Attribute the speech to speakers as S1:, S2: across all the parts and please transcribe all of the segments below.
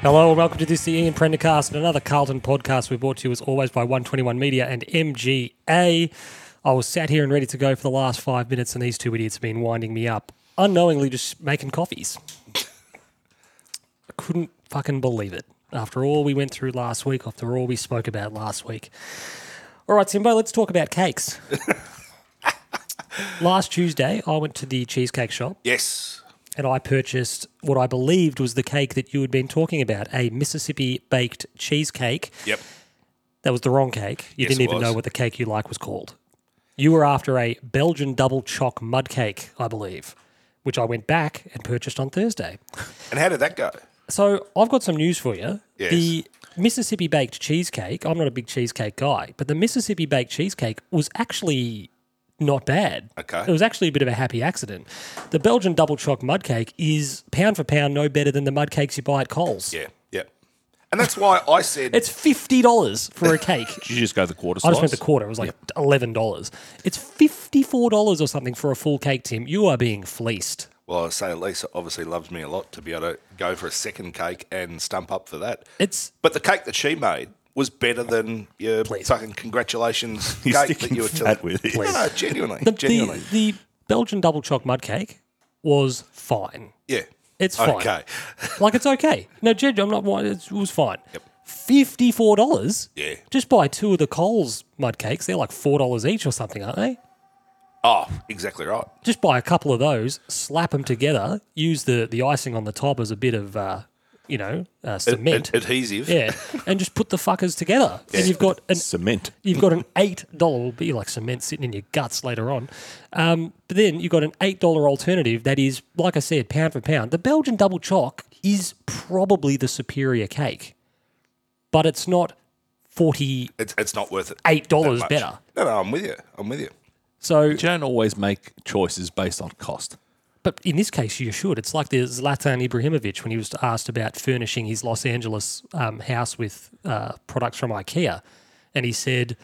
S1: Hello and welcome to this, the Ian Prendercast, and another Carlton podcast. We're brought to you as always by 121 Media and MGA. I was sat here and ready to go for the last five minutes, and these two idiots have been winding me up, unknowingly just making coffees. I couldn't fucking believe it. After all we went through last week, after all we spoke about last week. All right, Simbo, let's talk about cakes. last Tuesday, I went to the cheesecake shop
S2: Yes.
S1: and I purchased what I believed was the cake that you had been talking about, a Mississippi baked cheesecake.
S2: Yep.
S1: That was the wrong cake. You
S2: Yes,
S1: didn't
S2: it
S1: even
S2: was.
S1: know what the cake you like was called. You were after a Belgian double choc mud cake, I believe, which I went back and purchased on Thursday.
S2: And how did that go?
S1: So I've got some news for you.
S2: Yes.
S1: The Mississippi baked cheesecake, I'm not a big cheesecake guy, but the Mississippi baked cheesecake was actually not bad.
S2: Okay.
S1: It was actually a bit of a happy accident. The Belgian double choc mud cake is pound for pound no better than the mud cakes you buy at Coles.
S2: Yeah. Yep. And that's why I said
S1: It's fifty dollars for a cake.
S3: Did you just go the quarter
S1: I
S3: size?
S1: just went the quarter. It was like eleven dollars. It's fifty four dollars or something for a full cake, Tim. You are being fleeced.
S2: well, I say Lisa obviously loves me a lot to be able to go for a second cake and stump up for that.
S1: It's
S2: But the cake that she made was better than your fucking congratulations
S3: You're
S2: cake that
S3: sticking
S2: you were
S3: fat
S2: telling.
S3: with it.
S2: No, no, genuinely,
S1: the,
S2: genuinely,
S1: the, the Belgian double choc mud cake was fine.
S2: yeah.
S1: It's fine.
S2: okay.
S1: Like it's okay. No, Jed, I'm not. It was fine. Fifty-four dollars.
S2: Yeah.
S1: Just buy two of the Coles mud cakes. They're like four dollars each or something, aren't they?
S2: Oh, exactly right.
S1: Just buy a couple of those, slap them together, use the the icing on the top as a bit of, uh, you know, uh, cement.
S2: Ad- adhesive.
S1: yeah, and just put the fuckers together, and you've got an
S3: Cement.
S1: you've got an eight dollar will be like cement sitting in your guts later on. Um, but then you've got an eight dollar alternative that is, like I said, pound for pound. The Belgian double choc is probably the superior cake, but it's not forty
S2: It's, it's not worth it.
S1: eight dollars
S2: much.
S1: better.
S2: No, no, I'm with you. I'm with you.
S1: So,
S3: You don't always make choices based on cost.
S1: but in this case, you should. It's like the Zlatan Ibrahimovic when he was asked about furnishing his Los Angeles um, house with uh, products from IKEA, and he said.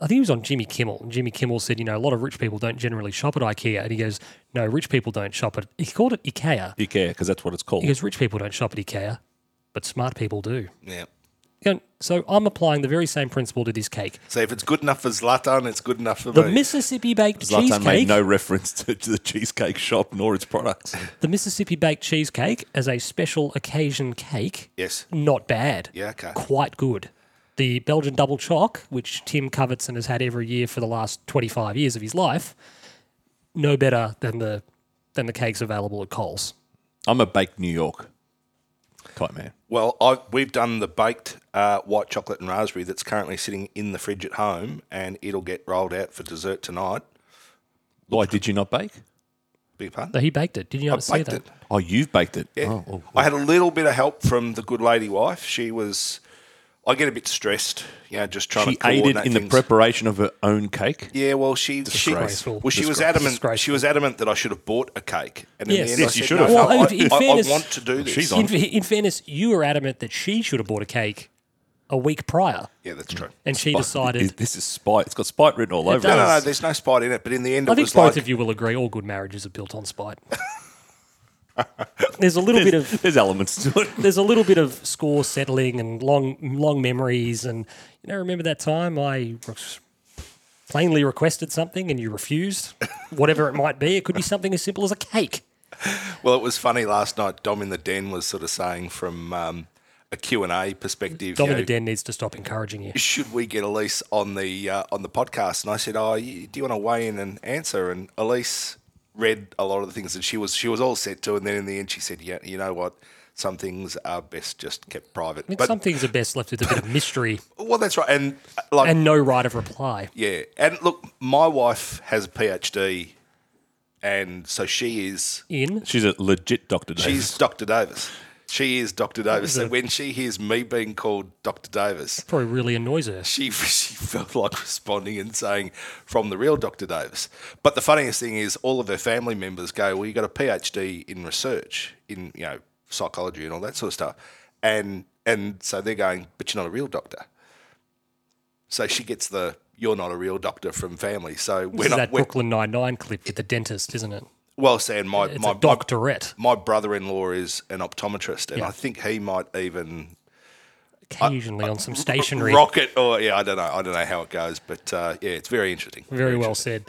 S1: I think he was on Jimmy Kimmel. And Jimmy Kimmel said, you know, a lot of rich people don't generally shop at IKEA. And he goes, no, rich people don't shop at. He called it IKEA.
S3: You care because that's what it's called.
S1: He goes, rich people don't shop at IKEA, but smart people do.
S2: Yeah.
S1: And so I'm applying the very same principle to this cake.
S2: So if it's good enough for Zlatan, it's good enough for
S1: The
S2: me.
S1: Mississippi baked
S3: Zlatan
S1: cheesecake.
S3: made no reference to, to the cheesecake shop nor its products.
S1: the Mississippi baked cheesecake as a special occasion cake.
S2: yes.
S1: Not bad.
S2: Yeah, okay.
S1: Quite good. The Belgian double choc, which Tim covets and has had every year for the last 25 years of his life, no better than the than the cakes available at Coles.
S3: I'm a baked New York type man.
S2: Well, I've, we've done the baked uh, white chocolate and raspberry that's currently sitting in the fridge at home, and it'll get rolled out for dessert tonight.
S3: Why did you not bake?
S2: Big pun.
S1: So he baked it. Did you not see
S2: baked
S1: that?
S2: it.
S3: Oh, you've baked it.
S2: Yeah.
S3: Oh, well,
S2: I had a little bit of help from the good lady wife. She was. I get a bit stressed, you know, just trying
S3: she
S2: to.
S3: aided
S2: coordinate
S3: in the
S2: things.
S3: preparation of her own cake.
S2: Yeah, well, she she well she
S1: Disgraceful.
S2: was
S1: Disgraceful.
S2: adamant. She was adamant that I should have bought a cake. And in
S1: Yes.
S2: the
S1: Yes,
S2: end, I
S3: you
S2: said,
S3: should
S2: "No,
S3: have.
S2: no,
S1: Well,
S2: I,
S1: in- in
S2: I- I
S1: fairness-
S2: want to do this.
S3: She's on.
S1: In, in fairness, you were adamant that she should have bought a cake a week prior,
S2: Yeah, that's true.
S1: and she
S3: Spite-
S1: decided.
S3: This is spite. It's got spite written all over
S2: No,
S3: it.
S2: no, no.
S1: does.
S2: There's no spite in it. But in the end,
S1: I
S2: it
S1: think
S2: was
S1: both
S2: like
S1: of you will agree all good marriages are built on spite. There's a little bit of
S3: There's elements to it.
S1: there's a little bit of score settling and long long memories and you know remember that time I re- plainly requested something and you refused whatever it might be it could be something as simple as a cake
S2: Well, it was funny last night. Dom in the den was sort of saying from um, a Q and A perspective. you
S1: Dominic
S2: know,
S1: Den needs to stop encouraging you
S2: Should we get Elise on the uh, on the podcast? And I said, "Oh, you, do you want to weigh in and answer?" And Elise read a lot of the things that she was she was all set to, and then in the end, she said, "Yeah, you know what? Some things are best just kept private."
S1: I mean,
S2: but
S1: some things are best left with a bit of mystery
S2: well, that's right. And uh, like,
S1: and no right of reply
S2: yeah, and look, my wife has a PhD, and so she is
S1: in
S3: She's a legit Dr. Davis.
S2: She's Dr. Davis. She is Dr. Davis.
S1: is
S2: So
S1: a-
S2: when she hears me being called Dr. Davis,
S1: probably really annoys her
S2: she, she felt like responding and saying, from the real Dr. Davis. But the funniest thing is, all of her family members go, Well, you got a PhD in research, in you know, psychology and all that sort of stuff. And and so they're going, But you're not a real doctor. So she gets the you're not a real doctor from family. So
S1: This
S2: when
S1: is
S2: I,
S1: that
S2: when,
S1: Brooklyn Nine Nine clip with the dentist, isn't it?
S2: Well, Sam, my
S1: It's
S2: my
S1: a doctorate.
S2: my brother-in-law is an optometrist, and I think he might even
S1: Occasionally on some stationery.
S2: rocket. Or yeah, I don't know. I don't know how it goes, but uh, yeah, it's very interesting.
S1: Very well said.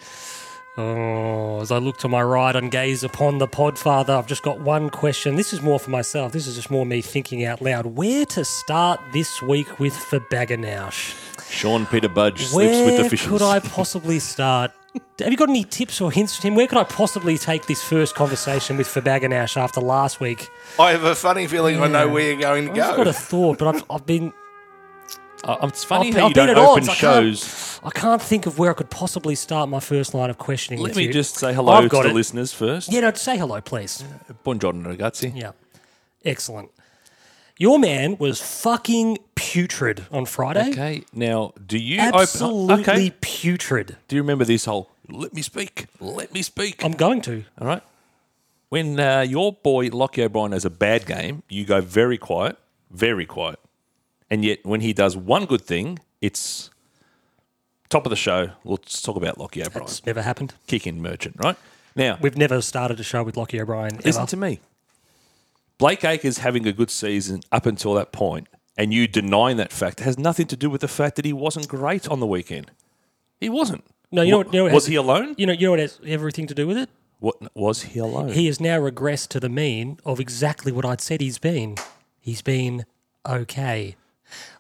S1: Oh, as I look to my right and gaze upon the podfather, I've just got one question. This is more for myself. This is just more me thinking out loud. Where to start this week with for Baggenausch?
S3: Sean Peter Budge sleeps with
S1: Where
S3: the fishes.
S1: could I possibly start? Have you got any tips or hints to him? Where could I possibly take this first conversation with Fabaganash after last week?
S2: I have a funny feeling I know where you're going to
S1: I've just got
S2: go.
S1: a thought, but I've, I've been
S3: I- Uh, it's funny
S1: I've
S3: how you
S1: been
S3: don't
S1: at
S3: open
S1: odds. I can't-
S3: shows.
S1: I can't think of where I could possibly start my first line of questioning.
S3: Let
S1: with
S3: me
S1: you.
S3: just say hello
S1: I've
S3: to
S1: got
S3: the
S1: it.
S3: listeners first.
S1: Yeah, no, say hello, please.
S3: Buongiorno, ragazzi.
S1: Yeah. Excellent. Your man was fucking putrid on Friday.
S3: Okay, now do you open-
S1: Absolutely
S3: okay,
S1: putrid.
S3: do you remember this whole? Let me speak. Let me speak.
S1: I'm going to.
S3: All right. When uh, your boy Lockie O'Brien has a bad game, you go very quiet, very quiet. And yet, when he does one good thing, it's top of the show. Let's talk about Lockie O'Brien,
S1: It's never happened.
S3: kick in merchant, right? Now,
S1: We've never started a show with Lockie O'Brien.
S3: listen
S1: ever.
S3: to me. Blake Acres having a good season up until that point, and you denying that fact has nothing to do with the fact that he wasn't great on the weekend. He wasn't.
S1: No, you know what- you know what
S3: was
S1: has-
S3: he alone?
S1: You know, you know what has everything to do with it?
S3: What was he alone?
S1: He has now regressed to the mean of exactly what I'd said he's been. He's been okay.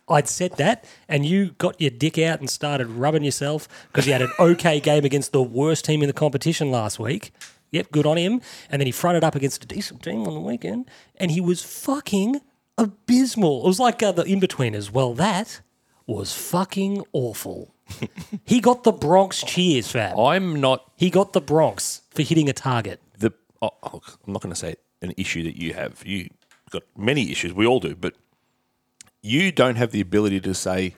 S1: I'd said that, and you got your dick out and started rubbing yourself because you had an okay game against the worst team in the competition last week. Yep, good on him. And then he fronted up against a decent team on the weekend, and he was fucking abysmal. It was like uh, the in betweeners. Well, that was fucking awful. he got the Bronx cheers, Fab.
S3: I'm not
S1: He got the Bronx for hitting a target.
S3: the oh, oh, I'm not going to say an issue that you have. You got many issues. We all do, but you don't have the ability to say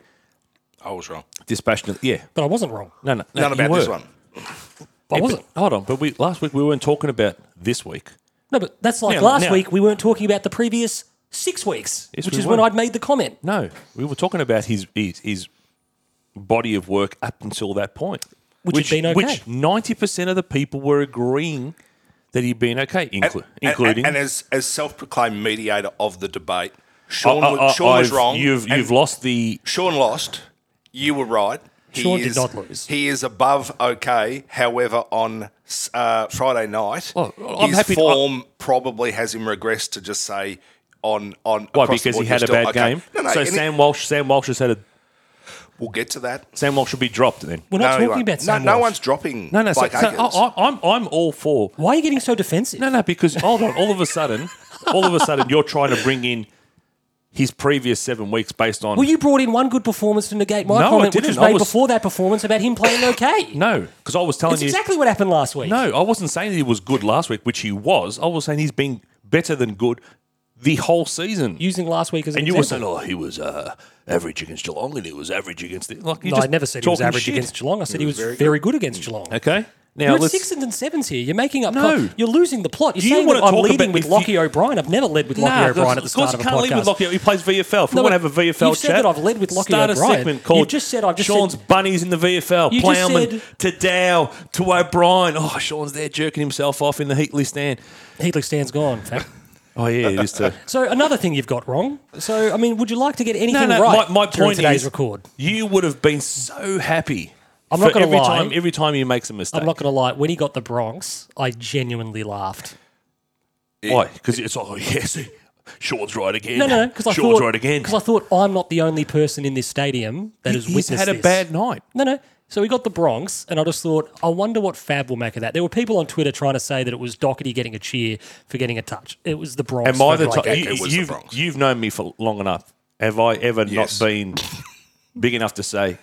S2: I was wrong.
S3: dispassionately. Yeah,
S1: But I wasn't wrong.
S3: no, no, no
S2: None
S3: you
S2: about this
S3: were.
S2: one.
S1: I
S3: Yeah,
S1: wasn't.
S3: but- hold on, but we last week we weren't talking about this week.
S1: No, but that's like
S3: Now-
S1: last
S3: now-
S1: week we weren't talking about the previous six weeks,
S3: Yes,
S1: which
S3: we
S1: is
S3: were.
S1: when I'd made the comment.
S3: No, we were talking about his his, his body of work up until that point,
S1: Which had been okay.
S3: Which ninety percent of the people were agreeing that he'd been okay, inclu- including.
S2: and, and as as self-proclaimed mediator of the debate, Sean,
S3: I- I-
S2: was, Sean was
S3: uh, I've-
S2: wrong.
S3: You've
S2: and
S3: you've lost the
S2: Sean lost. You were right. He
S1: Sean did not lose.
S2: He is above okay. However, on s- uh, Friday night,
S3: Well, Oh, I'm
S2: his
S3: happy to- uh,
S2: form probably has him regressed to just say on on
S3: Why?
S2: across the
S3: Because he
S2: board,
S3: had
S2: you're
S3: a
S2: still
S3: bad
S2: okay.
S3: game.
S2: No, no,
S3: so
S2: and he-
S3: Sam Walsh, Sam Walsh has had a
S2: we'll get to that.
S3: Sam Walsh should be dropped then.
S1: We're not
S2: he
S1: talking
S2: won't.
S1: about
S2: no,
S1: Sam
S2: no
S1: Walsh.
S2: one's dropping.
S3: No, no, so,
S2: Blake
S3: so
S2: Acres.
S3: I, I, I'm I'm all for
S1: Why are you getting so defensive?
S3: no, no, because hold on, all of a sudden, all of a sudden, you're trying to bring in his previous seven weeks based on
S1: Well, you brought in one good performance to negate my
S3: No, I
S1: comment, which
S3: didn't.
S1: was
S3: I
S1: made
S3: was-
S1: before that performance about him playing okay.
S3: no, because I was telling
S1: It's
S3: you
S1: exactly what happened last week.
S3: no, I wasn't saying he was good last week, which he was. I was saying he's been better than good the whole season.
S1: Using last week as an
S3: and you were
S1: example.
S3: saying, oh, he was uh, average against Geelong, and he was average against the, like you
S1: no, I
S3: just
S1: never said he was
S3: talking
S1: average
S3: shit.
S1: against Geelong. I said he was, very, good. against Geelong.
S3: Okay, now
S1: You're at
S3: let's
S1: sixes and sevens here. You're making up.
S3: No.
S1: co- you're losing the plot. You're
S3: Do you
S1: saying
S3: wanna
S1: that I'm
S3: talk
S1: leading
S3: about
S1: with
S3: if
S1: Lockie
S3: you-
S1: O'Brien. I've never led with Lockie
S3: Nah,
S1: O'Brien at the
S3: of course
S1: start of a
S3: you can't lead
S1: podcast.
S3: with Lockie. He plays VFL. If we
S1: No,
S3: want to
S1: but
S3: have a VFL
S1: you've said
S3: chat,
S1: that I've led with Lockie
S3: start
S1: O'Brien.
S3: a segment
S1: You've
S3: called
S1: just said- I've just
S3: Sean's
S1: said-
S3: bunnies in the VFL.
S1: You just
S3: Plowman
S1: said-
S3: to Dow to O'Brien. Oh, Sean's there jerking himself off in the Heatley stand.
S1: Heatley stand's gone. Fab.
S3: Oh yeah, it is too.
S1: So another thing you've got wrong. So I mean, would you like to get anything
S3: no,
S1: right?
S3: my- my
S1: during
S3: point
S1: today's
S3: is-
S1: record.
S3: you would have been so happy.
S1: I'm not
S3: for
S1: gonna
S3: every
S1: lie.
S3: Time, every time he makes a mistake,
S1: I'm not going to lie. When he got the Bronx, I genuinely laughed.
S3: why? Because it's oh yes, Sean's right again.
S1: No, no, because I
S3: Sean's
S1: thought
S3: right again.
S1: because I thought I'm not the only person in this stadium that has
S3: He's
S1: witnessed
S3: had a
S1: this."
S3: bad night.
S1: No, no. So we got the Bronx, and I just thought, I wonder what Fab will make of that. There were people on Twitter trying to say that it was Doherty getting a cheer for getting a touch. It was the Bronx.
S3: Am
S1: for
S3: I the
S1: like
S3: type?
S1: that.
S3: You,
S2: it was the
S3: you've
S2: Bronx.
S3: you've known me for long enough. Have I ever
S2: Yes.
S3: not been big enough to say?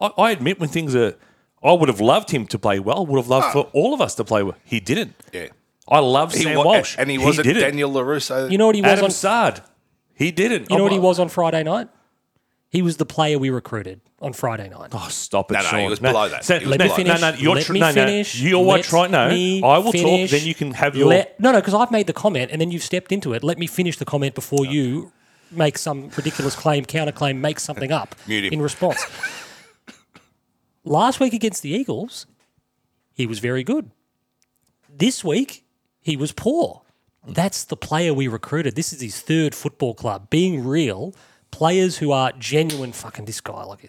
S3: I, I admit when things are. I would have loved him to play well. Would have loved for all of us to play well. He didn't.
S2: Ah. Yeah.
S3: I love
S2: He
S3: Sam
S2: wa-
S3: Walsh,
S2: and he wasn't
S3: didn't.
S2: Daniel Larusso.
S1: You know what he was
S3: Adam
S1: on.
S3: Sard. He didn't.
S1: You know what he was on Friday night? He was the player we recruited on Friday night.
S3: Oh, stop it,
S2: No, no, he
S3: Sean.
S2: was below that. He was
S3: no,
S1: below
S3: no,
S1: that.
S3: no, you're
S1: Let
S3: tr-
S1: me
S3: no, no.
S1: finish.
S3: You are
S1: Let
S3: trying. No,
S1: me
S3: I will
S1: finish.
S3: talk. Then you can have your.
S1: Let- no, no, because I've made the comment and then you've stepped into it. Let me finish the comment before you make some ridiculous claim, counterclaim, make something up
S2: Mute him.
S1: in response. Last week against the Eagles, he was very good. this week he was poor. That's the player we recruited. This is his third football club. Being real, players who are genuine fucking this guy like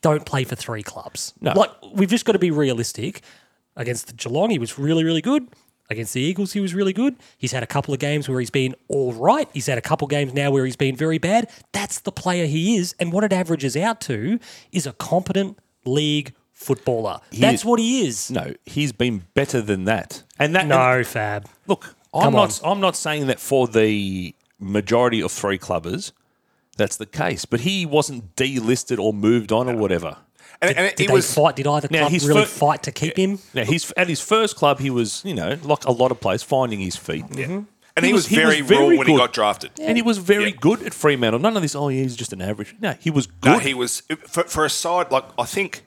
S1: don't play for three clubs.
S3: No.
S1: Like we've just got to be realistic. Against the Geelong, he was really, really good. Against the Eagles, he was really good. He's had a couple of games where he's been all right. He's had a couple of games now where he's been very bad. That's the player he is. And what it averages out to is a competent league footballer. That's what he is.
S3: No, he's been better than that. And that and-
S1: No, Fab.
S3: Look, I'm
S1: Come
S3: not. I'm not saying that for the majority of three clubbers, that's the case. But he wasn't delisted or moved on or whatever.
S2: And, and
S1: Did
S2: it
S1: they
S2: was
S1: fight? Did either
S3: Now,
S1: club
S3: his
S1: really
S3: fir-
S1: fight to keep him?
S3: Now he's at his first club. He was, you know, like a lot of players, finding his feet.
S2: and he, was, very raw when he
S3: good.
S2: got drafted.
S3: And he was very
S2: Yeah.
S3: good at Fremantle. None of this. Oh, yeah, he's just an average. No, he was good.
S2: No, he was for, for a side like I think,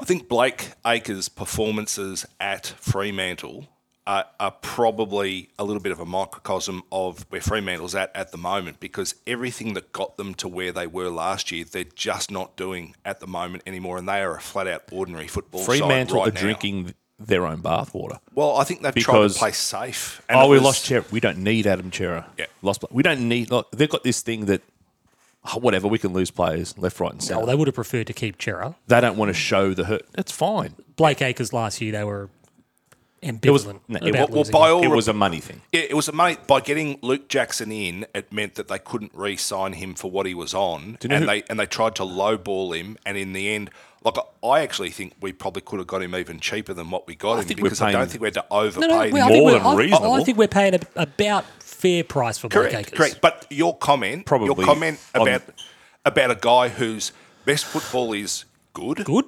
S2: I think Blake Acres' performances at Fremantle are, are probably a little bit of a microcosm of where Fremantle's at at the moment because everything that got them to where they were last year, they're just not doing at the moment anymore, and they are a flat out ordinary football
S3: Fremantle
S2: side
S3: are
S2: right now.
S3: drinking their own bathwater.
S2: Well, I think they've tried
S3: Because-
S2: to play safe. and
S3: Oh,
S2: it
S3: we
S2: was-
S3: lost Chera. We don't need Adam Chera.
S2: Yeah.
S3: lost. We don't need. Look, they've got this thing that, oh, whatever, we can lose players left, right, and centre.
S1: Well, Oh, they would have preferred to keep Chera.
S3: they don't want to show the hurt. That's fine.
S1: Blake Acres last year, they were ambivalent
S3: was- no,
S1: about
S3: it
S2: Well, well,
S1: losing
S2: by
S1: him.
S2: all
S3: it was a money thing.
S2: Yeah, it was a mate. By getting Luke Jackson in, it meant that they couldn't re-sign him for what he was on,
S3: know
S2: and
S3: who-
S2: they and they tried to lowball him. And in the end, like I actually think we probably could have got him even cheaper than what we got him
S3: think we're
S2: because I don't
S3: paying-
S2: think we had to overpay.
S1: No, no,
S2: him.
S1: well, I think
S3: more
S1: we're-
S3: than
S1: I- I- I,
S3: reasonable.
S1: think we're paying a, about fair price for
S2: correct,
S1: Blake Acres.
S2: correct. But your comment, your
S3: Probably
S2: comment
S3: on-
S2: about about a guy whose best football is good,
S1: Good.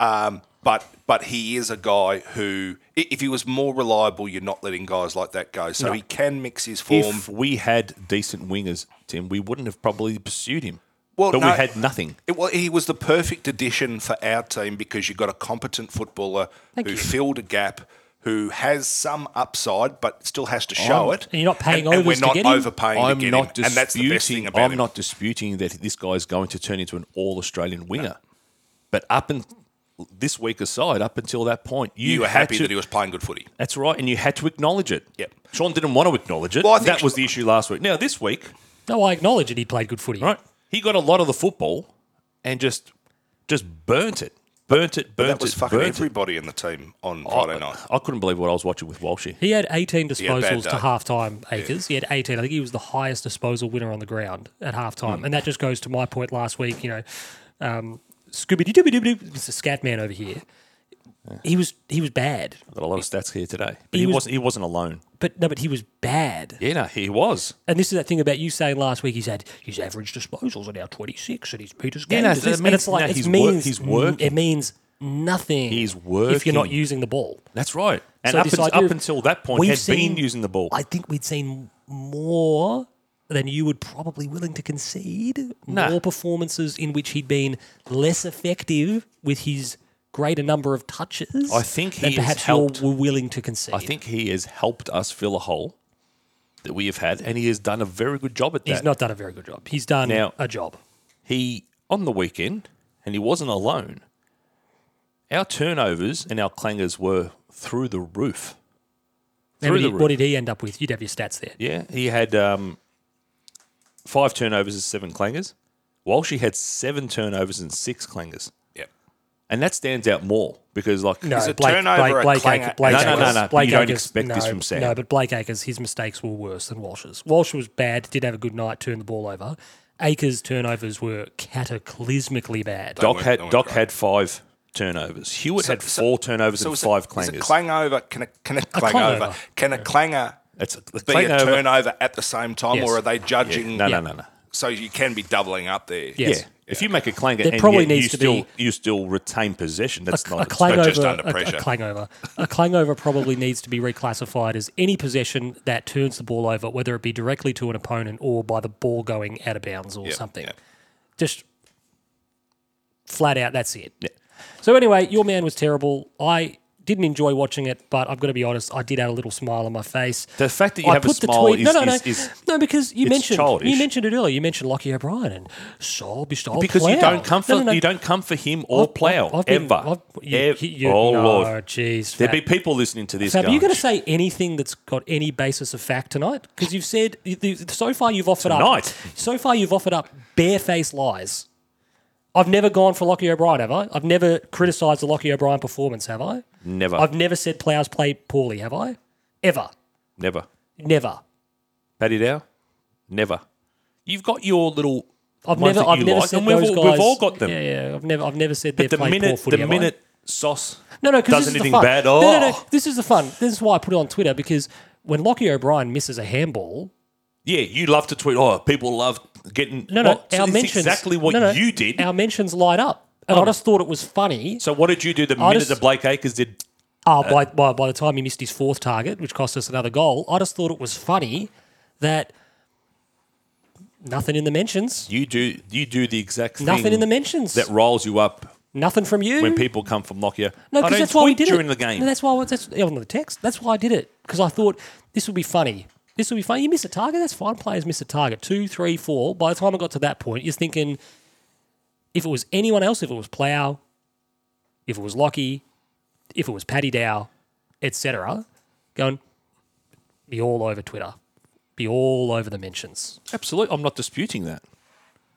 S2: Um, but but he is a guy who, i- if he was more reliable, you're not letting guys like that go. So he can mix his form.
S3: If we had decent wingers, Tim, we wouldn't have probably pursued him.
S2: Well,
S3: but
S2: no.
S3: we had nothing.
S2: It, well, he was the perfect addition for our team because you've got a competent footballer who
S1: you.
S2: filled a gap, who has some upside but still has to show it.
S1: And you're not paying
S2: and, and we're
S1: overs to
S2: not
S1: get him?
S2: overpaying
S3: I'm
S2: to get
S3: not
S2: him.
S3: disputing.
S2: And that's the best thing about
S3: I'm
S2: him.
S3: not disputing that this guy is going to turn into an all Australian winger. But up and this week aside, up until that point, you,
S2: you were
S3: had
S2: happy
S3: to,
S2: that he was playing good footy.
S3: That's right, and you had to acknowledge it.
S2: Yep.
S3: Sean didn't want to acknowledge it.
S2: Well, I think-
S3: that was the issue last week. Now this week,
S1: No, I acknowledge that he played good footy.
S3: right? He got a lot of the football and just just burnt it, burnt it, burnt
S2: That was
S3: it,
S2: fucking
S3: burnt it.
S2: everybody in the team on Friday night.
S3: I couldn't believe what I was watching with Walshy.
S1: He had 18
S2: had a bad
S1: disposals to
S2: day.
S1: halftime acres. He had 18. I think he was the highest disposal winner on the ground at halftime.
S2: Hmm.
S1: And that just goes to my point last week, you know, um, Scooby Dooby Dooby Doo, it's a scat man over here. He was he was bad,
S3: Got a lot of stats here today, but he,
S1: was-
S3: was, not He wasn't alone.
S1: but no, but he was bad.
S3: Yeah, no, he was.
S1: And this is that thing about you saying last week he's had his average disposals are now twenty six and he's Peter's game.
S3: no,
S1: is
S3: that
S1: this, and
S3: means-
S1: it's like
S3: no,
S1: it
S3: he's wor-
S1: means
S3: he's
S1: n-
S3: working.
S1: It means nothing.
S3: He's
S1: if you're not
S3: working.
S1: using the ball.
S3: That's right. And
S1: So
S3: up,
S1: this
S3: un-
S1: idea
S3: up
S1: of-
S3: until that point,
S1: we've
S3: he had
S1: seen-
S3: been using the ball.
S1: I think we'd seen more than you would probably willing to concede.
S3: Nah.
S1: More performances in which he'd been less effective with his greater number of touches.
S3: I think he
S1: than
S3: has
S1: perhaps you
S3: helped.
S1: were willing to concede.
S3: I think he has helped us fill a hole that we have had, and he has done a very good job at that.
S1: he's not done a very good job. He's done
S3: Now-
S1: a job.
S3: he on the weekend, and he wasn't alone. Our turnovers and our clangers were through the roof.
S1: Now,
S3: Through
S1: what
S3: the
S1: did-
S3: roof.
S1: what did he end up with? You'd have your stats there.
S3: Yeah, he had um, five turnovers and seven clangers. Walshy had seven turnovers and six clangers,
S2: Yep.
S3: and that stands out more because like
S1: No,
S2: Is it
S1: Blake,
S2: turnover
S1: Blake,
S2: or a
S1: Blake,
S2: clanger?
S1: Acre- Blake
S2: No,
S1: Acres.
S2: no, no,
S3: no, but
S1: Blake
S3: you don't
S1: Acres-
S3: expect
S1: no,
S3: this from Sam.
S1: No, but Blake Acres, his mistakes were worse than Walsh's. Walsh was bad, did have a good night, turned the ball over. Acres' turnovers were cataclysmically bad.
S3: Doc
S2: weren't-
S3: had
S2: they weren't
S3: Doc
S2: great.
S3: had five turnovers. Hewitt had
S2: so-
S3: four turnovers and
S2: is
S3: five
S2: it, is
S3: clangers.
S2: it clang over? Can a, can a clang
S1: clang
S2: over?
S1: over.
S2: Can a clanger
S3: That's a, the
S2: be
S3: clang
S2: a
S3: over-
S2: turnover at the same time,
S3: Yes.
S2: or are they judging?
S3: No, no, no, no.
S2: So you can be doubling up there.
S1: Yes.
S3: Yeah. If you make a clanger,
S1: There
S3: and
S1: probably
S3: yet you
S1: needs to
S3: still
S1: be-
S3: you still retain possession. That's
S1: a
S3: not
S1: clang
S2: just
S1: over,
S2: under
S1: a- a,
S2: pressure.
S1: clang over, a clang over probably needs to be reclassified as any possession that turns the ball over, whether it be directly to an opponent or by the ball going out of bounds or something.
S2: yeah.
S1: Just flat out, that's it. So anyway, your man was terrible. I didn't enjoy watching it, but I've got to be honest, I did add a little smile on my face.
S3: The fact that you
S1: I
S3: have a
S1: put the
S3: smile
S1: tweet.
S3: is,
S1: no, no, no,
S3: is, is
S1: no, because you
S3: it's
S1: mentioned
S3: childish.
S1: you mentioned it earlier. You mentioned Lockie O'Brien and Sol Bistol
S3: because you
S1: Plough.
S3: don't come for
S1: No, no, no.
S3: you don't come for him or
S1: I've-
S3: Plough
S1: I've been-
S3: ever.
S1: I've- you-
S3: Ev-
S1: you-
S3: oh
S1: no,
S3: lord,
S1: jeez,
S3: there'd be
S1: Fab.
S3: people listening to this.
S1: Fab, are you
S3: going,
S1: going to say anything that's got any basis of fact tonight? Because you've said you- you- so far you've offered
S3: Tonight?
S1: up so far you've offered up barefaced lies. I've never gone for Lockie O'Brien, have I? I've never criticised the Lockie O'Brien performance, have I?
S3: Never.
S1: I've never said Plough's played poorly, have I? Ever.
S3: never,
S1: Never.
S3: Paddy Dow, never. You've got your little.
S1: I've
S3: ones
S1: never,
S3: that
S1: I've
S3: you
S1: never
S3: like,
S1: said
S3: and we've
S1: those
S3: all,
S1: guys.
S3: We've all got them.
S1: Yeah, yeah. I've never, I've never said
S3: But
S1: they've
S3: the
S1: played poor
S3: minute,
S1: footy.
S3: the
S1: have I?
S3: minute Sauce
S1: No, no, because
S3: does
S1: this is the
S3: anything
S1: fun.
S3: bad,
S1: No, no, no.
S3: oh.
S1: This is the fun. This is why I put it on Twitter because when Lockie O'Brien misses a handball,
S3: Yeah, you love to tweet. Oh, people love getting.
S1: no, no,
S3: What? So
S1: our
S3: it's
S1: mentions
S3: exactly what
S1: no, no,
S3: you did. Oh.
S1: Our mentions light up, and I just thought it was funny.
S3: so what did you do the
S1: I
S3: minute
S1: just-
S3: that Blake Acres did? Uh.
S1: Oh, by, by by the time he missed his fourth target, which cost us another goal, I just thought it was funny that nothing in the mentions,
S3: You do you do the exact thing
S1: nothing in the mentions,
S3: that rolls you up
S1: nothing from you.
S3: when people come from Lockyer.
S1: No,
S3: I
S1: because
S3: don't
S1: that's why we
S3: tweet
S1: did
S3: during
S1: it
S3: the game.
S1: No, that's why I- that's yeah, on the text. That's why I did it because I thought this would be funny. This will be funny. You miss a target, that's fine. Players miss a target. Two, three, four. By the time I got to that point, you're thinking if it was anyone else, if it was Plough, if it was Lockie, if it was Paddy Dow, etc., going be all over Twitter, be all over the mentions.
S3: Absolutely, I'm not disputing that.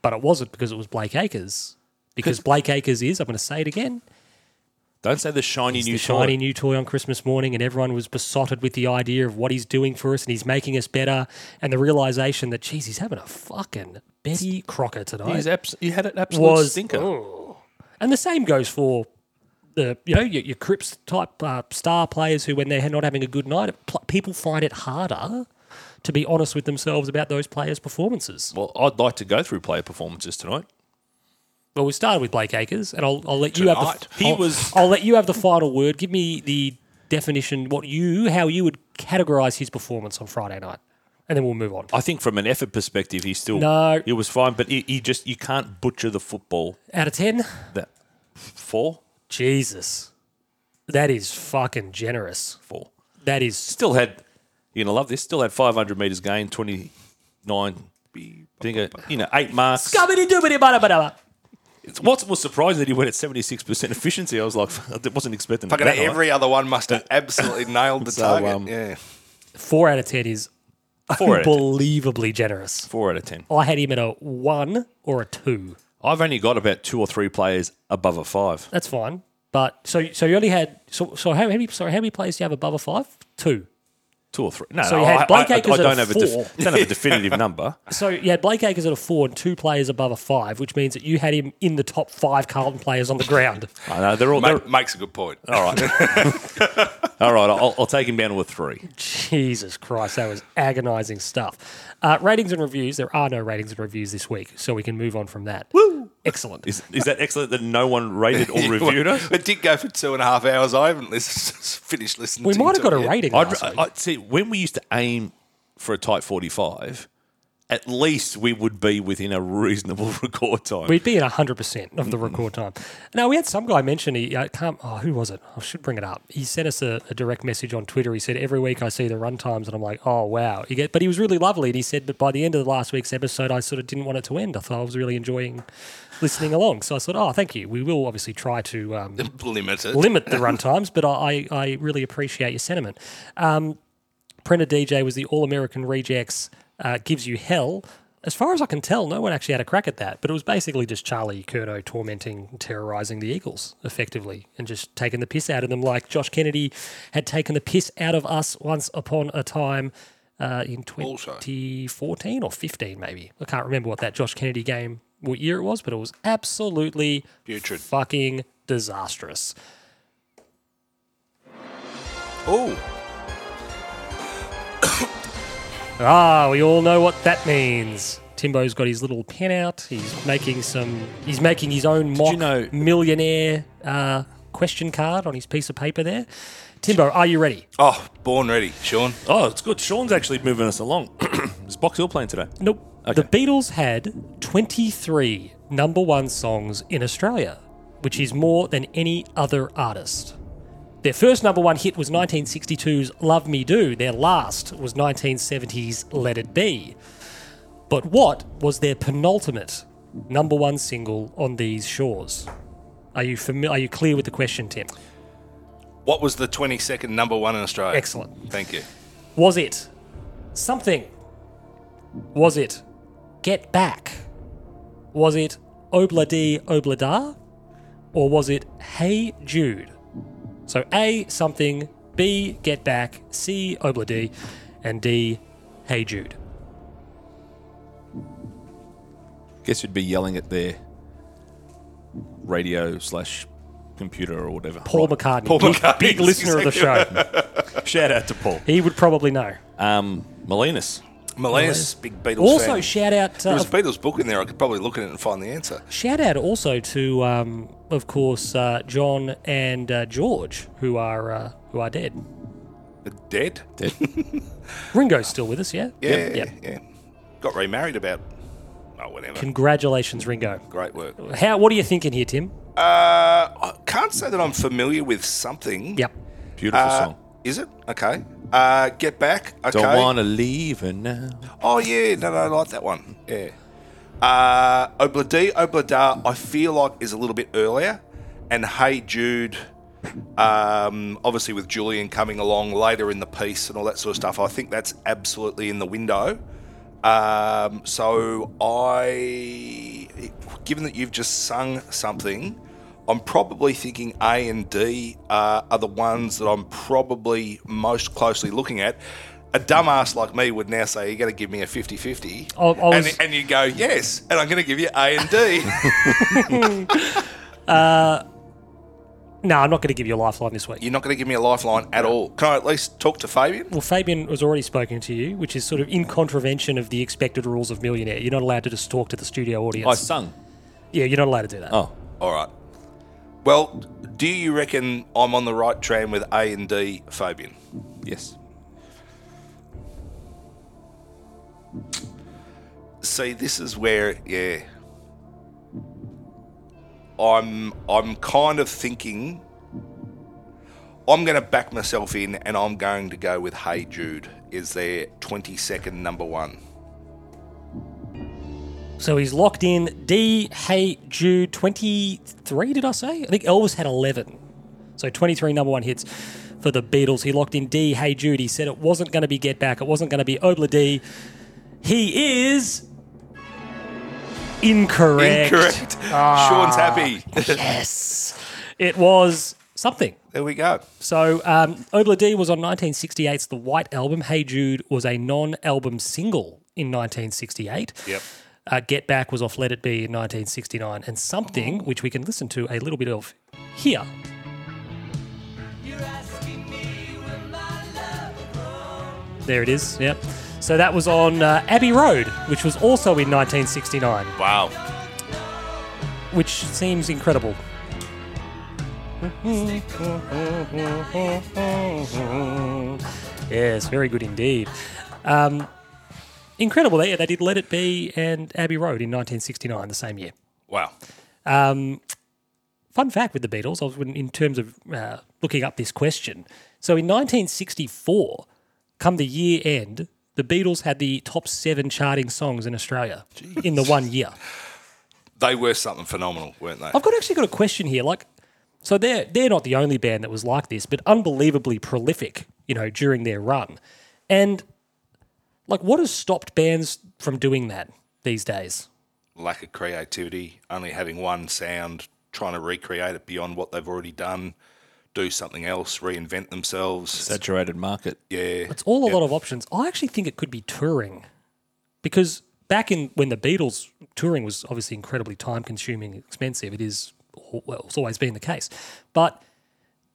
S1: But it wasn't because it was Blake Acres. Because Blake Acres is, I'm going to say it again,
S3: Don't say the shiny
S1: It's
S3: new
S1: the
S3: shiny.
S1: shiny new toy on Christmas morning, and everyone was besotted with the idea of what he's doing for us and he's making us better, and the realization that, geez, he's having a fucking Betty Crocker tonight.
S3: He's abs- he had an absolute
S1: Was- Oh.
S3: stinker.
S1: And the same goes for the you know your, your Crips type uh, star players who, when they're not having a good night, pl- people find it harder to be honest with themselves about those players' performances.
S3: Well, I'd like to go through player performances tonight.
S1: Well, we started with Blake Acres, and I'll, I'll let you have the
S2: Tonight.
S1: f-
S3: He
S1: I'll-
S3: was-
S1: I'll let you have the final word. Give me the definition, what you, how you would categorise his performance on Friday night, and then we'll move on.
S3: I think from an effort perspective, he still
S1: No.
S3: It was fine, but he, he just you can't butcher the football.
S1: Out of ten,
S3: That four,
S1: Jesus, that is fucking generous.
S3: four.
S1: That is
S3: Still had you're gonna love this. Still had 500 meters gained, 29. I think uh, you know eight marks.
S1: scubbity doobity bada bada.
S3: It's- What was surprising that he went at 76 percent efficiency. I was like, I wasn't expecting
S2: Fucking
S3: that.
S2: every other one must have absolutely nailed the
S3: So,
S2: target.
S3: um,
S2: yeah.
S1: Four out of ten is
S3: night. four out of,
S1: unbelievably generous.
S3: four out of ten.
S1: I had him at a one or a two.
S3: I've only got about two or three players above a five.
S1: That's fine. But so so you only had so so how, how many sorry how many players do you have above a five? Two.
S3: Two or three. No,
S1: So
S3: no,
S1: you had
S3: I, I-
S1: Blake
S3: I- I
S1: Acres at
S3: don't,
S1: a
S3: have a def-
S1: four.
S3: don't have a definitive number.
S1: So you had Blake Acres at a four and two players above a five, which means that you had him in the top five Carlton players on the ground.
S3: I know they're all.
S2: Ma-
S3: They're,
S2: makes a good point.
S3: all right, all right. I'll, I'll take him down to a three.
S1: Jesus Christ, that was agonising stuff. Uh, ratings and reviews. There are no ratings and reviews this week, so we can move on from that. Woo! Excellent.
S3: Is, is that excellent that no one rated or reviewed us?
S2: It did go for two and a half hours. I haven't listened, finished listening.
S1: We
S2: to
S1: might have got a
S2: it yet.
S1: rating.
S3: I'd,
S1: last week.
S3: I'd see when we used to aim for a tight forty-five. At least we would be within a reasonable record time.
S1: We'd be at 100% of the record time. Now, we had some guy mention he uh, can't. Oh, who was it? I should bring it up. He sent us a, a direct message on Twitter. He said, Every week I see the run times, and I'm like, Oh, wow. You get, but he was really lovely. And he said, But by the end of the last week's episode, I sort of didn't want it to end. I thought I was really enjoying listening along. So I thought, Oh, thank you. We will obviously try to um,
S2: Limited.
S1: limit the run times, but I, I, I really appreciate your sentiment. Um, Prenda DJ was the All American Rejects uh, Gives You Hell. As far as I can tell, no one actually had a crack at that, but it was basically just Charlie Curto tormenting, terrorizing the Eagles effectively and just taking the piss out of them, like Josh Kennedy had taken the piss out of us once upon a time. Uh, in 2014 or 15, maybe. I can't remember what that Josh Kennedy game, what year it was, but it was absolutely
S2: Putrid.
S1: fucking disastrous.
S2: Oh,
S1: Ah, we all know what that means. Timbo's got his little pen out. He's making some. He's making his own mock
S3: you know-
S1: millionaire uh, question card on his piece of paper there. Timbo, are you ready?
S2: oh, born ready, Sean.
S3: Oh, it's good. Sean's actually moving us along. Is Box Hill playing today?
S1: Nope. The Beatles had 23 number one songs in Australia, which is more than any other artist. Their first number one hit was 1962's Love Me Do. Their last was 1970's Let It Be. But what was their penultimate number one single on these shores? Are you familiar? Are you clear with the question, Tim?
S2: What was the 22nd number one in Australia?
S1: Excellent.
S2: Thank you.
S1: Was it something? Was it Get Back? Was it Obladi Oblada? Or was it Hey Jude? So A, something, B, Get Back, C, Obladi, and D, Hey Jude.
S3: Guess you'd be yelling at their radio slash computer or whatever.
S1: Paul
S3: Right.
S1: McCartney,
S2: Paul
S1: big,
S2: McCartney,
S1: big listener of the show.
S3: Shout out to Paul.
S1: He would probably know.
S3: Um, Molinas.
S2: Melinas, big Beatles
S1: Also,
S2: fan.
S1: shout out.
S2: There
S1: Uh,
S2: was a Beatles book in there. I could probably look at it and find the answer.
S1: Shout out also to, um, of course, uh, John and uh, George, who are uh, who are dead.
S2: Dead?
S1: Ringo's still with us, yeah.
S2: Yeah,
S1: Yep.
S2: yeah. Got remarried about, oh, whatever.
S1: Congratulations, Ringo.
S2: Great work.
S1: How? What are you thinking here, Tim?
S2: Uh, I can't say that I'm familiar with something.
S1: Yep.
S3: Beautiful
S2: Uh,
S3: song.
S2: Is it? Okay. Uh, Get Back. Okay.
S3: Don't want to leave her now.
S2: Oh yeah, no, no, I like that one. Yeah. Uh, Obladi Oblada, I feel like is a little bit earlier, and Hey Jude, um, obviously with Julian coming along later in the piece and all that sort of stuff. I think that's absolutely in the window. Um, so I, given that you've just sung something, I'm probably thinking A and D uh, are the ones that I'm probably most closely looking at. A dumbass like me would now say, You're going to give me a 50 50.
S1: I- I was-
S2: and, and you go, Yes. And I'm going to give you A and D.
S1: No, I'm not going to give you a lifeline this week.
S2: You're not going to give me a lifeline at all. Can I at least talk to Fabian?
S1: Well, Fabian was already spoken to you, which is sort of in contravention of the expected rules of Millionaire. You're not allowed to just talk to the studio
S3: I
S1: audience.
S3: sung.
S1: yeah, you're not allowed to do that.
S3: Oh,
S2: All right. Well, do you reckon I'm on the right train with A and D, Fabian?
S3: yes.
S2: See, this is where, yeah, I'm I'm kind of thinking I'm going to back myself in, and I'm going to go with Hey Jude is their 22nd number one.
S1: So he's locked in D, Hey Jude, 23, did I say? I think Elvis had 11. So 23 number one hits for the Beatles. He locked in D, Hey Jude. He said it wasn't going to be Get Back, it wasn't going to be Obla D. He is. Incorrect.
S2: Incorrect. Sean's happy.
S1: Yes. It was something.
S2: there we go.
S1: So um, Obla D was on 1968's The White Album. Hey Jude was a non album single in 1968.
S2: Yep.
S1: Uh, Get Back was off Let It Be in 1969, and something which we can listen to a little bit of here. There it is. Yep. So that was on uh, Abbey Road, which was also in 1969,
S2: Wow.
S1: which seems incredible. Yes, very good indeed. Um, incredible. They, they did Let It Be and Abbey Road in 1969, the same year.
S2: Wow.
S1: Um, fun fact with the Beatles, I was in, in terms of uh, looking up this question. So in 1964, come the year end, the Beatles had the top seven charting songs in Australia in the one year.
S2: They were something phenomenal, weren't they?
S1: I've got actually got a question here. Like, so they're they're not the only band that was like this, but unbelievably prolific, you know, during their run. And like, what has stopped bands from doing that these days?
S2: lack of creativity, only having one sound, trying to recreate it beyond what they've already done, do something else, reinvent themselves.
S3: Saturated market.
S2: yeah.
S1: It's all a lot of options. I actually think it could be touring, because back in when the Beatles touring was obviously incredibly time consuming, and expensive. It is al- well, it's always been the case, but.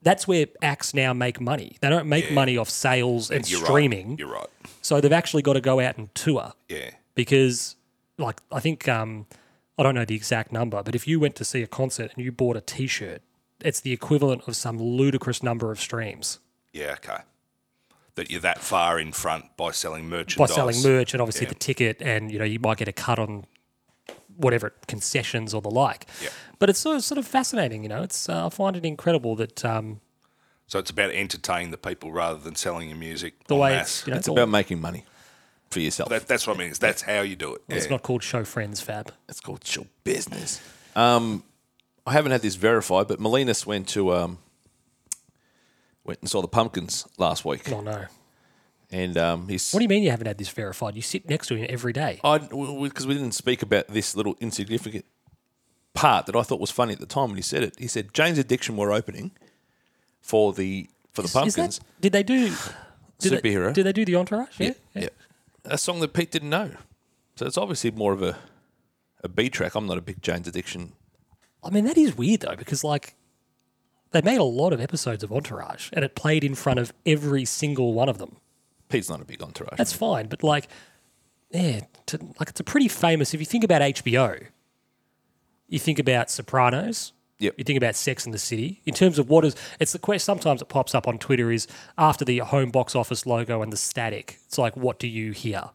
S1: That's where acts now make money. They don't make money off sales and
S2: You're
S1: streaming.
S2: Right. You're right.
S1: So they've actually got to go out and tour
S2: Yeah.
S1: because, like, I think um, I don't know the exact number, but if you went to see a concert and you bought a T-shirt, it's the equivalent of some ludicrous number of streams
S2: Yeah. Okay. That you're that far in front by selling
S1: by
S2: merchandise.
S1: selling merch and obviously the ticket, and you know you might get a cut on whatever concessions or the like.
S2: Yeah.
S1: But it's sort of, sort of fascinating, you know. It's uh, I find it incredible that um,
S2: So it's about entertaining the people rather than selling your music.
S1: The
S2: en
S1: way
S2: masse.
S1: it's, you know,
S3: It's about making money for yourself.
S2: that, that's what I mean. Is that's how you do it.
S1: it's
S2: Yeah.
S1: not called show friends, Fab.
S3: It's called show business. Um, I haven't had this verified, but Molinas went to um, went and saw the Pumpkins last week,
S1: Oh no.
S3: and um, he's.
S1: What do you mean you haven't had this verified? You sit next to him every day.
S3: I because we didn't speak about this little insignificant part that I thought was funny at the time when he said it. He said Jane's Addiction were opening for the for the
S1: Is that-
S3: Pumpkins
S1: did they do did They,
S3: Superhero.
S1: did they do the entourage? Yeah.
S3: yeah. A song that Pete didn't know. So it's obviously more of a a B track. I'm not a big Jane's Addiction.
S1: I mean that is weird though because like they made a lot of episodes of Entourage and it played in front of every single one of them.
S3: Pete's not a big entourage.
S1: That's fine, but like yeah, to, like it's a pretty famous if you think about HBO. You think about Sopranos,
S3: Yep.
S1: You think about Sex in the City in terms of what is. It's the question. Sometimes it pops up on Twitter is after the home box office logo and the static. It's like, what do you hear?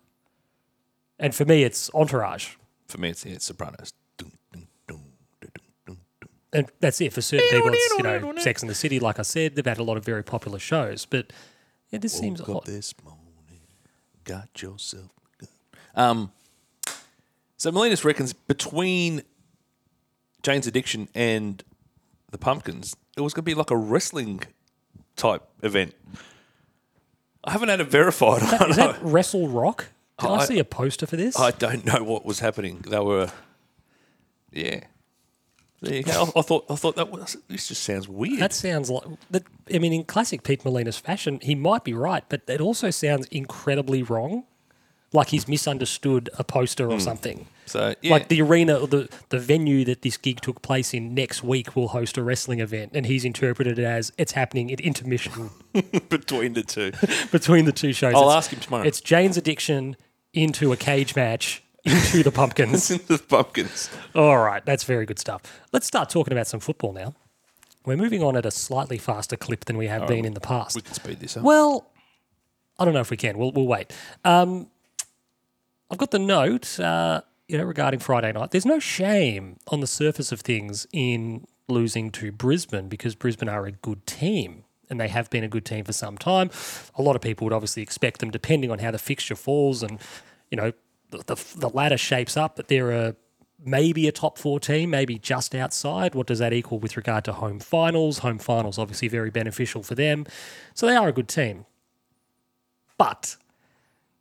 S1: And for me, it's Entourage,
S3: For me, it's, it's Sopranos. Dun, dun, dun, dun, dun, dun.
S1: and that's it for certain people. It's you know Sex in the City, like I said, they've had a lot of very popular shows, but yeah, this seems
S3: Woke up
S1: odd.
S3: this morning, got yourself good. Um, so Melinas reckons between Jane's Addiction and the Pumpkins, it was going to be like a wrestling type event. I haven't had it verified. I,
S1: Is
S3: know.
S1: that Wrestle Rock? Did I,
S3: I-
S1: see a poster for this?
S3: I don't know what was happening. They were, yeah. There you go. I, I thought I thought that was this just sounds weird.
S1: That sounds like that. I mean, in classic Pete Molina's fashion, he might be right, but it also sounds incredibly wrong. Like he's misunderstood a poster or something.
S3: Hmm. so yeah,
S1: Like the arena, or the the venue that this gig took place in next week will host a wrestling event, and he's interpreted it as it's happening at intermission
S3: between the two.
S1: between the two shows.
S3: I'll
S1: It's-
S3: ask him tomorrow.
S1: It's Jane's addiction into a cage match into the pumpkins.
S3: the pumpkins.
S1: All right, that's very good stuff. Let's start talking about some football now. We're moving on at a slightly faster clip than we have been in the past.
S3: Oh, We can speed this up.
S1: Well, I don't know if we can. We'll, we'll wait. Um, I've got the note, uh, you know, regarding Friday night. There's no shame on the surface of things in losing to Brisbane because Brisbane are a good team and they have been a good team for some time. A lot of people would obviously expect them, depending on how the fixture falls and you know the the, the ladder shapes up, that they're a maybe a top four team, maybe just outside. What does that equal with regard to home finals? Home finals obviously very beneficial for them, so they are a good team. But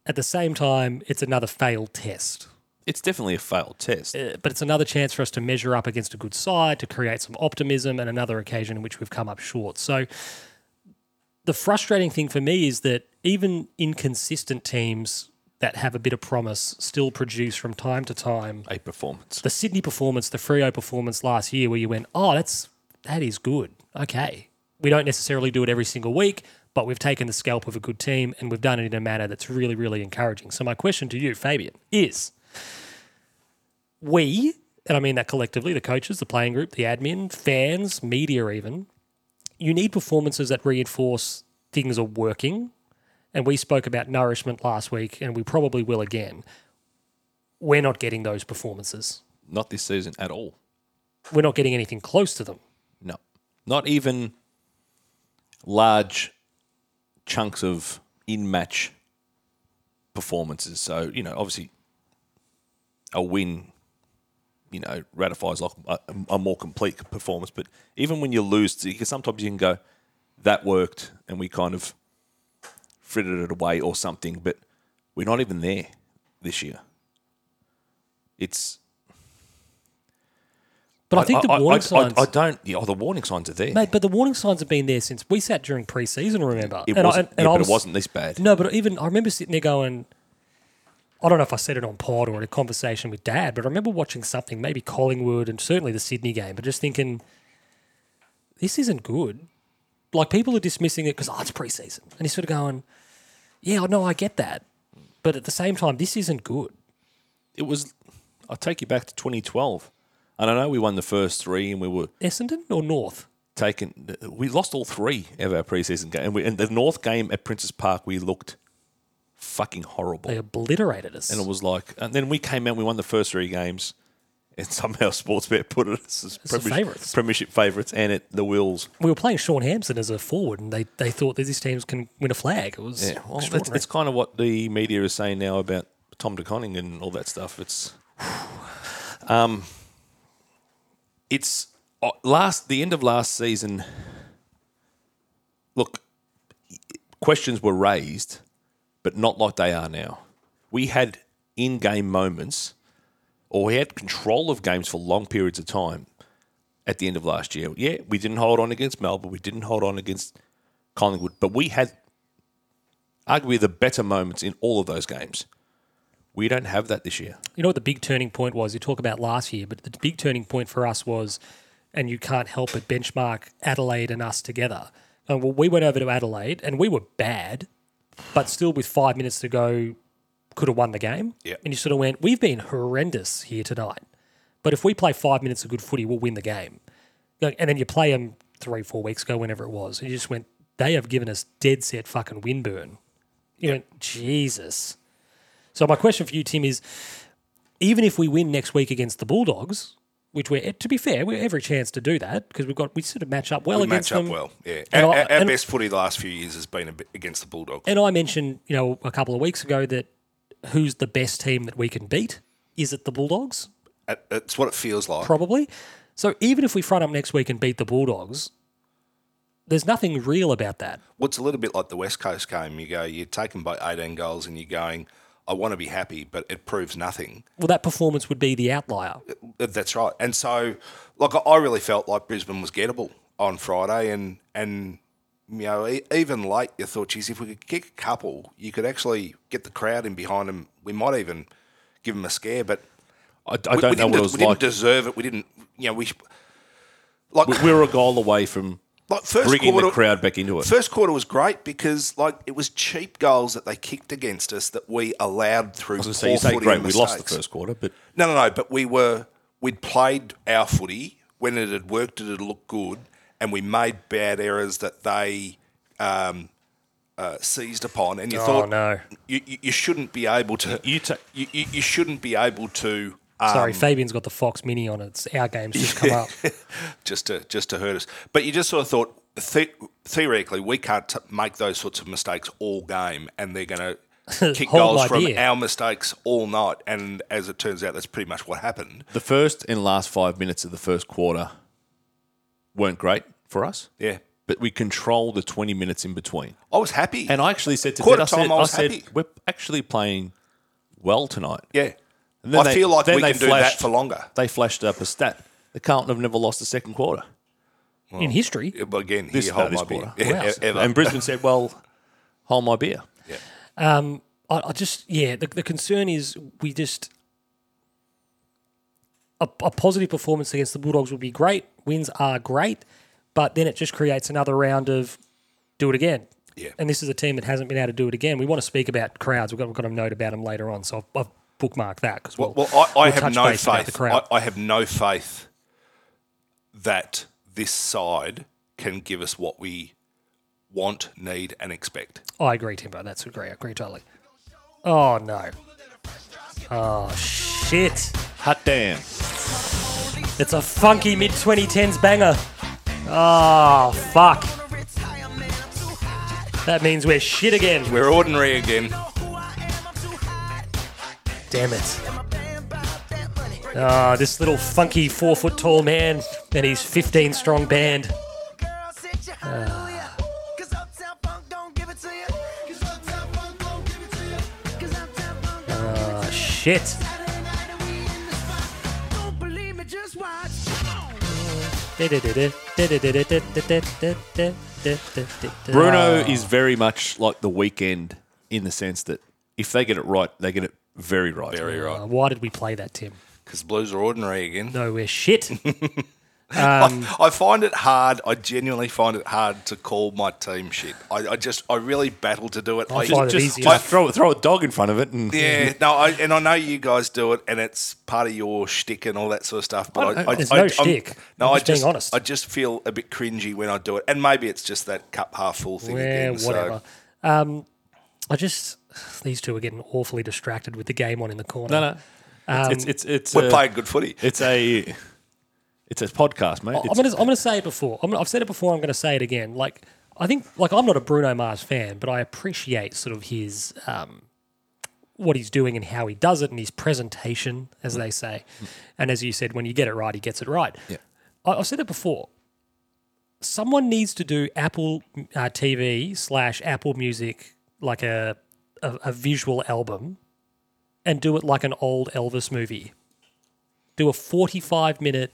S1: at the same time, it's another failed test.
S3: It's definitely a failed test.
S1: Uh, But it's another chance for us to measure up against a good side, to create some optimism, and another occasion in which we've come up short. So the frustrating thing for me is that even inconsistent teams that have a bit of promise still produce from time to time
S3: A performance.
S1: the Sydney performance, the Frio performance last year, where you went, oh, that's that is good. Okay, we don't necessarily do it every single week, but we've taken the scalp of a good team and we've done it in a manner that's really, really encouraging. So my question to you, Fabian, is: We, and I mean that collectively, the coaches, the playing group, the admin, fans, media, even, you need performances that reinforce things are working. And we spoke about nourishment last week, and we probably will again. We're not getting those performances
S3: Not this season at all.
S1: we're not getting anything close to them.
S3: No. Not even large chunks of in match performances. So, you know, obviously a win, you know, ratifies like a, a more complete performance. But even when you lose, because sometimes you can go, that worked and we kind of frittered it away or something. But we're not even there this year. It's
S1: But I, think the warning signs,
S3: I, I don't. Yeah, oh, the warning signs are there.
S1: mate. But the warning signs have been there since we sat during preseason. Remember,
S3: It
S1: And I-
S3: wasn't.
S1: and- and
S3: yeah,
S1: I
S3: but
S1: was-
S3: it wasn't this bad.
S1: No, but even I remember sitting there going, I don't know if I said it on pod or in a conversation with Dad, but I remember watching something, maybe Collingwood and certainly the Sydney game, but just thinking, this isn't good. Like people are dismissing it because oh, it's preseason, and he's sort of going, yeah, I know, I get that, but at the same time, this isn't good.
S3: It was. I'll take you back to 2012, and I know we won the first three, and we were
S1: Essendon or North?
S3: taken. We lost all three of our preseason game, and, we, and the North game at Princess Park, we looked fucking horrible.
S1: They obliterated us.
S3: And it was like, and then we came out, we won the first three games, and somehow Sportsbet put it as
S1: the
S3: premiership
S1: favourites.
S3: premiership favourites, and it the Wills.
S1: We were playing Sean Hampson as a forward, and they, they thought that these teams can win a flag. It was
S3: Yeah, well, that's,
S1: extraordinary.
S3: that's kind of what the media is saying now about Tom DeConning and all that stuff. It's, um, it's uh, last the end of last season. Look, questions were raised, but not like they are now. We had in-game moments, or we had control of games for long periods of time. At the end of last year, yeah, we didn't hold on against Melbourne, we didn't hold on against Collingwood, but we had arguably the better moments in all of those games. We don't have that this year.
S1: you know what the big turning point was? You talk about last year, but the big turning point for us was, and you can't help but benchmark Adelaide and us together. And well, we went over to Adelaide and we were bad, but still with five minutes to go, could have won the game.
S2: Yeah.
S1: And you sort of went, we've been horrendous here tonight, but if we play five minutes of good footy, we'll win the game. Like, And then you play them three, four weeks ago, whenever it was, and you just went, they have given us dead set fucking windburn. You went, Jesus. So my question for you, Tim, is even if we win next week against the Bulldogs, which we're to be fair, we're every chance to do that because we've got we sort of match up well
S2: We
S1: against
S2: match up
S1: them.
S2: well. Yeah,
S1: And
S2: our,
S1: I-
S2: our- our
S1: and-
S2: best footy the last few years has been a bit against the Bulldogs.
S1: And I mentioned, you know, a couple of weeks ago that who's the best team that we can beat? Is it the Bulldogs?
S2: It- It's what it feels like.
S1: Probably. So even if we front up next week and beat the Bulldogs, there's nothing real about that.
S2: What's a little bit like the West Coast game. You go, you're taken by 18 goals, and you're going, I want to be happy, but it proves nothing.
S1: Well, that performance would be the outlier.
S2: That's right. And so, like, I- I really felt like Brisbane was gettable on Friday, and and you know, e- even late, you thought, geez, if we could kick a couple, you could actually get the crowd in behind them. We might even give them a scare, but
S3: I, I don't
S2: we-
S3: know
S2: we didn't
S3: what it
S2: de-
S3: was
S2: we
S3: like.
S2: didn't deserve it. We didn't, you know, we sh- like
S3: we were a goal away from
S2: like first
S3: bringing
S2: quarter
S3: the crowd back into it.
S2: First quarter was great because like it was cheap goals that they kicked against us that we allowed through poor
S3: so you say,
S2: footy
S3: great,
S2: and
S3: we lost the
S2: mistakes.
S3: first quarter, but
S2: No, no, no. But we were we'd played our footy when it had worked. It had looked good, and we made bad errors that they um, uh, seized upon. And you thought,
S1: Oh, no.
S2: you, you, you shouldn't be able to.
S3: you ta-
S2: you, you, you shouldn't be able to. Um,
S1: Sorry, Fabian's got the Fox Mini on. It's our game's just come up.
S2: just to just to hurt us. But you just sort of thought the- theoretically we can't t- make those sorts of mistakes all game, and they're going to kick
S1: Whole
S2: goals from
S1: idea.
S2: our mistakes all night. And as it turns out, that's pretty much what happened.
S3: the first and last five minutes of the first quarter weren't great for us,
S2: Yeah,
S3: but we controlled the 20 minutes in between.
S2: I was happy.
S3: And I actually said to
S2: Quarter
S3: Dad, I
S2: time,
S3: said,
S2: I was
S3: said,
S2: happy.
S3: we're actually playing well tonight.
S2: yeah,
S3: And then
S2: I
S3: they-
S2: feel like
S3: then
S2: we
S3: they
S2: can do that
S3: flashed-
S2: for longer.
S3: They flashed up a stat. The Carlton have never lost a second quarter.
S1: In history,
S2: Yeah, But again,
S3: This-
S2: here,
S3: no,
S2: hold
S3: this
S2: my beer.
S3: quarter.
S2: Yeah,
S1: Wow.
S2: e- ever.
S3: And Brisbane said, well, hold my beer.
S1: Um, I, I just yeah, the, the concern is we just a, a positive performance against the Bulldogs would be great. Wins are great, but then it just creates another round of do it again.
S2: Yeah.
S1: And this is a team that hasn't been able to do it again. We want to speak about crowds. We've got, we've got a note about them later on, so I've, I've bookmarked that because we'll,
S2: Well, I, I
S1: we'll
S2: have
S1: touch
S2: no
S1: base about The
S2: faith. I,
S1: crowd.
S2: I have no faith that this side can give us what we want, need, and expect.
S1: Oh, I, agree, Timbo. That's agree. I agree totally. Oh no. Oh shit.
S3: Hot damn.
S1: It's a funky mid 2010s banger. Oh, fuck. That means we're shit again.
S2: We're ordinary again.
S1: Damn it. Ah, this little funky four foot tall man and his 15 strong band. Ah, shit.
S3: Bruno
S1: Bruno
S3: is very much like the weekend in the sense that if they get it right, they get it very right.
S2: Very right.
S1: Uh, Why did we play that, Tim?
S2: Because Blues are ordinary again.
S1: No, we're shit.
S2: I find it hard. I genuinely find it hard to call my team shit. I, I just, I really battle to do it. I,
S1: find it
S2: just-
S1: easier.
S3: just throw throw a dog in front of it, and
S2: yeah, no, I, and I know you guys do it, and it's part of your shtick and all that sort of stuff. But I, I,
S1: There's
S2: I,
S1: no
S2: I'm-
S1: shtick.
S2: No,
S1: I'm
S2: I
S1: just being
S2: just,
S1: honest.
S2: I just feel a bit cringy when I do it, and maybe it's just that cup half full thing
S1: Yeah,
S2: again. so-
S1: whatever. Um, I just these two are getting awfully distracted with the game on in the corner.
S3: no, no,
S1: Um,
S3: it's it's it's
S2: We're
S3: a,
S2: playing good footy.
S3: It's a it's a podcast, mate.
S1: I'm
S3: It's-
S1: gonna, I'm gonna say it before. I'm, I've said it before. I'm gonna say it again. Like I think, like I'm not a Bruno Mars fan, but I appreciate sort of his um, what he's doing and how he does it, and his presentation, as they say. And as you said, when you get it right, he gets it right. Yeah. I, I've said it before. Someone needs to do Apple uh, TV slash Apple Music like a, a a visual album, and do it like an old Elvis movie. Do a 45 minute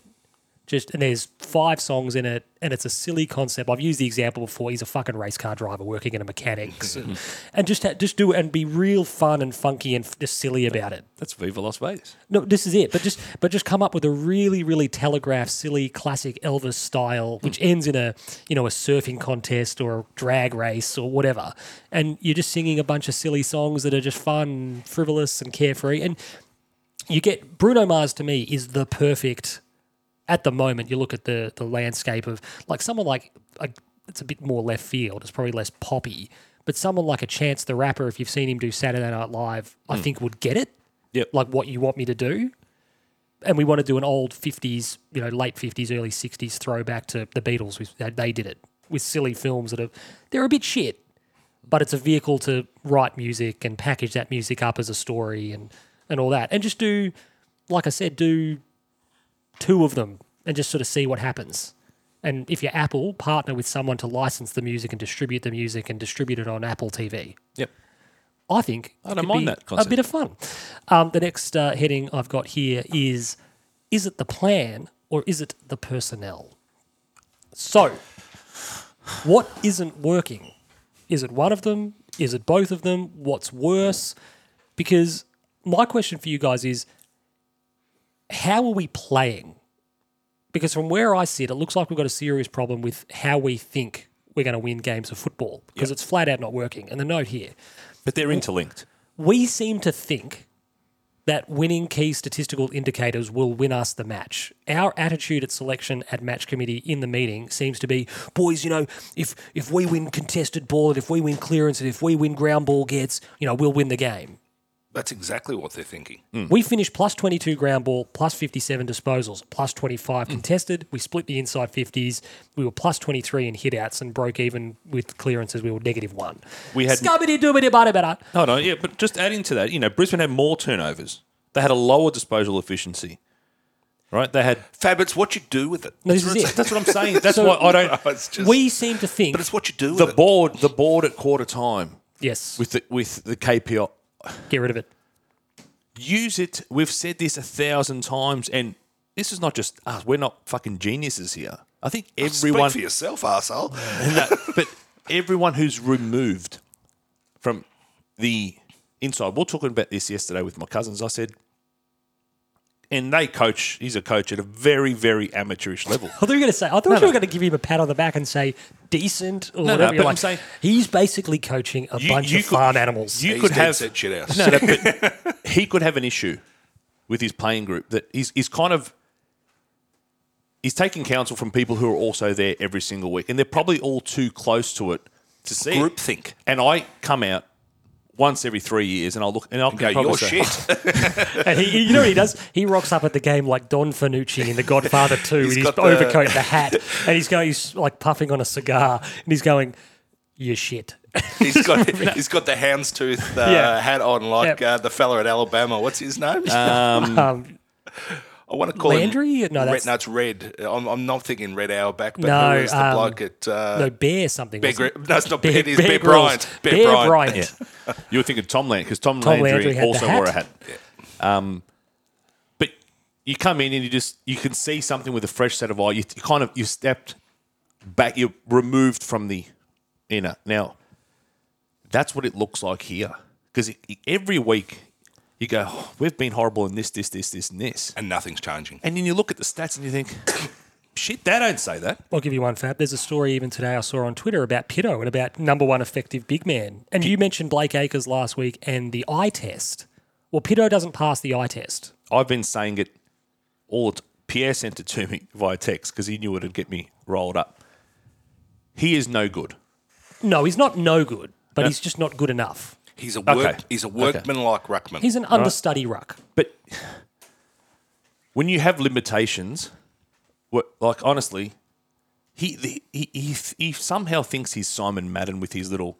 S1: just and there's five songs in it and it's a silly concept i've used the example before he's a fucking race car driver working in a mechanics and, and just ha- just do it and be real fun and funky and f- just silly about it
S3: that's Viva Las Vegas.
S1: no this is it but just but just come up with a really really telegraphed silly classic elvis style which ends in a you know a surfing contest or a drag race or whatever and you're just singing a bunch of silly songs that are just fun frivolous and carefree and you get bruno mars to me is the perfect at the moment, you look at the the landscape of like someone like, like it's a bit more left field. It's probably less poppy, but someone like a Chance the Rapper, if you've seen him do Saturday Night Live, I think would get it.
S3: Yep.
S1: like what you want me to do. And we want to do an old fifties, you know, late fifties, early sixties throwback to the Beatles. We- they- They did it with silly films that are they're a bit shit, but it's a vehicle to write music and package that music up as a story and and all that, and just do, like I said, do two of them and just sort of see what happens. And if you're Apple, partner with someone to license the music and distribute the music and distribute it on Apple TV.
S3: Yep.
S1: I think I
S3: don't mind that concept.
S1: a bit of fun. Um, the next uh, heading I've got here is: Is it the plan or is it the personnel? So, what isn't working? Is it one of them? Is it both of them? What's worse? Because my question for you guys is: How are we playing? Because from where I sit, it looks like we've got a serious problem with how we think we're going to win games of football because it's flat out not working. And the note here
S3: But they're interlinked.
S1: we seem to think that winning key statistical indicators will win us the match. Our attitude at selection at match committee in the meeting seems to be, boys, you know, if if we win contested ball and if we win clearance and if we win ground ball gets, you know, we'll win the game.
S2: That's exactly what they're thinking.
S1: We finished plus 22 ground ball, plus 57 disposals, plus 25 contested. We split the inside 50s. We were plus 23 in hitouts and broke even with clearances. We were negative one.
S3: We had-
S1: Scubbity doobity bada bada.
S3: No, no, yeah, but just adding to that, you know, Brisbane had more turnovers. They had a lower disposal efficiency. Right? They had
S2: Fab, it's what you do with it.
S1: No, this is it.
S3: That's what I'm saying. That's
S1: So-
S3: why I don't
S2: It's just,
S1: we seem to think.
S2: but it's what you do with
S3: the
S2: it.
S3: board the board at quarter time
S1: yes.
S3: with the with the KPI.
S1: Get rid of it.
S3: Use it. We've said this a thousand times and this is not just us. We're not fucking geniuses here. I think everyone
S2: Speak for yourself, asshole.
S3: No, but everyone who's removed from the inside, we are talking about this yesterday with my cousins. I said, and they coach, he's a coach at a very, very amateurish level.
S1: I thought you were going to say. I thought you
S3: no.
S1: were going to give him a pat on the back and say decent or whatever.
S3: but
S1: You're
S3: I'm
S1: like,
S3: saying-
S1: he's basically coaching a
S3: You-
S1: bunch
S3: you
S1: of
S3: could-
S1: farm animals.
S3: You
S2: He's
S3: could
S2: dead
S3: have,
S2: set shit house.
S3: no, no, but he could have an issue with his playing group that he's, he's kind of, he's taking counsel from people who are also there every single week, and they're probably all too close to it to see. it.
S2: Groupthink.
S3: And I come out once every three years, and I look, and I
S2: Go,
S3: can probably
S2: you're
S3: say,
S2: shit.
S1: and he, you know what he does? He rocks up at the game like Don Fanucci in The Godfather Two, with his
S2: got the-
S1: overcoat, and the hat, and he's going, he's like puffing on a cigar, and he's going, "You shit."
S2: he's got he's got the houndstooth uh,
S1: Yeah.
S2: hat on, like
S1: Yeah.
S2: uh, the fella at Alabama. What's his name?
S1: Um,
S2: I want to call
S1: Landry?
S2: him
S1: No, that's-
S2: Red, no, it's Red. I'm, I'm not thinking Red Auerbach, but
S1: No,
S2: who is the
S1: um,
S2: bloke at uh,
S1: no bear something.
S2: Bear
S1: wasn't
S2: Gri- No, it's not
S1: it?
S2: Bear. It is Bear,
S1: Grylls.
S2: Bryant. Bear, Bryant.
S3: Yeah. You were thinking Tom Land because Tom,
S1: Tom
S3: Landry,
S1: Landry had the
S3: also
S1: hat.
S3: wore a hat. Um, but you come in and you just you can see something with a fresh set of eye. You, you kind of you stepped back. You're removed from the inner. Now that's what it looks like here because every week you go, "Oh, we've been horrible in this, this, this, this, and this,
S2: And nothing's changing.
S3: and then you look at the stats and you think, shit, they don't say that.
S1: I'll give you one, Fab. There's a story even today I saw on Twitter about Pitto and about number one effective big man. And you mentioned Blake Acres last week and the eye test. Well, Pitto doesn't pass the eye test.
S3: I've been saying it all the time. Pierre sent it to me via text because he knew it'd get me rolled up. He is no good.
S1: No, he's not no good, but he's just not good enough.
S2: He's a work,
S3: Okay.
S2: he's a workman-like ruckman.
S1: He's an understudy ruck.
S3: But when you have limitations, what, like honestly, he, the- he he he somehow thinks he's Simon Madden with his little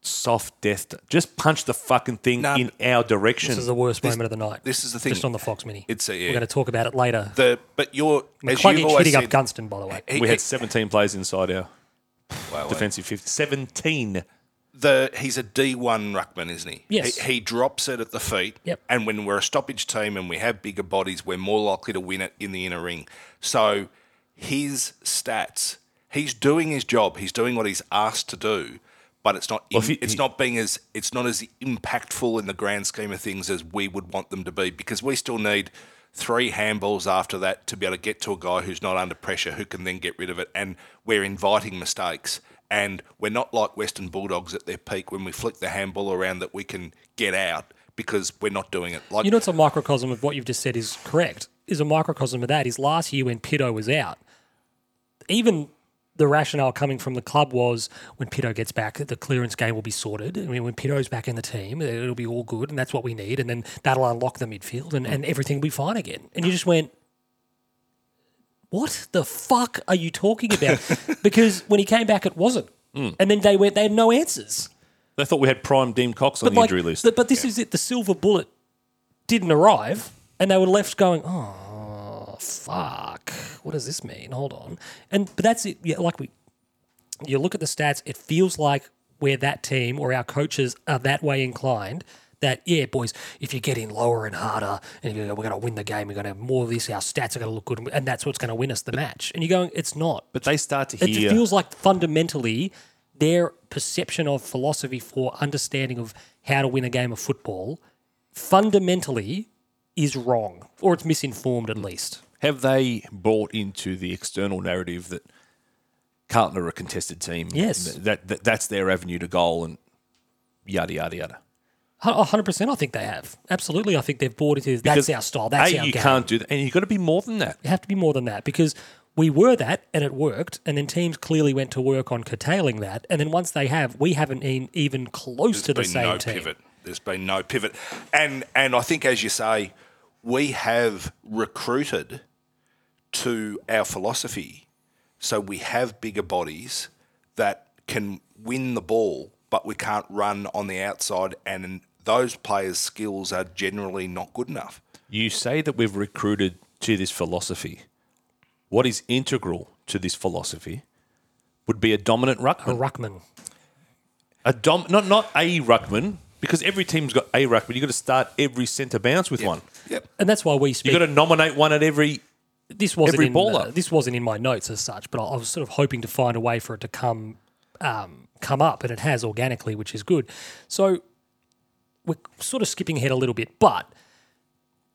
S3: soft death. Just punch the fucking thing
S2: Nah,
S3: in our direction.
S1: This is the worst moment of the night.
S2: this is the thing.
S1: Just on the Fox Mini.
S2: It's a- yeah.
S1: We're going to talk about it later.
S2: the, but you're as you've
S1: Cluggage
S2: always
S1: hitting up
S2: said,
S1: Gunston, by the way.
S2: he-
S3: we had
S2: he-
S3: 17 plays inside our
S2: wow, wow.
S3: defensive 50. 17.
S2: the he's a D one ruckman, isn't he?
S1: Yes.
S2: He, he drops it at the feet.
S1: Yep.
S2: And when we're a stoppage team and we have bigger bodies, we're more likely to win it in the inner ring. So his stats, he's doing his job. He's doing what he's asked to do, but it's not.
S3: Well, if
S2: im-
S3: he-
S2: it's
S3: he-
S2: not being as it's not as impactful in the grand scheme of things as we would want them to be because we still need. Three handballs after that to be able to get to a guy who's not under pressure, who can then get rid of it. And we're inviting mistakes. And we're not like Western Bulldogs at their peak when we flick the handball around that we can get out because we're not doing it. Like
S1: You know, it's a microcosm of what you've just said is correct. Is a microcosm of that is last year when Pito was out. Even the rationale coming from the club was when Pito gets back, the clearance game will be sorted. I mean, when Pito's back in the team, it'll be all good, and that's what we need. And then that'll unlock the midfield, and, and everything will be fine again. And you just went, what the fuck are you talking about? because when he came back, it wasn't. And then they went, they had no answers
S3: They thought we had prime Dean Cox on the
S1: like,
S3: injury list.
S1: th- but this is it. The silver bullet didn't arrive, and they were left going, "Oh, fuck! What does this mean? Hold on." And but that's it. Yeah, like we, you look at the stats. It feels like we're that team, or our coaches are that way inclined. That yeah, boys, if you're getting lower and harder, and you go, we're going to win the game, we're going to have more of this. Our stats are going to look good, and that's what's going to win us the match. And you're going, it's not.
S3: but they start to
S1: It
S3: hear.
S1: feels like fundamentally their perception of philosophy for understanding of how to win a game of football fundamentally is wrong, or it's misinformed at least.
S3: have they bought into the external narrative that Carlton are a contested team?
S1: Yes.
S3: That, that that's their avenue to goal and yada yada yada.
S1: Hu- a hundred percent, I think they have. Absolutely, I think they've bought into that's
S3: Because,
S1: our style. That's
S3: A,
S1: our
S3: you
S1: game.
S3: can't do that, and you've got to be more than that.
S1: It have to be more than that because we were that and it worked, and then teams clearly went to work on curtailing that. And then once they have, we haven't been even close to the
S2: There's been
S1: same
S2: no
S1: team.
S2: pivot. There's been no pivot, and and I think as you say, we have recruited to our philosophy, so we have bigger bodies that can win the ball, but we can't run on the outside, and those players' skills are generally not good enough.
S3: You say that we've recruited to this philosophy. What is integral to this philosophy would be a dominant
S1: A
S3: ruckman.
S1: ruckman.
S3: A dom, not not a ruckman, because every team's got a ruckman. You've got to start every centre bounce with one.
S2: Yep.
S1: And that's why we speak.
S3: You've got to nominate one at every.
S1: this wasn't
S3: every
S1: in,
S3: baller.
S1: uh, this wasn't in my notes as such, but I, I was sort of hoping to find a way for it to come um, come up, and it has organically, which is good. So we're sort of skipping ahead a little bit, but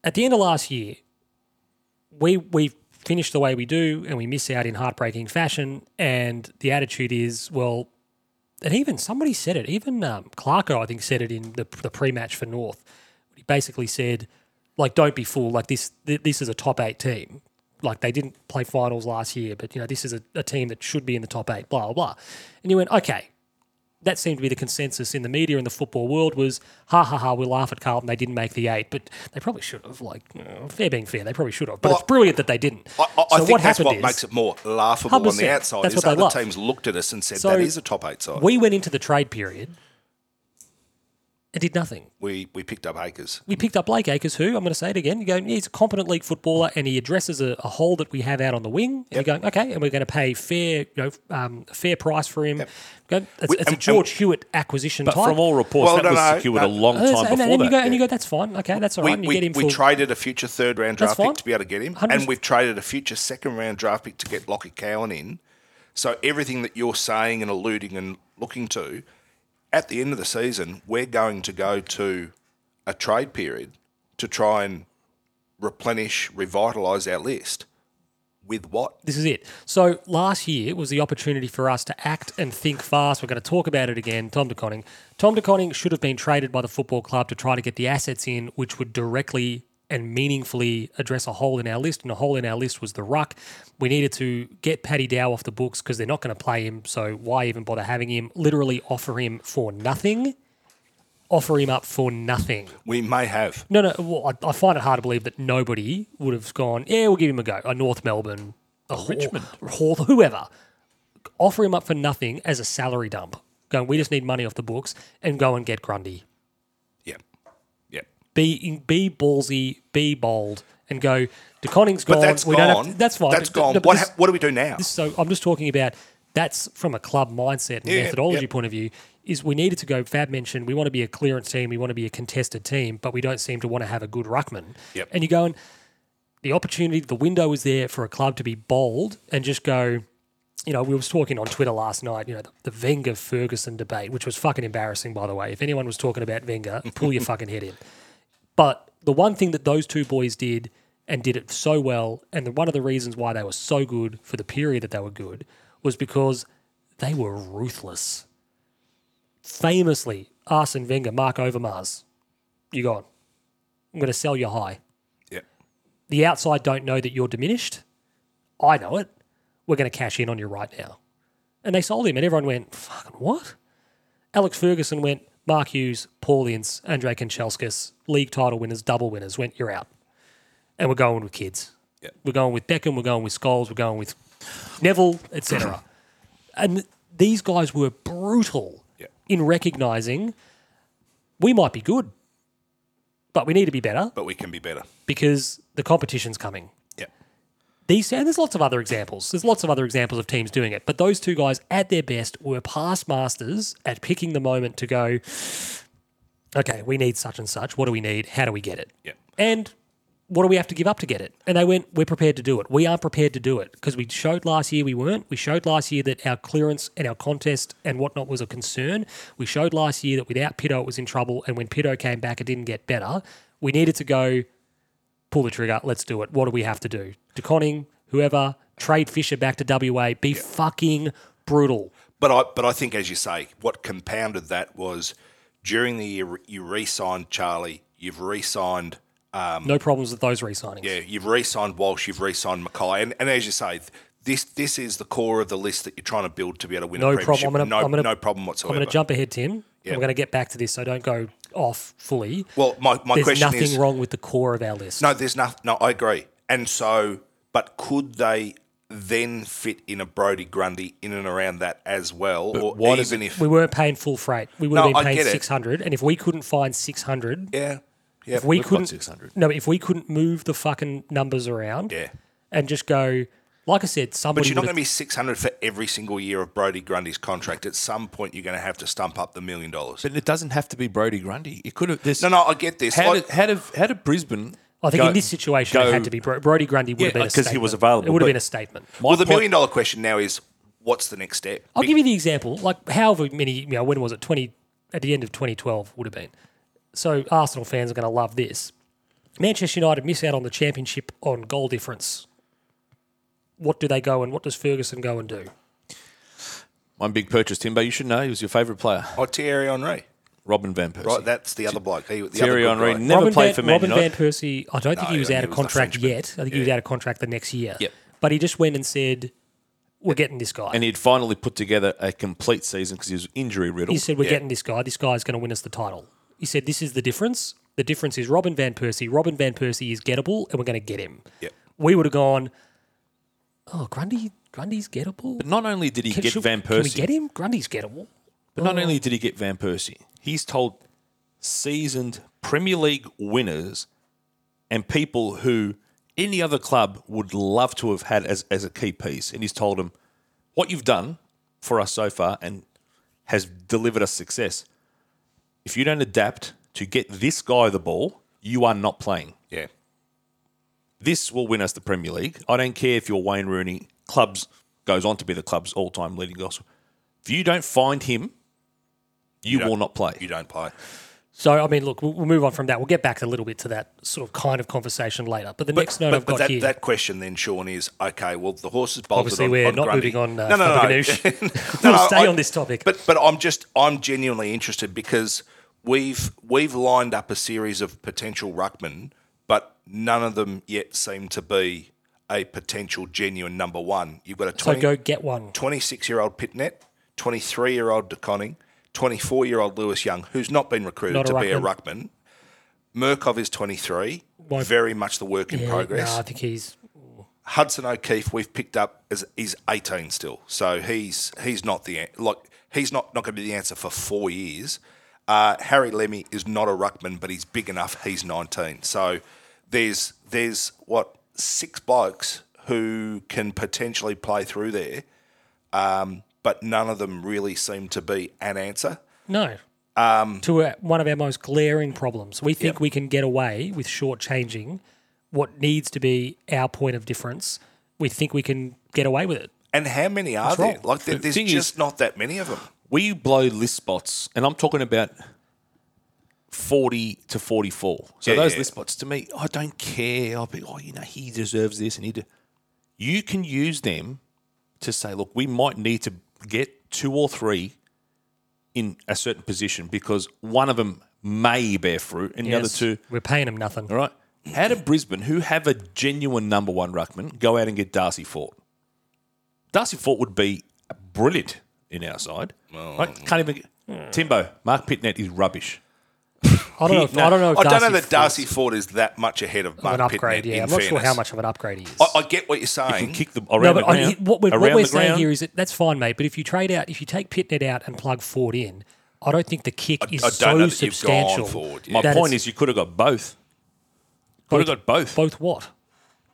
S1: at the end of last year, we we finish the way we do, and we miss out in heartbreaking fashion. And the attitude is, well, and even somebody said it. Even um, Clarko, I think, said it in the, the pre-match for North. He basically said, like, don't be fooled. Like this, th- this is a top eight team. Like they didn't play finals last year, but you know this is a, a team that should be in the top eight. Blah blah blah. And you went, okay. That seemed to be the consensus in the media and the football world was, ha ha ha, we laugh at Carlton. They didn't make the eight, but they probably should have. Like, you know, fair being fair, they probably should have. But
S2: Well,
S1: it's brilliant that they didn't.
S2: I, I, I
S1: So
S2: think that's
S1: happened
S2: what
S1: is-
S2: makes it more laughable on
S1: 100%.
S2: the outside.
S1: That's
S2: is
S1: what they
S2: other
S1: love.
S2: teams looked at us and said
S1: So
S2: that is a top eight side. We,
S1: We went into the trade period and did nothing.
S2: we picked up Akers.
S1: We picked up Blake Acres, who I'm going to say it again. You go, yeah, he's a competent league footballer, and he addresses a, a hole that we have out on the wing. And you're going, okay, and we're going to pay fair, you know, um, fair price for him. Go, it's,
S2: We-
S1: it's a
S2: and-
S1: George Hewitt acquisition
S3: But
S1: type.
S3: from all reports,
S2: Well,
S3: that
S2: no,
S3: was
S2: no,
S3: secured
S2: no.
S3: a long
S1: and,
S3: time
S1: and,
S3: before
S1: and you
S3: that.
S1: go, and you go, that's fine. Okay, that's all right.
S2: we,
S1: and you
S2: we,
S1: get him
S2: we
S1: for
S2: traded a future third round
S1: That's
S2: draft pick
S1: fine.
S2: to be able to get him,
S1: 100%.
S2: and we've traded a future second round draft pick to get Lockie Cowan in. So everything that you're saying and alluding and looking to, at the end of the season, we're going to go to a trade period to try and replenish, revitalise our list. With what?
S1: This is it. So last year was the opportunity for us to act and think fast. We're going to talk about it again. Tom DeConning. Tom DeConning should have been traded by the football club to try to get the assets in, which would directly and meaningfully address a hole in our list. And the hole in our list was the ruck. We needed to get Paddy Dow off the books because they're not going to play him. So why even bother having him? Literally offer him for nothing offer him up for nothing.
S2: We may have.
S1: No, no. Well, I, I find it hard to believe that nobody would have gone. Yeah, we'll give him a go. A North Melbourne, a Richmond, whoever, offer him up for nothing as a salary dump. Going, we just need money off the books and go and get Grundy.
S2: Yeah. Yeah.
S1: Be be ballsy, be bold, and go. DeConning's gone.
S2: But that's
S1: we
S2: gone.
S1: Don't have to- that's fine.
S2: That's
S1: But-
S2: gone.
S1: no, but
S2: what,
S1: this-
S2: ha- what do we do now?
S1: this- so I'm just talking about that's from a club mindset and
S2: Yeah,
S1: methodology
S2: yep.
S1: point of view. Is we needed to go. Fab mentioned we want to be a clearance team, we want to be a contested team, but we don't seem to want to have a good ruckman.
S2: Yep.
S1: And you're going, the opportunity, the window is there for a club to be bold and just go. You know, we was talking on Twitter last night. You know, the, the Wenger Ferguson debate, which was fucking embarrassing, by the way. If anyone was talking about Wenger, pull your fucking head in. But the one thing that those two boys did and did it so well, and the, one of the reasons why they were so good for the period that they were good was because they were ruthless. Famously, Arsene Wenger, Mark Overmars, you gone. I'm going to sell you high.
S2: yeah.
S1: The outside don't know that you're diminished. I know it. We're going to cash in on you right now. And they sold him, and everyone went, fucking what? Alex Ferguson went, Mark Hughes, Paul Ince, Andre Kanchelskis, league title winners, double winners, went, you're out. And we're going with kids.
S2: Yeah.
S1: We're going with Beckham, we're going with Scholes, we're going with Neville, etc. and these guys were brutal
S2: Yeah.
S1: in recognizing we might be good, but we need to be better
S2: But we can be better.
S1: because the competition's coming.
S2: Yeah.
S1: These and there's lots of other examples. There's lots of other examples of teams doing it, but those two guys at their best were past masters at picking the moment to go. Okay, we need such and such. What do we need? How do we get it?
S2: Yeah.
S1: And what do we have to give up to get it? And they went, we're prepared to do it. We are prepared to do it because we showed last year we weren't. We showed last year that our clearance and our contest and whatnot was a concern. We showed last year that without Pito it was in trouble. And when Pito came back, it didn't get better. We needed to go, pull the trigger. Let's do it. What do we have to do? DeConning, whoever, trade Fisher back to WA. Be fucking brutal.
S2: But I but I think as you say, what compounded that was during the year you re-signed Charlie, you've re-signed
S1: no problems with those re-signings.
S2: Um, yeah, you've re-signed Walsh, you've re-signed Mackay, and, and as you say, this this is the core of the list that you're trying to build to be able to win
S1: No
S2: a
S1: problem.
S2: premiership.
S1: I'm gonna-
S2: no,
S1: I'm gonna-
S2: no problem
S1: I'm
S2: whatsoever.
S1: going to jump ahead, Tim.
S2: Yeah.
S1: I'm going to get back to this, so don't go off fully.
S2: well, my, my
S1: There's
S2: question
S1: nothing
S2: is
S1: wrong with the core of our list.
S2: no, there's nothing. No, I agree. And so, but could they then fit in a Brody Grundy in and around that as well, or
S3: why does
S2: even if
S1: We weren't paying full freight. We would have
S2: No,
S1: been
S2: I
S1: paying
S2: get it.
S1: six hundred, and if we couldn't find six hundred,
S2: yeah, yeah,
S1: if we
S3: We've got
S1: couldn't
S3: 600.
S1: No, if we couldn't move the fucking numbers around,
S2: Yeah.
S1: and just go like I said, somebody.
S2: But you're not
S1: would've-
S2: going to be 600 for every single year of Brody Grundy's contract. At some point, you're going to have to stump up the million dollars.
S3: But it doesn't have to be Brody Grundy. It could have. This,
S2: No, no, I get this.
S3: How
S2: I-
S3: did, how did, how did Brisbane?
S1: I think
S3: go-
S1: in this situation,
S3: go-
S1: it had to be Bro- Brody Grundy. Would have
S3: Yeah,
S1: been a
S3: 'cause he was
S1: statement.
S3: available,
S1: It would have
S3: but-
S1: been a statement.
S3: My
S2: well, the
S3: point-
S2: million dollar question now is what's the next step?
S1: I'll give you the example. Like however many, you know, when was it? Twenty at the end of twenty twelve would have been. So Arsenal fans are going to love this. Manchester United miss out on the championship on goal difference. What do they go and what does Ferguson go and do?
S3: One big purchase, Timbo. You should know he was your favourite player,
S2: Oh, Thierry Henry.
S3: Robin van Persie.
S2: Right, that's the other bloke. He, the
S3: Thierry
S2: other good
S3: Henry
S2: guy.
S3: never
S1: Robin
S3: played
S1: Van,
S3: for Man
S1: Robin
S3: United.
S1: Van Persie. I don't think he
S2: No,
S1: was
S2: he
S1: out of
S2: was the
S1: contract
S2: Frenchman.
S1: yet. I think he was out of contract the next year.
S3: Yep.
S1: But he just went and said, "We're getting this guy."
S3: and he'd finally put together a complete season because he was injury riddled.
S1: He said, "We're getting this guy. This guy's going to win us the title." He said, "This is the difference. The difference is Robin van Persie. Robin van Persie is gettable, and we're going to get him."
S2: Yep.
S1: We would have gone, "Oh, Grundy, Grundy's gettable.
S3: But not only did he get
S1: should-
S3: Van
S1: Can we
S3: Persie,
S1: get him? Grundy's gettable."
S3: but not only did he get Van Persie, he's told seasoned Premier League winners and people who any other club would love to have had as, as a key piece. And he's told them, what you've done for us so far and has delivered us success. If you don't adapt to get this guy the ball, you are not playing.
S2: Yeah.
S3: This will win us the Premier League. I don't care if you're Wayne Rooney, clubs goes on to be the club's all time leading goal scorer. If you don't find him, you,
S2: don't-
S3: will not play.
S2: You don't play.
S1: So I mean, look, we'll, we'll move on from that. We'll get back a little bit to that sort of kind of conversation later. But the next note
S2: but,
S1: I've
S2: but
S1: got
S2: that,
S1: here,
S2: that question then, Sean, is okay. Well, the horse is bolted
S1: obviously,
S2: on,
S1: we're
S2: on
S1: not
S2: Grundy.
S1: moving on. Uh,
S2: no, no, no, no.
S1: we'll
S2: No, no,
S1: stay
S2: I-
S1: on this topic.
S2: But but I'm just I'm genuinely interested because we've we've lined up a series of potential ruckmen, but none of them yet seem to be a potential genuine number one. You've got a
S1: so
S2: 20,
S1: go get one.
S2: 26 year old Pitnet, 23 year old DeConning, 24 year old Lewis Young, who's not been recruited
S1: Not a
S2: to be a ruckman. Murkov is 23,
S1: Won't-
S2: very much the work in
S1: Yeah,
S2: progress.
S1: No, I think he's
S2: Hudson O'Keefe we've picked up as he's 18 still, so he's he's not the an- like he's not not going to be the answer for four years. Uh, Harry Lemmy is not a ruckman, but he's big enough. He's 19, so there's there's what six blokes who can potentially play through there, um, but none of them really seem to be an answer.
S1: no. Um, to uh one of our most glaring problems, we think we can get away with shortchanging what needs to be our point of difference. We think we can get away with it.
S2: And how many are there? Like there, there's
S3: thing is-
S2: just not that many of them.
S3: We blow list spots, and I'm talking about 40 to 44. So
S2: Yeah,
S3: those
S2: yeah.
S3: list spots, to me, I don't care. I'll be, oh, you know, he deserves this, and he. De-. You can use them to say, look, we might need to get two or three in a certain position because one of them may bear fruit, and the other
S1: Yes,
S3: two
S1: we're paying them nothing.
S3: all right. How did Brisbane, who have a genuine number one ruckman, go out and get Darcy Fort? Darcy Fort would be brilliant in our side. Right? Can't even. Timbo, Mark Pitnet is rubbish.
S1: I don't know. If, I don't know. If
S2: I don't know
S1: Oh, Darcy
S2: that
S1: Ford's
S2: Darcy Ford is that much ahead of
S1: an
S2: Mark
S1: upgrade.
S2: Pitnett,
S1: yeah,
S2: in
S1: I'm not sure
S2: fairness.
S1: how much of an upgrade he is.
S2: I, I get what you're saying.
S3: Kick them around
S1: no,
S3: the
S1: but I,
S3: ground.
S1: what we're,
S3: around
S1: what we're
S3: the
S1: saying
S3: ground.
S1: here is that that's fine, mate. But if you trade out, if you take Pitnet out and plug Ford in, I don't think the kick is
S2: I don't
S1: so
S2: know that you've gone
S1: substantial.
S2: forward, yeah.
S3: My
S1: that
S3: point
S1: it's
S3: is, you could have got both. Could have got both.
S1: both what?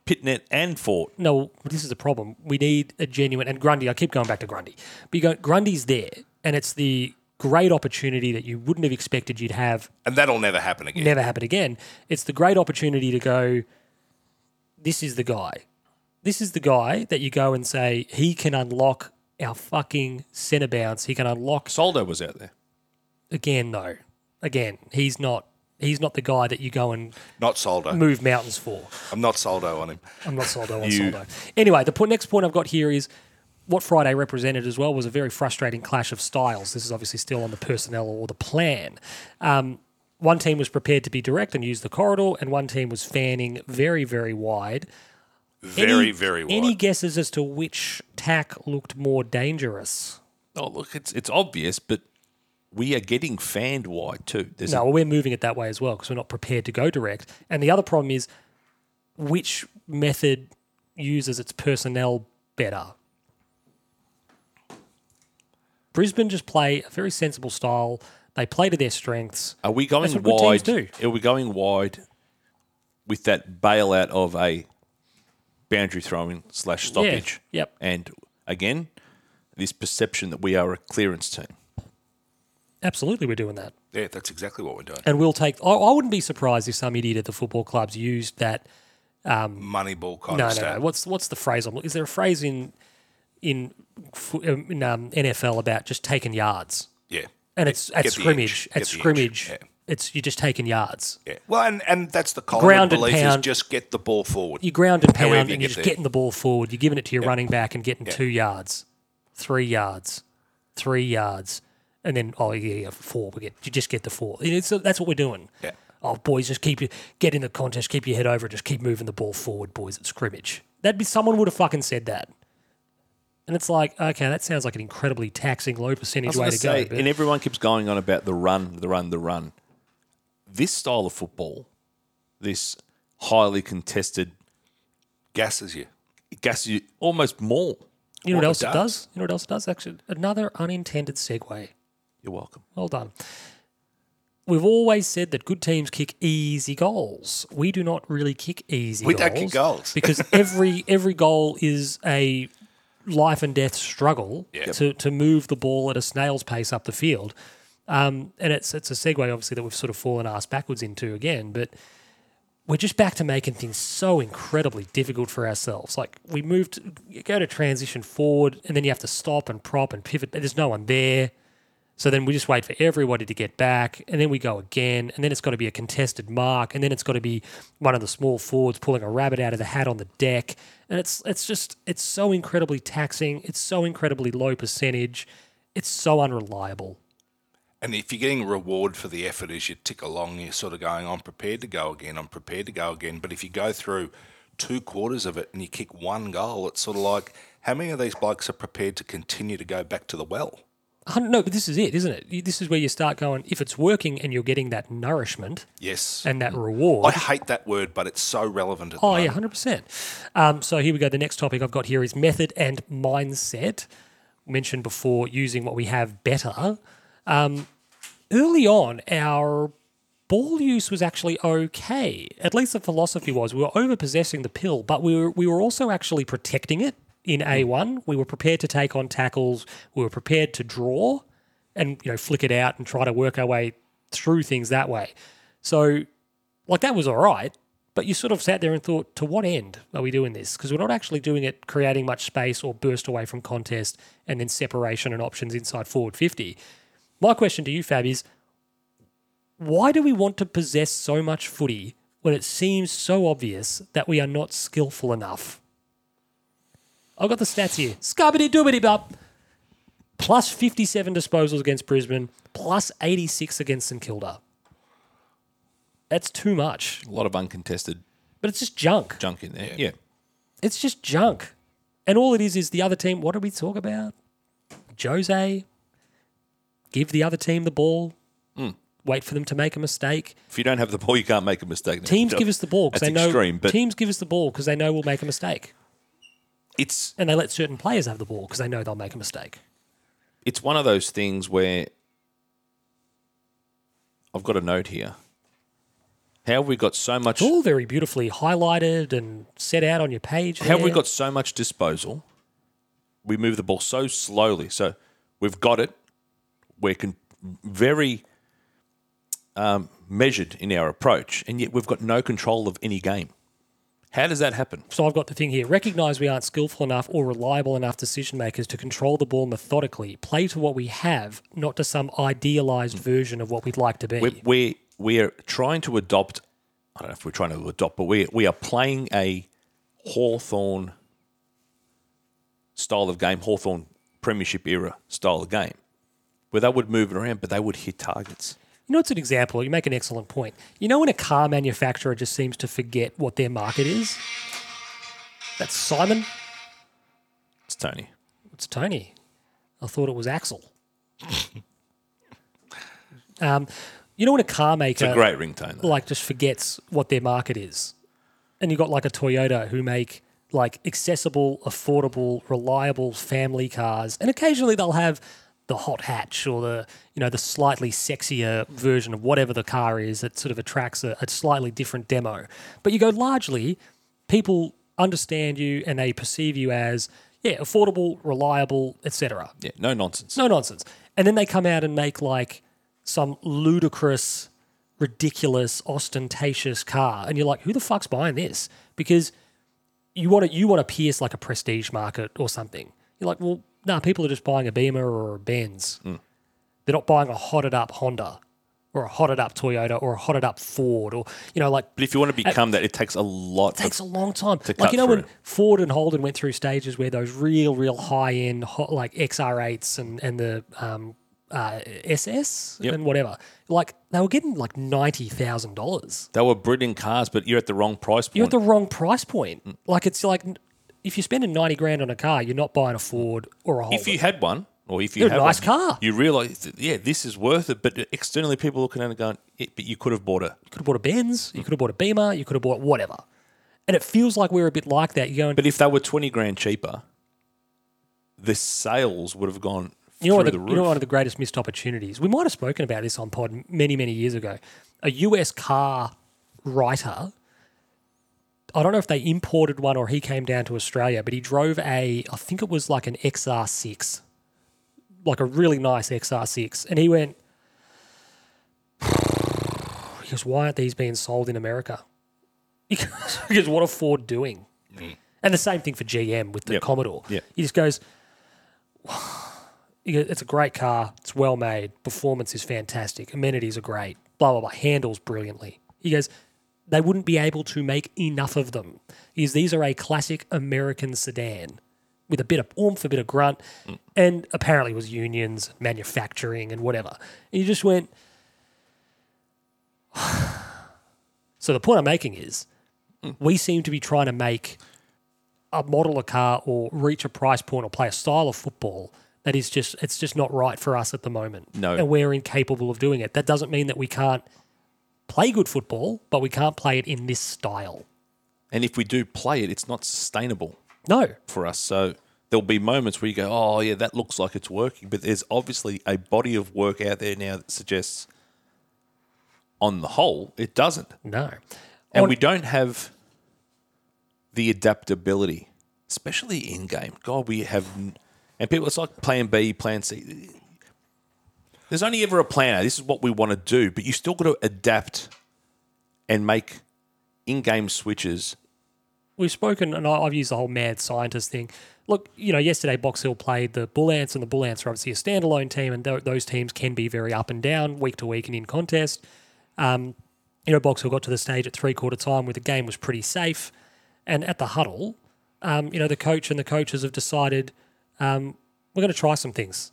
S3: Pitnet and Fort.
S1: no, this is a problem. We need a genuine and Grundy. I keep going back to Grundy, but you go, Grundy's there, and it's the great opportunity that you wouldn't have expected you'd have.
S2: and that'll never happen again.
S1: Never happen again. It's the great opportunity to go. This is the guy. This is the guy that you go and say he can unlock our fucking centre bounce. He can unlock
S3: Soldo was out there.
S1: again. No, again, he's not. He's not the guy that you go and
S2: Not Soldo.
S1: move mountains for.
S2: I'm not Soldo on him.
S1: I'm not sold. I want Soldo. Anyway, the po- next point I've got here is what Friday represented as well was a very frustrating clash of styles. This is obviously still on the personnel or the plan. Um, one team was prepared to be direct and use the corridor, and one team was fanning very, very wide. Any-
S2: Very, very wide.
S1: Any guesses as to which tack looked more dangerous?
S3: Oh, look, it's it's obvious, but we are getting fanned wide too. There's
S1: No, well, we're moving it that way as well because we're not prepared to go direct. And the other problem is which method uses its personnel better. Brisbane just play a very sensible style. They play to their strengths.
S3: Are we going
S1: That's what good
S3: wide?
S1: teams
S3: Are we going wide with that bailout of a boundary throwing slash stoppage?
S1: yep.
S3: And again, this perception that we are a clearance team.
S1: Absolutely, we're doing that.
S2: yeah, that's exactly what we're doing.
S1: And we'll take. I, I wouldn't be surprised if some idiot at the football clubs used that.
S2: Moneyball kind
S1: No, no,
S2: of stuff.
S1: no. What's what's the phrase? I'm, is there a phrase in in fo- in um, NFL about just taking yards?
S2: Yeah.
S1: and it's at
S2: get the
S1: scrimmage.
S2: edge,
S1: At
S2: get the edge,
S1: scrimmage,
S2: yeah.
S1: it's you're just taking yards.
S2: Yeah. Well, and, and that's the Collingwood
S1: Ground and
S2: belief
S1: pound.
S2: is just get the ball forward.
S1: You ground and
S2: However
S1: pound,
S2: you
S1: and you're
S2: get
S1: just
S2: there.
S1: getting the ball forward. You're giving it to your running back and getting two yards, three yards, three yards, and then oh yeah, yeah four. We get you just get the four. It's, that's what we're doing.
S2: Yeah.
S1: Oh boys, just keep you get in the contest, keep your head over, just keep moving the ball forward, boys at scrimmage. That'd be someone would have fucking said that. And it's like, okay, that sounds like an incredibly taxing, low percentage way to go. but-
S3: and everyone keeps going on about the run, the run, the run. This style of football, this highly contested,
S2: Gasses you.
S3: gas you almost more.
S1: You know what,
S2: What it
S1: else it does.
S2: does.
S1: You know what else it does? Actually, another unintended segue.
S3: You're welcome.
S1: Well done. We've always said that good teams kick easy goals. We do not really kick easy
S2: We
S1: goals.
S2: don't kick goals.
S1: because every every goal is a life and death struggle to, to move the ball at a snail's pace up the field. Um, and it's it's a segue obviously that we've sort of fallen ass backwards into again, but we're just back to making things so incredibly difficult for ourselves. Like we moved, you go to transition forward, and then you have to stop and prop and pivot. But there's no one there, so then we just wait for everybody to get back, and then we go again, and then it's got to be a contested mark, and then it's got to be one of the small forwards pulling a rabbit out of the hat on the deck, and it's it's just it's so incredibly taxing. It's so incredibly low percentage. It's so unreliable.
S2: And if you're getting reward for the effort as you tick along, you're sort of going, I'm prepared to go again, I'm prepared to go again. But if you go through two quarters of it and you kick one goal, it's sort of like, how many of these blokes are prepared to continue to go back to the well?
S1: hun- No, but this is it, isn't it? You- This is where you start going. If it's working and you're getting that nourishment
S2: Yes.
S1: and that
S2: I
S1: reward,
S2: hate that word, but it's so relevant at the
S1: oh yeah,
S2: moment.
S1: hundred percent. Um, so here we go. The next topic I've got here is method and mindset. Mentioned before, using what we have better. Um, early on, our ball use was actually okay. At least the philosophy was we were over possessing the pill, but we were we were also actually protecting it in A one. We were prepared to take on tackles. We were prepared to draw, and you know flick it out and try to work our way through things that way. So, like that was all right. But you sort of sat there and thought, to what end are we doing this? Because we're not actually doing it creating much space or burst away from contest and then separation and options inside forward 50. My question to you, Fab, is why do we want to possess so much footy when it seems so obvious that we are not skillful enough? I've got the stats here. Scubbity doobity bop. Plus 57 disposals against Brisbane, plus 86 against St Kilda. That's too much.
S3: A lot of uncontested
S1: But it's just junk.
S3: junk in there. Yeah.
S1: It's just junk. And all it is is the other team. What do we talk about? Jose, give the other team the ball,
S3: Hmm.
S1: wait for them to make a mistake.
S3: If you don't have the ball, you can't make a mistake.
S1: Teams give us the ball because
S3: That's
S1: they know
S3: extreme, but
S1: teams give us the ball because they know we'll make a mistake,
S3: it's
S1: and they let certain players have the ball because they know they'll make a mistake.
S3: it's one of those things where I've got a note here. How have we got so much?
S1: It's all very beautifully highlighted and set out on your page.
S3: How have we
S1: there.
S3: got so much disposal? We move the ball so slowly. So we've got it. We're con- very um, measured in our approach, and yet we've got no control of any game. How does that happen?
S1: So I've got the thing here. Recognize we aren't skillful enough or reliable enough decision makers to control the ball methodically. Play to what we have, not to some
S3: Mm.
S1: idealized version of what we'd like to be.
S3: We're, we're, we're trying to adopt, I don't know if we're trying to adopt, but we, we are playing a Hawthorn style of game, Hawthorn Premiership era style of game, where they would move it around, but they would hit targets.
S1: You know, it's an example. You make an excellent point. You know, when a car manufacturer just seems to forget what their market is? That's Simon.
S3: It's Tony.
S1: It's Tony. I thought it was Axel. um, you know, when a car maker.
S3: It's a great ringtone. Though.
S1: Uh, like just forgets what their market is. And you got like a Toyota who make like accessible, affordable, reliable family cars, and occasionally they'll have the hot hatch or the you know the slightly sexier version of whatever the car is that sort of attracts a, a slightly different demo. But you go largely, people understand you and they perceive you as yeah affordable, reliable, etc.
S3: Yeah, no nonsense.
S1: It's no nonsense. And then they come out and make like some ludicrous, ridiculous, ostentatious car, and you're like, who the fuck's buying this? Because you want to you want to pierce like a prestige market or something. You're like, well, nah, people are just buying a Beamer or a Benz. They're not buying a hotted up Honda or a hotted up Toyota or a hotted up Ford or you know like
S3: But if you want to become that, it takes a lot.
S1: Uh, takes
S3: of,
S1: a long time. Like
S3: cut
S1: you know when
S3: through.
S1: Ford and Holden went through stages where those real, real high end like XR8s and and the um, uh, SS and whatever, like they were getting like ninety thousand dollars.
S3: they were brilliant cars, but you're at the wrong price point. Mm.
S1: You're at the wrong price point. Like it's like if you're spending ninety grand on a car, you're not buying a Ford or a Holden.
S3: Mm. if you had one, or if you
S1: They're a
S3: have
S1: nice
S3: one,
S1: car.
S3: you realize, that, yeah, this is worth it. But externally, people looking at it and going, yeah, but you could have bought it.
S1: could have bought a Benz,
S3: Mm.
S1: you could have bought a Beamer, you could have bought whatever. And it feels like we're a bit like that. You're going,
S3: But if they were twenty grand cheaper, the sales would have gone
S1: You know,
S3: through
S1: one of
S3: the,
S1: the,
S3: roof.
S1: you know, one of the greatest missed opportunities. We might have spoken about this on Pod many, many years ago. A US car writer. I don't know if they imported one or he came down to Australia, but he drove a, I think it was like an XR6, like a really nice XR6, and he went. He goes, why aren't these being sold in America? Because, because what are Ford doing? And the same thing for GM with the
S3: Mm. Yep.
S1: Commodore.
S3: Yeah.
S1: He just goes, you go, it's a great car. It's well made. Performance is fantastic. Amenities are great. Blah blah blah. Handles brilliantly. He goes, they wouldn't be able to make enough of them. Is these are a classic American sedan with a bit of oomph, a bit of grunt, and apparently it was unions, manufacturing, and whatever. And you just went. so the point I'm making is,
S3: Hmm.
S1: we seem to be trying to make a model a car or reach a price point or play a style of football that is just it's just not right for us at the moment.
S3: No.
S1: and we're incapable of doing it. That doesn't mean that we can't play good football, but we can't play it in this style.
S3: And if we do play it, it's not sustainable
S1: No,
S3: for us. So there'll be moments where you go, oh, yeah, that looks like it's working. But there's obviously a body of work out there now that suggests, on the whole, it doesn't.
S1: no.
S3: And
S1: On-
S3: we don't have the adaptability, especially in game. God, we have. And people, it's like plan B, plan C. There's only ever a plan A. This is what we want to do, but you still got to adapt and make in game switches.
S1: we've spoken, and I- I've used the whole mad scientist thing. Look, you know, yesterday Box Hill played the Bull Ants, and the Bull Ants are obviously a standalone team, and th- those teams can be very up and down, week to week, and in contest. Um, you know, Box Hill got to the stage at three quarter time where the game was pretty safe, and at the huddle, um, you know, the coach and the coaches have decided um, we're going to try some things.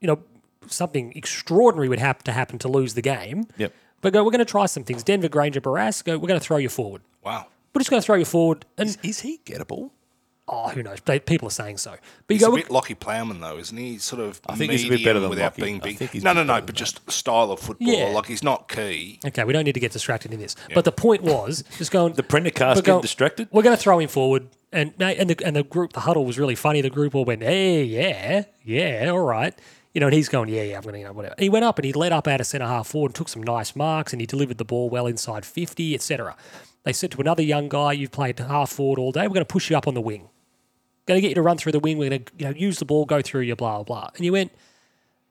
S1: You know, something extraordinary would have to happen to lose the game.
S3: Yep.
S1: But go, we're going to try some things. Denver Granger Barrasco, we're going to throw you forward.
S2: Wow.
S1: We're just going to throw you forward, and
S3: Is, is he gettable?
S1: oh, who knows? They- People are saying so. But you
S2: He's
S1: go,
S2: a
S1: look,
S2: bit Lockie Plowman though, isn't he? Sort of I
S3: think he's a bit better than
S2: without
S3: Lockie.
S2: being
S3: I
S2: big.
S3: think he's
S2: no,
S3: a bit
S2: no, no,
S3: better
S2: but just style of football.
S1: Yeah.
S2: Like he's not key.
S1: okay, we don't need to get distracted in this. But the point was, just going. the
S3: Prendergast getting distracted?
S1: We're going to throw him forward, and mate, and the and the group, the huddle was really funny. The group all went, "Hey, yeah, yeah, all right." You know, and he's going, "Yeah, yeah, I'm going to you know, whatever." He went up and he led up out of centre half forward and took some nice marks, and he delivered the ball well inside fifty, etc. They said to another young guy, "You've played half forward all day. We're going to push you up on the wing. Going to get you to run through the wing. We're going to you know, use the ball, go through your blah blah blah." And you went.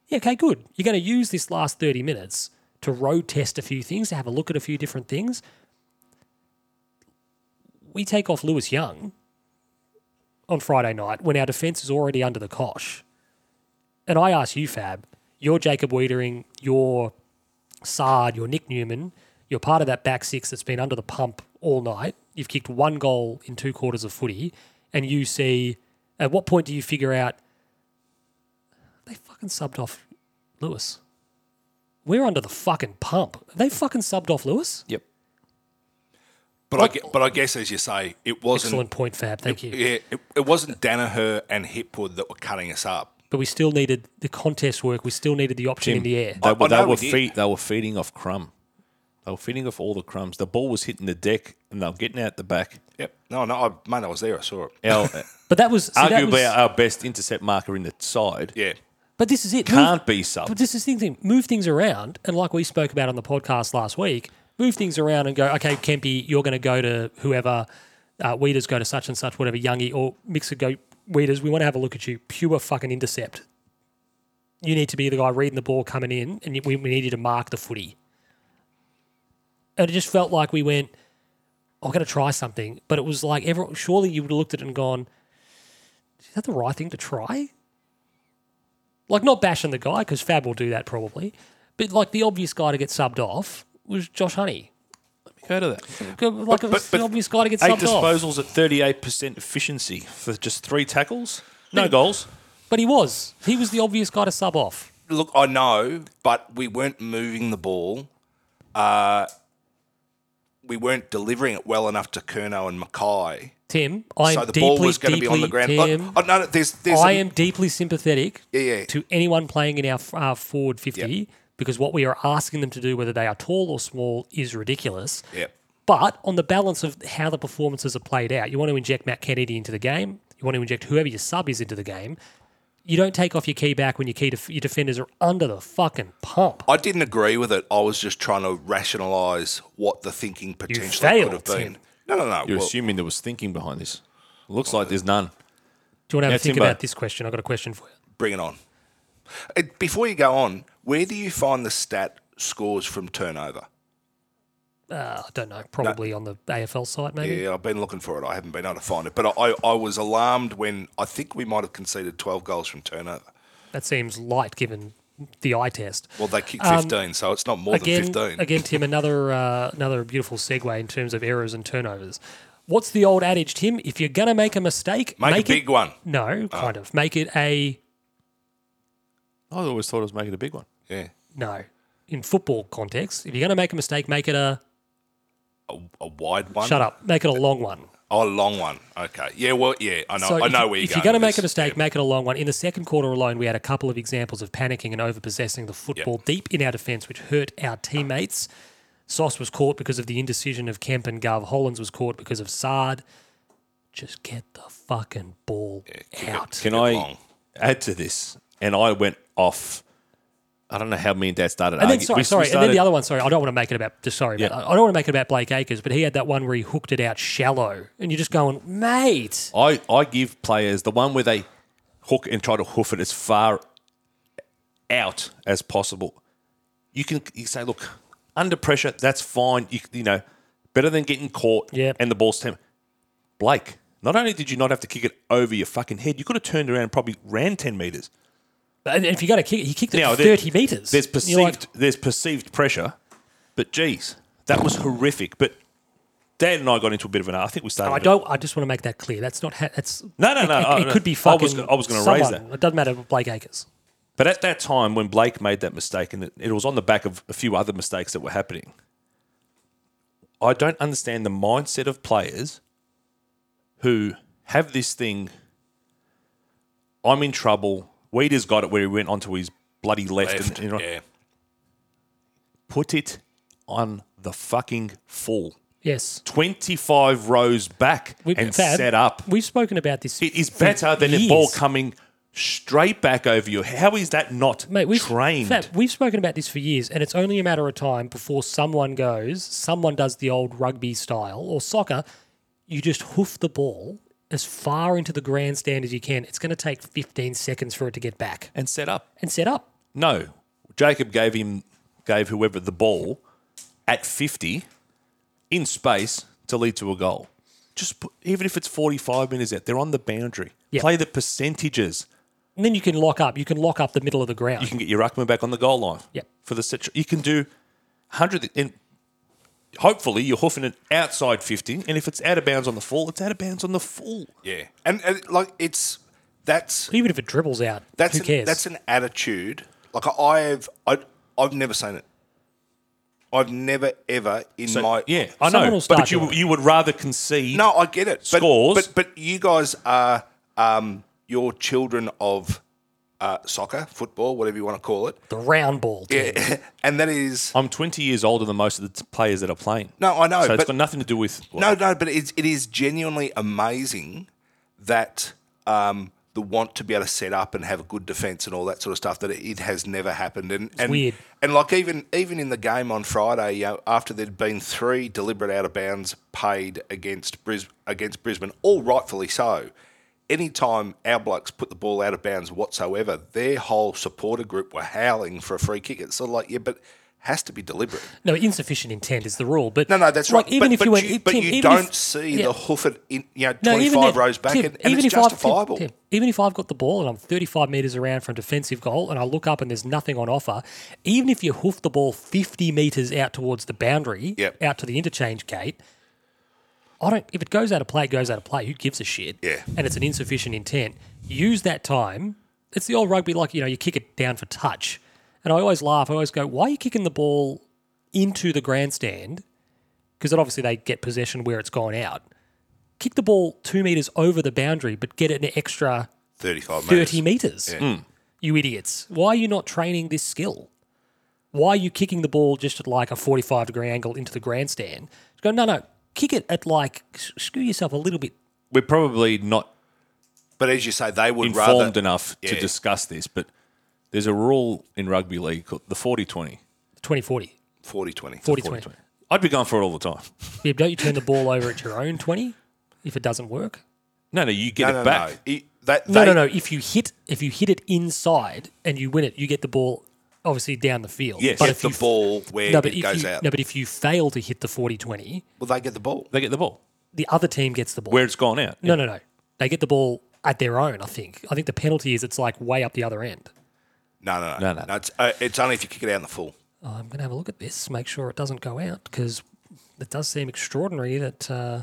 S1: yeah, okay, good. You're going to use this last 30 minutes to road test a few things, to have a look at a few different things. We take off Lewis Young on Friday night when our defense is already under the cosh. And I ask you, Fab, you're Jacob Wiedering, you're Sard, you're Nick Newman, you're part of that back six that's been under the pump all night. You've kicked one goal in two quarters of footy, and you see at what point do you figure out they fucking subbed off Lewis. We're under the fucking pump. They fucking subbed off Lewis.
S3: Yep.
S2: But I gue- but I guess as you say, it wasn't
S1: Excellent point, Fab. Thank you.
S2: Yeah, it, it wasn't Danaher and Hipwood that were cutting us up.
S1: But we still needed the contest work. We still needed the option in the air.
S3: They,
S2: I
S3: they
S2: know
S3: were
S2: Oh, we did.
S3: feed, they were feeding off crumb. They were feeding off all the crumbs. The ball was hitting the deck and they were getting out the back.
S2: Yep. No, no, I, mate, I was there. I saw it.
S3: Our,
S1: But that was, see, that
S3: arguably
S1: was-
S3: our best intercept marker in the side
S2: Yeah.
S1: But this is it. Move-
S3: can't be subbed.
S1: but this is the thing. Move things around, and like we spoke about on the podcast last week, move things around and go. Okay, Kempy, you're going to go to whoever. Uh, Weeders go to such and such, whatever. Youngie or Mixer go. Weeders, we want to have a look at you. Pure fucking intercept. You need to be the guy reading the ball coming in, and you- we, we need you to mark the footy. And it just felt like we went. I'm going to try something, but it was like everyone. Surely you would have looked at it and gone, "Is that the right thing to try?" like not bashing the guy because Fab will do that probably, but like the obvious guy to get subbed off was Josh Honey.
S3: Go to that.
S1: Like it was
S2: but-
S1: the obvious guy to get
S3: Eight
S1: subbed off,
S3: disposals at 38% efficiency for just three tackles. No goals.
S1: but he was he was the obvious guy to sub off.
S2: Look, I know, but we weren't moving the ball. Uh, we weren't delivering it well enough to Kerno and Mackay.
S1: Tim, I am
S2: So the
S1: deeply,
S2: ball was going to
S1: deeply,
S2: be on the ground. Like,
S1: Tim,
S2: oh, no, no, there's, there's
S1: I
S2: a-
S1: am deeply sympathetic
S2: Yeah, yeah.
S1: to anyone playing in our uh, forward fifty
S2: Yep.
S1: because what we are asking them to do, whether they are tall or small, is ridiculous.
S2: Yep.
S1: But on the balance of how the performances are played out, you want to inject Matt Kennedy into the game. You want to inject whoever your sub is into the game. You don't take off your key back when your key def- your defenders are under the fucking pump.
S2: I didn't agree with it. I was just trying to rationalise what the thinking potentially
S1: failed,
S2: could have been.
S1: Tim.
S2: No, no, no.
S3: You're
S2: well,
S3: assuming there was thinking behind this. Looks like there's none.
S1: Do you want to have
S3: Yeah,
S1: a think
S3: Timbo.
S1: about this question? I've got a question for you.
S2: bring it on. Uh, Before you go on, where do you find the stat scores from turnover?
S1: Uh, I don't know. Probably on the AFL site, maybe.
S2: Yeah, I've been looking for it. I haven't been able to find it. But I, I was alarmed when I think we might have conceded 12 goals from turnover.
S1: That seems light given the eye test.
S2: Well, they kicked 15, so it's not more
S1: Um, again,
S2: than 15.
S1: again, Tim, another uh, another beautiful segue in terms of errors and turnovers. What's the old adage, Tim? If you're gonna make a mistake,
S2: Make, a
S1: it-
S2: big Uh. one.
S1: No, kind of. Make it a
S3: I always thought I was making a big one.
S2: Yeah.
S1: No. In football context, if you're going to make a mistake, make it a
S2: A, a wide one.
S1: shut up, make it a long one.
S2: Oh, a long one. Okay. Yeah. Well. Yeah. I know.
S1: So
S2: I
S1: if
S2: know
S1: you-
S2: where you're
S1: If you're going to
S2: with
S1: make a
S2: this.
S1: mistake, make it a long one. In the second quarter alone, we had a couple of examples of panicking and overpossessing the football deep in our defence, which hurt our teammates. Sauce was caught because of the indecision of Kemp and Gov. Hollins was caught because of Sard. Just get the fucking ball out.
S3: Can
S2: Bit
S3: I
S2: long.
S3: add to this? And I went off. I don't know how me and Dad started.
S1: And then
S3: argu-
S1: sorry,
S3: we- we
S1: sorry, and then
S3: started-
S1: the other one. Sorry, I don't want to make it about. Just sorry, about, I don't want to make it about Blake Acres, but he had that one where he hooked it out shallow, and you're just going, mate.
S3: I, I give players the one where they hook and try to hoof it as far out as possible. You can you say, look, under pressure, that's fine. You, you know, better than getting caught
S1: Yep.
S3: and the ball's ten. Blake, not only did you not have to kick it over your fucking head, you could have turned around and probably ran 10 metres.
S1: And if you got to kick, it, he kicked it
S3: Now, there-
S1: 30 meters.
S3: There's
S1: And you're like,
S3: perceived there's perceived pressure, but geez, that was horrific. But Dad and I got into a bit of an. I think we started.
S1: Oh, I
S3: a bit-
S1: don't. I just want to make that clear. That's not. Ha- that's
S3: No, no,
S1: it-
S3: no,
S1: It,
S3: oh,
S1: it
S3: no.
S1: could be
S3: I
S1: fucking.
S3: was- I was gonna raise
S1: someone. It doesn't matter. if Blake Acres.
S3: But at that time, when Blake made that mistake, and it, it was on the back of a few other mistakes that were happening, I don't understand the mindset of players who have this thing I'm in trouble. Weeder's got it where he went onto his bloody left.
S2: Left.
S3: and, you know,
S2: yeah.
S3: Put it on the fucking full.
S1: Yes.
S3: 25 rows back
S1: We-
S3: and
S1: Fab,
S3: set up.
S1: We've spoken about this.
S3: It is
S1: for
S3: better than a ball
S1: years.
S3: coming straight back over you. How is that not
S1: Mate, we've,
S3: trained?
S1: Fab, we've spoken about this for years, and it's only a matter of time before someone goes, someone does the old rugby style or soccer. You just hoof the ball as far into the grandstand as you can. It's going to take 15 seconds for it to get back
S3: and set up.
S1: and set up.
S3: No, Jacob gave him gave whoever the ball at fifty in space to lead to a goal. Just put, even if it's forty five minutes out, they're on the boundary.
S1: Yeah.
S3: Play the percentages.
S1: And then you can lock up. You can lock up the middle of the ground.
S3: You can get your ruckman back on the goal line.
S1: Yep.
S3: For the set, you can do hundred and hopefully you're hoofing it outside fifty. And if it's out of bounds on the full, it's out of bounds on the full.
S2: Yeah. And, and like it's that's
S1: Even if it dribbles out,
S2: that's
S1: who
S2: an,
S1: cares?
S2: that's an attitude. Like I have I I've never seen it. I've never ever in
S3: So,
S2: my
S3: yeah, I
S1: Someone
S3: know.
S1: will start
S3: But you
S1: doing it.
S3: you would rather concede.
S2: No, I get it. But,
S3: Scores.
S2: but but you guys are um your children of uh, soccer, football, whatever you want to call it,
S1: the round ball. team.
S2: and that is
S3: I'm 20 years older than most of the t- players that are playing.
S2: no, I know,
S3: so it's
S2: but
S3: got nothing to do with.
S2: No, no, but it's, it is genuinely amazing that um, the want to be able to set up and have a good defence and all that sort of stuff that it, it has never happened. And and
S1: weird.
S2: and like even even in the game on Friday, you know, after there'd been three deliberate out of bounds paid against Bris- against Brisbane, all rightfully so. Anytime our blokes put the ball out of bounds whatsoever, their whole supporter group were howling for a free kick. It's sort of like, yeah, but it has to be deliberate.
S1: No, insufficient intent is the rule. But
S2: No, no, that's
S1: like,
S2: right.
S1: Even
S2: but,
S1: if
S2: but
S1: you went,
S2: but
S1: Tim,
S2: you
S1: even if-
S2: don't see
S1: yeah.
S2: the hoof at in, you know,
S1: No,
S2: twenty
S1: even
S2: five
S1: then,
S2: rows back,
S1: Tim,
S2: and, and it's
S1: I've-
S2: justifiable.
S1: Tim, Tim, even if I've got the ball and I'm 35 metres around from defensive goal and I look up and there's nothing on offer, even if you hoof the ball 50 metres out towards the boundary,
S2: Yep.
S1: out to the interchange gate, I don't. If it goes out of play, it goes out of play. Who gives a shit?
S2: Yeah.
S1: And it's an insufficient intent. Use that time. It's the old rugby, like you know, you kick it down for touch. And I always laugh. I always go, "Why are you kicking the ball into the grandstand?" Because then obviously they get possession where it's gone out. Kick the ball two meters over the boundary, but get it an extra
S2: Thirty five
S1: 30 meters.
S2: Hmm.
S1: You idiots. Why are you not training this skill? Why are you kicking the ball just at like a 45 degree angle into the grandstand? Go, no, no, kick it at like, s- screw yourself a little bit.
S3: We're probably not
S2: But as you say, they would
S3: informed
S2: rather
S3: enough to
S2: Yeah.
S3: discuss this, but there's a rule in rugby league called the 40 20.
S1: 20 40.
S2: 40 20.
S1: 40 20.
S3: I'd be going for it all the time.
S1: Yeah, don't you turn the ball over at your own 20 if it doesn't work?
S3: No, no, you get
S2: No,
S3: it
S2: no,
S3: back.
S2: no. It- that-
S1: No,
S2: they-
S1: no, no. If you hit, if you hit it inside and you win it, you get the ball obviously down the field.
S3: Yes.
S1: but
S3: Get
S1: if
S2: The
S1: you,
S2: ball where
S1: no, but
S2: it
S1: if
S2: goes
S1: you,
S2: out.
S1: no, but if you fail to hit the 40 20,
S2: well, they get the ball.
S3: They get the ball
S1: the other team gets the ball.
S3: where it's gone out.
S1: No, no, no. They get the ball at their own. I think. I think the penalty is it's like way up the other end.
S2: No, no, no.
S3: No, no.
S2: it's, uh, it's only if you kick it out in the full.
S1: Oh, I'm going to have a look at this, make sure it doesn't go out because it does seem extraordinary that. Uh,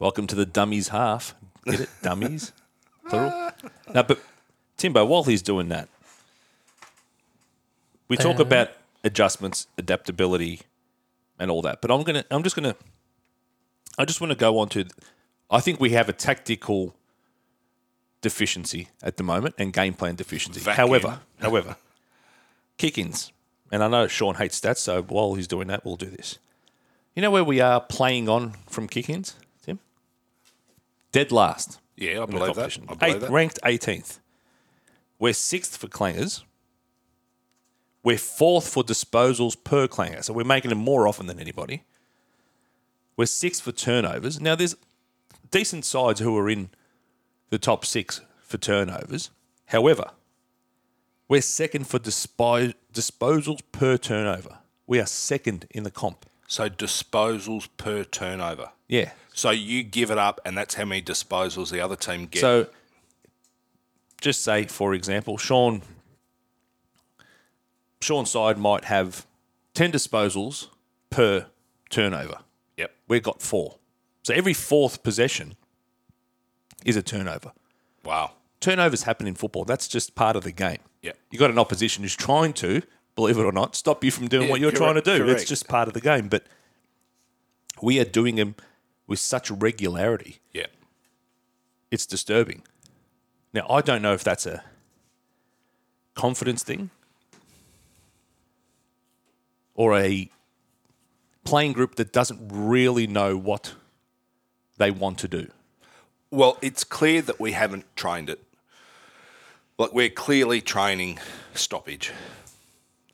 S3: Welcome to the dummies half. Get it? dummies? Plural? No, but Timbo, while he's doing that, we talk about adjustments, adaptability, and all that. But I'm gonna I'm just gonna I just want to go on to I think we have a tactical deficiency at the moment and game plan deficiency.
S2: Vacuum.
S3: However, however, kick-ins, and I know Sean hates stats, so while he's doing that, we'll do this. You know where we are playing on from kick-ins, Tim? Dead last.
S2: Yeah, I
S3: in the
S2: believe that.
S3: competition.
S2: I believe
S3: Eighth-
S2: that.
S3: Ranked 18th. We're sixth for clangers. We're fourth for disposals per clanger. So we're making them more often than anybody. We're sixth for turnovers. Now, there's decent sides who are in the top six for turnovers. However, we're second for dispo- disposals per turnover. We are second in the comp.
S2: So disposals per turnover.
S3: Yeah.
S2: So you give it up, and that's how many disposals the other team get.
S3: So, just say, for example, Sean Sean's side might have ten disposals per turnover.
S2: yep.
S3: We've got four, so every fourth possession is a turnover.
S2: Wow.
S3: Turnovers happen in football. That's just part of the game.
S2: Yep.
S3: You got an opposition who's trying to, believe it or not, stop you from doing
S2: Yeah,
S3: what you're
S2: correct,
S3: trying to do.
S2: correct.
S3: It's just part of the game. But we are doing them with such regularity
S2: Yep.
S3: it's disturbing. Now, I don't know if that's a confidence thing or a playing group that doesn't really know what they want to do.
S2: Well, it's clear that we haven't trained it. Like we're clearly training stoppage.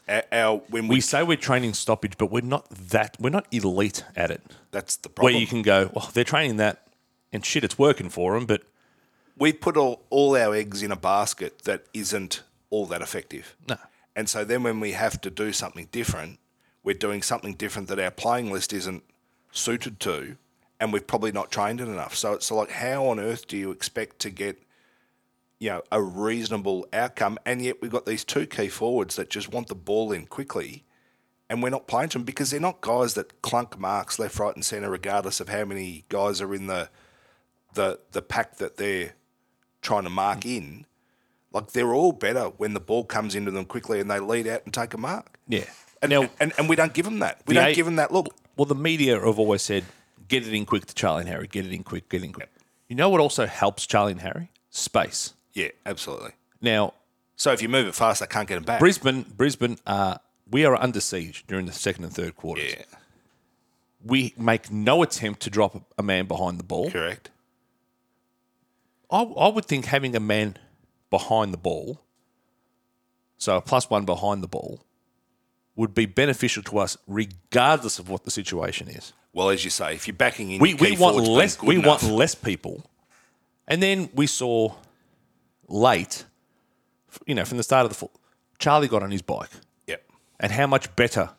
S2: Our, our when we,
S3: We say we're training stoppage, but we're not that, we're not elite at it.
S2: that's the
S3: Where
S2: problem.
S3: you can go, oh, they're training that and shit, it's working for them, but
S2: we put all, all our eggs in a basket that isn't all that effective.
S3: no.
S2: And so then when we have to do something different, we're doing something different that our playing list isn't suited to, and we've probably not trained it enough. So it's like, how on earth do you expect to get, you know, a reasonable outcome? And yet we've got these two key forwards that just want the ball in quickly, and we're not playing to them because they're not guys that clunk marks left, right, and centre, regardless of how many guys are in the the the pack that they're trying to mark in. Like they're all better when the ball comes into them quickly and they lead out and take a mark.
S3: Yeah.
S2: And,
S3: Now-
S2: and, and we don't give them that. We
S3: The
S2: don't
S3: eight-
S2: give them that look.
S3: Well, the media have always said, get it in quick to Charlie and Harry, get it in quick, get it in quick. You know what also helps Charlie and Harry? Space.
S2: Yeah, absolutely.
S3: Now,
S2: So if you move it fast, they can't get them back.
S3: Brisbane, Brisbane, uh, we are under siege during the second and third quarters.
S2: Yeah,
S3: We make no attempt to drop a man behind the ball.
S2: correct.
S3: I, I would think having a man behind the ball, so a plus one behind the ball, would be beneficial to us regardless of what the situation is.
S2: Well, as you say, if you're backing in,
S3: we,
S2: your
S3: we
S2: key
S3: want
S2: forward's been
S3: less
S2: good
S3: we
S2: enough.
S3: want less people and then we saw late f- you know from the start of the full charlie got on his bike
S2: Yep.
S3: and how much better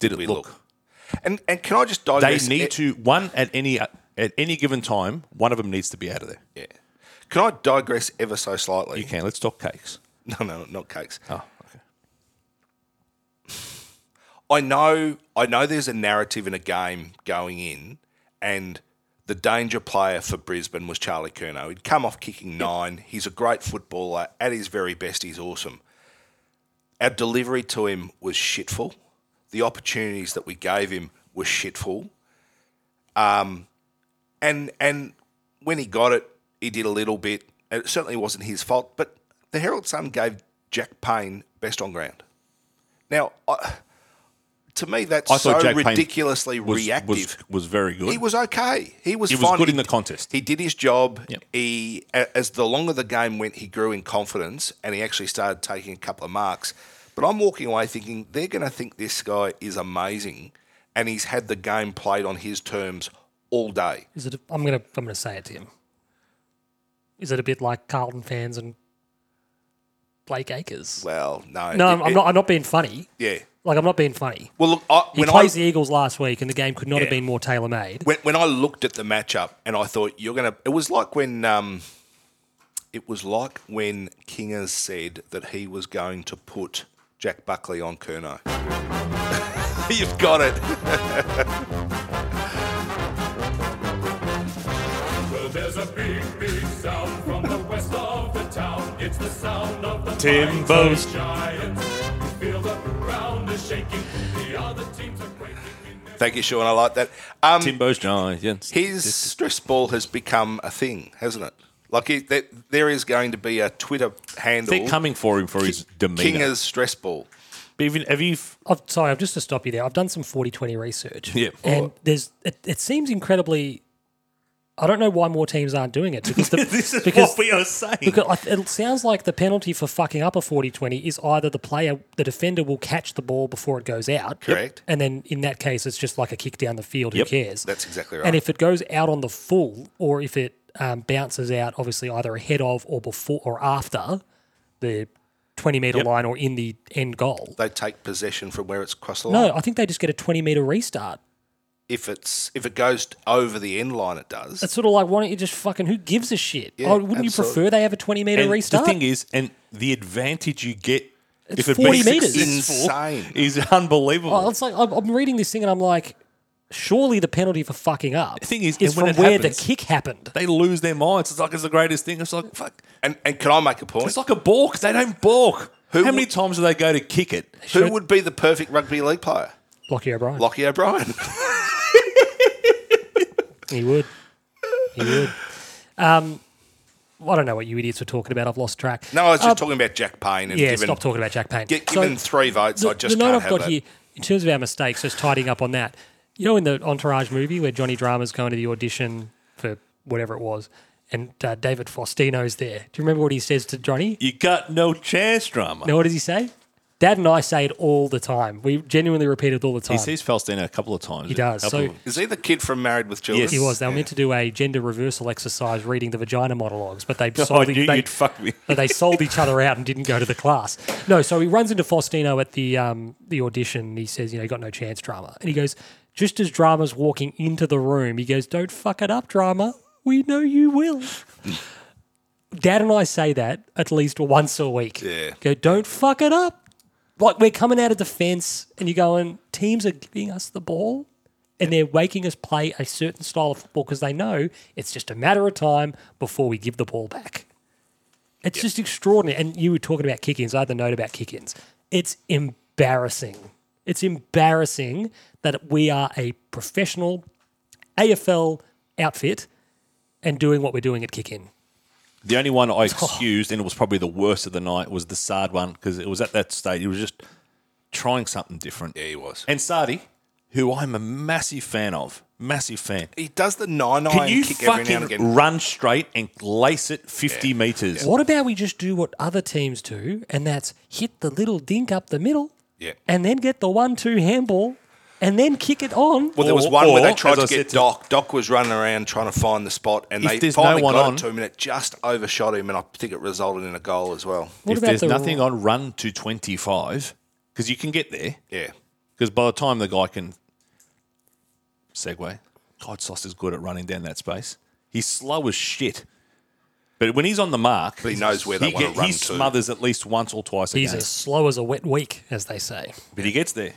S3: did it
S2: We
S3: look,
S2: look. And and can I just e- dive?
S3: they need to one at any at any given time one of them needs to be out of there
S2: Yeah. Can I digress ever so slightly?
S3: you can let's talk cakes
S2: No, no, not cakes.
S3: oh okay
S2: I know I know there's a narrative in a game going in and the danger player for Brisbane was Charlie Curnow. He'd come off kicking nine. He's a great footballer. At his very best, he's awesome. Our delivery to him was shitful. The opportunities that we gave him were shitful. Um, and and when he got it, he did a little bit. It certainly wasn't his fault, but the Herald Sun gave Jack Payne best on ground. Now, I, to me, that's
S3: I
S2: so
S3: thought Jack Payne
S2: ridiculously
S3: was,
S2: reactive.
S3: was, was very good
S2: He was okay. He was.
S3: He was
S2: fine.
S3: good in the contest.
S2: He did his job.
S3: Yep.
S2: He, a- as the longer the game went, he grew in confidence, and he actually started taking a couple of marks. But I'm walking away thinking they're going to think this guy is amazing, and he's had the game played on his terms all day.
S1: Is it? I'm gonna I'm gonna say it to him. Is it a bit like Carlton fans and Blake Acres?
S2: Well, no,
S1: No,
S2: it-
S1: I'm, I'm
S2: it-
S1: not. I'm not being funny.
S2: Yeah.
S1: Like I'm not being funny.
S2: Well, look, I,
S1: He
S2: when I
S1: plays the Eagles last week, and the game could not have been more tailor made.
S2: when, when I looked at the matchup and I thought you're gonna it was like when um it was like when Kinga said that he was going to put Jack Buckley on Kerno. You've got it.
S4: Well, there's a big, big sound from the west of the town. It's the sound of the
S3: Timbo's.
S4: mighty Giants. Feel the ground is shaking. The other teams are quaking. We never
S2: Thank you, Sean. I like that. Um,
S3: Timbo's Giants.
S2: His stress ball has become a thing, hasn't it? Like it, that, there is going to be a Twitter handle.
S3: They're coming for him for his demeanor.
S2: Kinga's stress ball.
S3: But even- have you?
S1: I've, sorry, I've just to stop you there. I've done some 40-20 research.
S3: Yeah.
S1: And
S2: Oh.
S1: there's it, it seems incredibly I don't know why more teams aren't doing it because the, because,
S3: we are saying.
S1: because I- it sounds like the penalty for fucking up a 40-20 is either the player the defender will catch the ball before it goes out.
S2: Correct.
S1: And then in that case it's just like a kick down the field
S3: Yep.
S1: who cares.
S2: That's exactly right.
S1: And if it goes out on the full or if it um, bounces out obviously either ahead of or before or after the 20 meter line or in the end goal.
S2: they take possession from where it's crossed the line.
S1: No, I think they just get a 20 meter restart.
S2: If it's if it goes over the end line, it does.
S1: It's sort of like, why don't you just fucking, who gives a shit?
S2: Yeah,
S1: oh, wouldn't
S2: absolutely.
S1: you prefer they have a 20 meter
S3: And
S1: restart?
S3: The thing is, and the advantage you get
S1: It's
S3: if it
S1: 40
S3: be
S1: metres.
S3: successful
S2: Insane.
S3: is unbelievable.
S1: oh, it's like, I'm, I'm reading this thing and I'm like, surely the penalty for fucking up the
S3: thing is,
S1: is
S3: and when
S1: from
S3: it
S1: where
S3: happens-
S1: the kick happened.
S3: they lose their minds. It's like it's the greatest thing. It's like fuck.
S2: And and can I make a point?
S3: It's like a balk. They don't balk.
S2: Who
S3: How many
S2: would-
S3: times do they go to kick it?
S2: Who would be the perfect rugby league player?
S1: Lockie O'Brien.
S2: Lockie O'Brien.
S1: He would. He would. Um, I don't know what you idiots were talking about. I've lost track.
S2: no, I was just
S3: Uh,
S1: Um,
S2: talking about Jack Payne and
S1: Yeah,
S2: given,
S1: stop talking about Jack Payne.
S2: get,
S1: So-
S2: given three votes, I just
S1: the note
S2: can't
S1: I've
S2: have
S1: got
S2: that.
S1: here in terms of our mistakes, just tidying up on that. You know, in the Entourage movie where Johnny Drama's going to the audition for whatever it was, and uh, David Faustino's there. Do you remember what he says to Johnny?
S3: You got no chance, drama.
S1: Now, what does he say? Dad and I say it all the time. We genuinely repeat it all the time.
S3: He sees Faustino a couple of times.
S1: He does.
S3: Couple
S1: So-
S3: of-
S2: Is he the kid from Married with Children?
S3: Yes.
S1: He was. They were meant to do a gender reversal exercise, reading the vagina monologues, but they
S3: Oh, I
S1: sold,
S3: knew
S1: they,
S3: you'd fuck me.
S1: but they sold each other out and didn't go to the class. No, so he runs into Faustino at the um, the audition. And he says, "You know, you got no chance, drama." And he goes, just as drama's walking into the room, he goes, "Don't fuck it up, drama. We know you will." Dad and I say that at least once a week.
S2: Yeah.
S1: Go, don't fuck it up. Like we're coming out of defense, and you're going, teams are giving us the ball and they're making us play a certain style of football because they know it's just a matter of time before we give the ball back. It's just extraordinary. And you were talking about kick-ins. I had the note about kick-ins. It's embarrassing. It's embarrassing that we are a professional AFL outfit and doing what we're doing at kick-in.
S3: The only one I excused, and it was probably the worst of the night, was the Sard one because it was at that stage. He was just trying something different.
S2: Yeah, he was.
S3: And Sardi, who I'm a massive fan of, massive fan.
S2: He does the nine
S3: Can
S2: iron
S3: you
S2: kick every now and
S3: fucking
S2: again.
S3: run straight and lace it 50 metres?
S1: What about we just do what other teams do, and that's hit the little dink up the middle,
S2: Yeah.
S1: and then get the one-two handball, and then kick it on.
S2: Well, there was
S3: Or-
S2: one where they
S3: or,
S2: tried
S3: as
S2: to
S3: I said
S2: get
S3: to-
S2: Doc. Doc was running around trying to find the spot, and
S3: If
S2: they
S3: there's
S2: finally
S3: no one
S2: got
S3: on-
S2: it to him, and it just overshot him, and I think it resulted in a goal as well.
S1: What
S3: if
S1: about
S3: there's
S1: the-
S3: nothing on run to 25, because you can get there,
S2: Yeah,
S3: because by the time the guy can segue, God, Sauce is good at running down that space. He's slow as shit. But when he's on the mark,
S2: But he knows where they
S3: he
S2: wanna
S3: get-
S2: run
S3: He
S2: to.
S3: smothers at least once or twice a
S1: He's
S3: game.
S1: as slow as a wet week, as they say.
S3: But he gets there.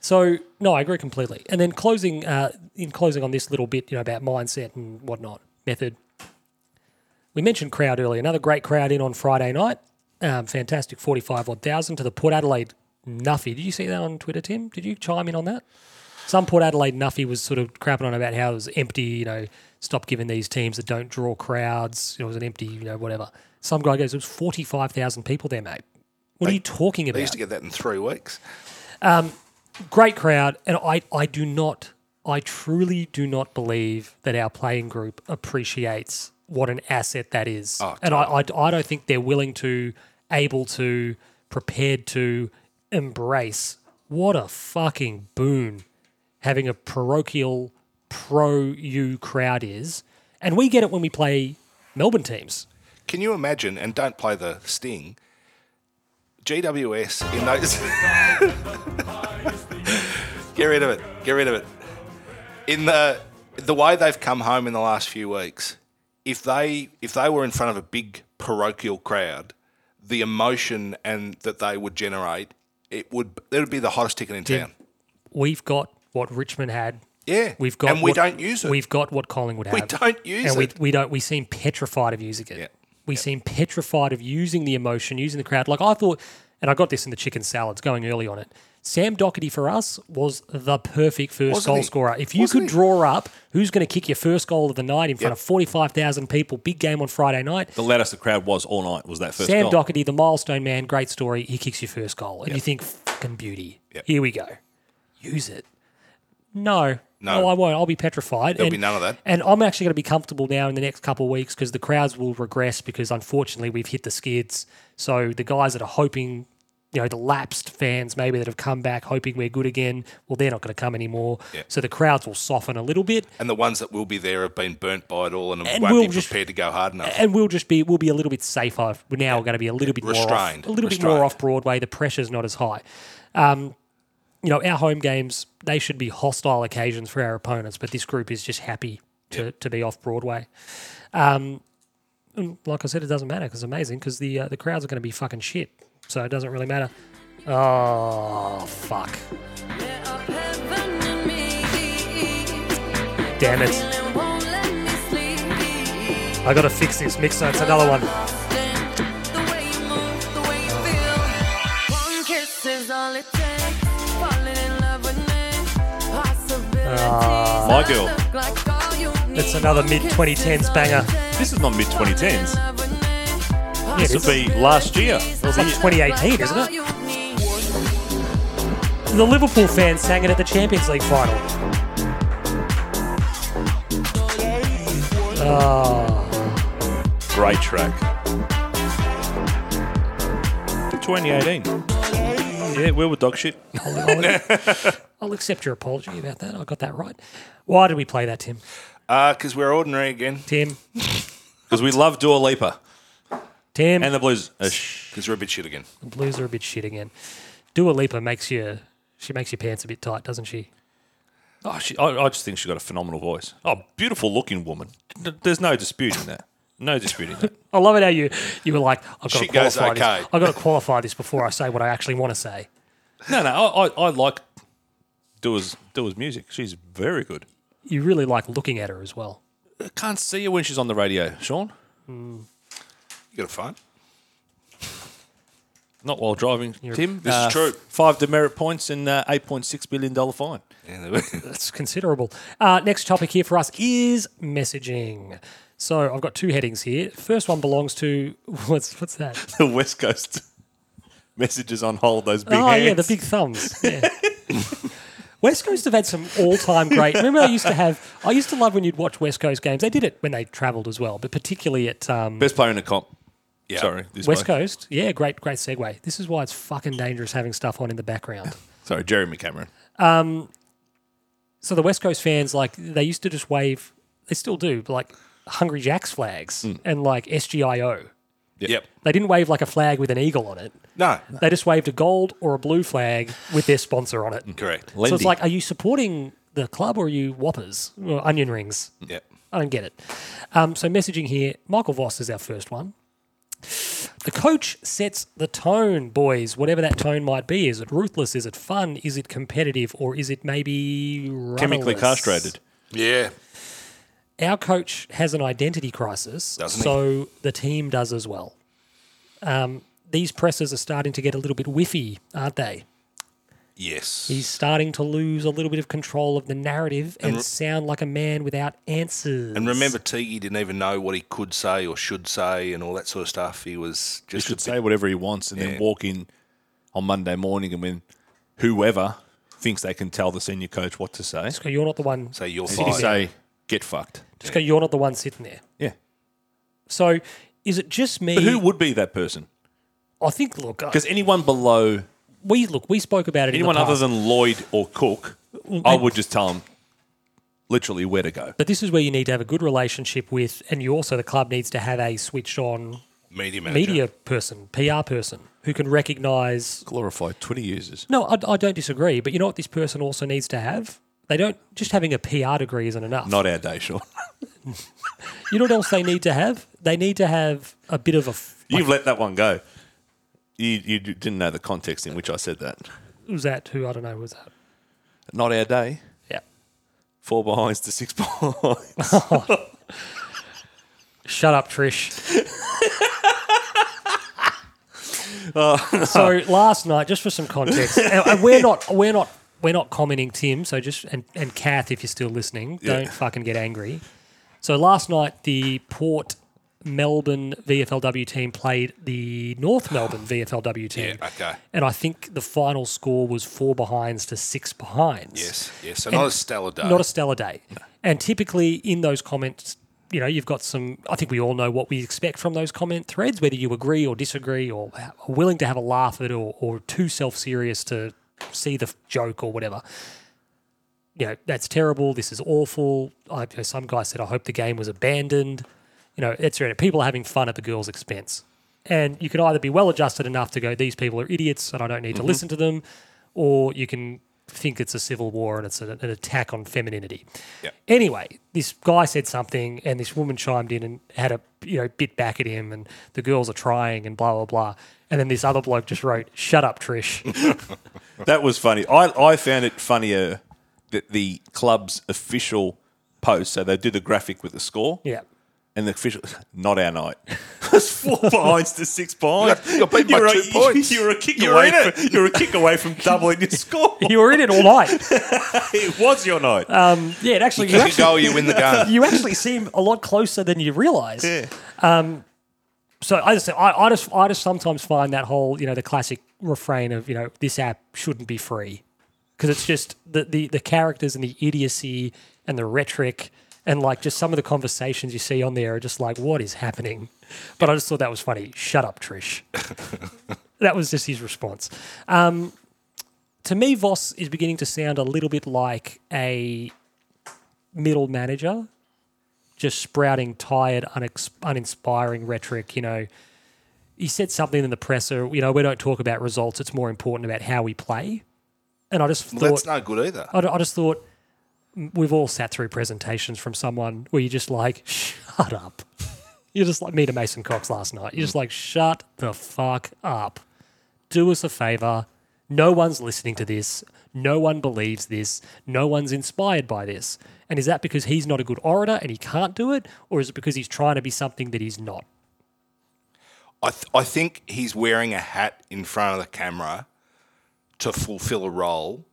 S1: So no, I agree completely. And then closing, uh, in closing on this little bit, you know, about mindset and whatnot, method. We mentioned crowd earlier. Another great crowd in on Friday night. Um, fantastic, forty-five odd thousand to the Port Adelaide Nuffy. Did you see that on Twitter, Tim? Did you chime in on that? Some Port Adelaide Nuffy was sort of crapping on about how it was empty. You know, stop giving these teams that don't draw crowds. It was an empty, you know, whatever. Some guy goes, "It was forty-five thousand people there, mate." What are you talking about?
S2: they used to get that in three weeks.
S1: great crowd, and I, I do not, I truly do not believe that our playing group appreciates what an asset that is, and I, I, I don't think they're willing to, able to, prepared to embrace what a fucking boon having a parochial pro you crowd is, and we get it when we play Melbourne teams.
S2: Can you imagine? And don't play the sting. GWS in those. Get rid of it. Get rid of it. In the the way they've come home in the last few weeks, if they if they were in front of a big parochial crowd, the emotion and that they would generate, it would it would be the hottest ticket in town.
S1: We've got what Richmond had
S2: Yeah,
S1: We've got
S2: and we
S1: what-
S2: don't use it.
S1: We've got what Collingwood have.
S2: We don't use
S1: and we,
S2: it.
S1: We don't. We seem petrified of using it.
S2: Yeah.
S1: We seem petrified of using the emotion, using the crowd. Like I thought, and I got this in the chicken salads going early on it. Sam Doherty for us was the perfect 1st
S2: Wasn't
S1: goal
S2: he?
S1: scorer. If you
S2: Wasn't
S1: could
S2: he?
S1: draw up who's going to kick your first goal of the night in front of 45,000 people, big game on Friday night,
S3: The loudest the crowd was all night was that first
S1: Sam
S3: goal.
S1: Doherty, the milestone man, great story. He kicks your first goal, and you think, "Fucking beauty! Here we go, use it." No, Oh,
S2: No.
S1: I won't. I'll be petrified.
S2: There'll
S1: and,
S2: be none of that.
S1: And I'm actually going to be comfortable now in the next couple of weeks because the crowds will regress because unfortunately we've hit the skids. So the guys that are hoping, you know, the lapsed fans maybe that have come back hoping we're good again, well, they're not going to come anymore. So the crowds will soften a little bit.
S2: And the ones that will be there have been burnt by it all and,
S1: And
S2: won't
S1: we'll
S2: be
S1: just-
S2: prepared to go hard enough.
S1: and we'll just be we'll be a little bit safer. We're now going to be a little bit
S2: Restrained.
S1: more off, a little bit
S2: Restrained.
S1: more off Broadway. The pressure's not as high. Um, you know, our home games they should be hostile occasions for our opponents, but this group is just happy to, to be off Broadway. Um, and like I said, it doesn't matter because amazing because the uh, the crowds are going to be fucking shit, so it doesn't really matter. Oh fuck! Damn it! I got to fix this mixer. It's another one.
S5: Ah.
S3: My Girl.
S5: It's another mid 2010s banger.
S3: This is not mid 2010s.
S1: it
S5: This
S1: is.
S5: would be last year.
S1: It was like 2018, isn't it?
S5: it?
S1: The Liverpool fans sang it at the Champions League final.
S3: Great track. 2018. Yeah, we were dog shit.
S1: I'll accept your apology about that. I got that right. Why did we play that, Tim?
S2: Because Uh, we're ordinary again.
S1: Tim,
S3: Because we love Dua Lipa
S1: Tim,
S3: and the Blues. Uh,
S2: Because we're a bit shit again.
S1: the Blues are a bit shit again. Dua Lipa makes you, she makes your pants a bit tight, doesn't she?
S3: oh, she, I, I just think she got a phenomenal voice. Oh, beautiful looking woman. N- There's no disputing that. No disputing that.
S1: I love it how you you were like, I've got
S2: She
S1: to
S2: goes
S1: qualify
S2: okay.
S1: this. I've got to qualify this before I say what I actually want to say.
S3: No, no, I, I, I like Dua's, Dua's music. She's very good.
S1: You really like looking at her as well.
S3: I can't see her when she's on the radio, Sean.
S2: You got a phone?
S3: Not while driving, Tim. uh,
S2: This is true.
S3: Five demerit points and uh, $8.6 billion fine.
S2: Yeah, there we
S1: That's considerable. Uh, next topic here for us is messaging. So I've got two headings here. First one belongs to what's what's that?
S3: the West Coast messages on hold, those big
S1: oh
S3: hands.
S1: yeah, the big thumbs. Yeah. West Coast have had some all-time great. Remember, I used to have. I used to love when you'd watch West Coast games. They did it when they travelled as well, but particularly at um,
S3: Best player in the comp.
S2: Yeah.
S3: Sorry. This
S1: West
S3: way.
S1: Coast. Yeah, great, great segue. This is why it's fucking dangerous having stuff on in the background.
S3: Sorry, Jeremy Cameron.
S1: so the West Coast fans, like they used to just wave. They still do, but, like Hungry Jack's flags and like SGIO.
S2: yep.
S1: They didn't wave like a flag with an eagle on it.
S2: No.
S1: They just waved a gold or a blue flag with their sponsor on it.
S2: Correct.
S1: So it's like, are you supporting the club or are you Whoppers or Onion Rings?
S2: Yep.
S1: I don't get it. Um, so messaging here, Michael Voss is our first one. The coach sets the tone, boys, whatever that tone might be. Is it ruthless? Is it fun? Is it competitive? Or is it maybe
S3: Chemically
S1: rudderless?
S3: castrated.
S2: Yeah.
S1: Our coach has an identity crisis,
S2: Doesn't he?
S1: so the team does as well. Um, these presses are starting to get a little bit whiffy, aren't they?
S2: Yes.
S1: He's starting to lose a little bit of control of the narrative and, sound like a man without answers.
S2: and remember, Teague didn't even know what he could say or should say and all that sort of stuff. He was
S3: He
S2: just
S3: should
S2: a
S3: say whatever he wants and
S2: Yeah.
S3: then walk in on Monday morning and when whoever thinks they can tell the senior coach what to say,
S1: Just go, you're not the one.
S2: say you're
S3: you
S2: fired.
S3: say, get fucked.
S1: Just go, you're not the one sitting there.
S3: Yeah.
S1: So is it just me?
S3: But who would be that person?
S1: I think. Look, I-
S3: Because anyone below,
S1: we look. We spoke about it. in
S3: anyone
S1: the
S3: other
S1: past,
S3: than Lloyd or Cook, I would just tell them literally where to go.
S1: But this is where you need to have a good relationship with, and you also the club needs to have a switched on
S2: Media manager.
S1: media person, PR person who can recognise.
S3: Glorify Twitter users.
S1: No, I, I don't disagree, but you know what this person also needs to have. They don't just having a PR degree isn't enough.
S3: Not our day, Sean.
S1: You know what else they need to have? They need to have a bit of a. f-
S3: You've let that one go. You, you didn't know the context in which I said that.
S1: Who's that? Who I don't know. Who's that?
S3: Not our day.
S1: Yeah.
S3: Four behinds to six behinds.
S1: Shut up, Trish.
S2: Oh,
S1: so last night, just for some context, and and we're not we're not we're not commenting Tim. So just and and Kath, if you're still listening, don't fucking get angry. So last night, the Port Melbourne VFLW team played the North Melbourne VFLW team.
S2: Yeah, okay.
S1: And I think the final score was four behinds to six behinds.
S2: Yes, yes. So not a stellar day.
S1: Not a stellar day. And typically in those comments, you know, you've got some. I think we all know what we expect from those comment threads, whether you agree or disagree, or ha- are willing to have a laugh at it, or, or too self serious to see the f- joke or whatever. You know, that's terrible. This is awful. I, you know, some guy said, "I hope the game was abandoned." You know, it's people are having fun at the girls' expense, and you can either be well adjusted enough to go, "These people are idiots, and I don't need to listen to them," or you can think it's a civil war and it's an, an attack on femininity.
S2: Yeah.
S1: Anyway, this guy said something, and this woman chimed in and had a you know bit back at him, and the girls are trying, and blah blah blah. And then this other bloke just wrote, "Shut up, Trish."
S3: That was funny. I, I found it funnier that the club's official post, so they do the graphic with the score.
S1: yeah.
S3: And the official, not our night. It's four behinds to six behinds.
S2: You got beat by two
S3: a,
S2: points.
S3: You're a kick
S2: You
S3: away.
S2: ain't
S3: From, you're a kick away from doubling your score.
S1: You were in it all night.
S3: it was your night.
S1: Uh, Yeah, it actually you,
S2: Kick a
S1: actually
S2: goal, you win the gun.
S1: you actually seem a lot closer than you realise. Yeah. Um, so I just I, I just I just sometimes find that whole you know the classic refrain of you know this app shouldn't be free because it's just the, the the characters and the idiocy and the rhetoric and like just some of the conversations you see on there are just like what is happening. But I just thought that was funny. Shut up, Trish. that was just his response. Um, to me, Voss is beginning to sound a little bit like a middle manager just sprouting tired, unex- uninspiring rhetoric. You know, he said something in the presser. You know, we don't talk about results; it's more important about how we play. And I just thought
S2: That's no good either.
S1: I, I just thought mm, we've all sat through presentations from someone where you're just like, shut up. You're just like me to Mason Cox last night. You're just like, shut the fuck up. Do us a favor. No one's listening to this. No one believes this. No one's inspired by this. And is that because he's not a good orator and he can't do it? Or is it because he's trying to be something that he's not?
S2: I, th- I think he's wearing a hat in front of the camera to fulfill a role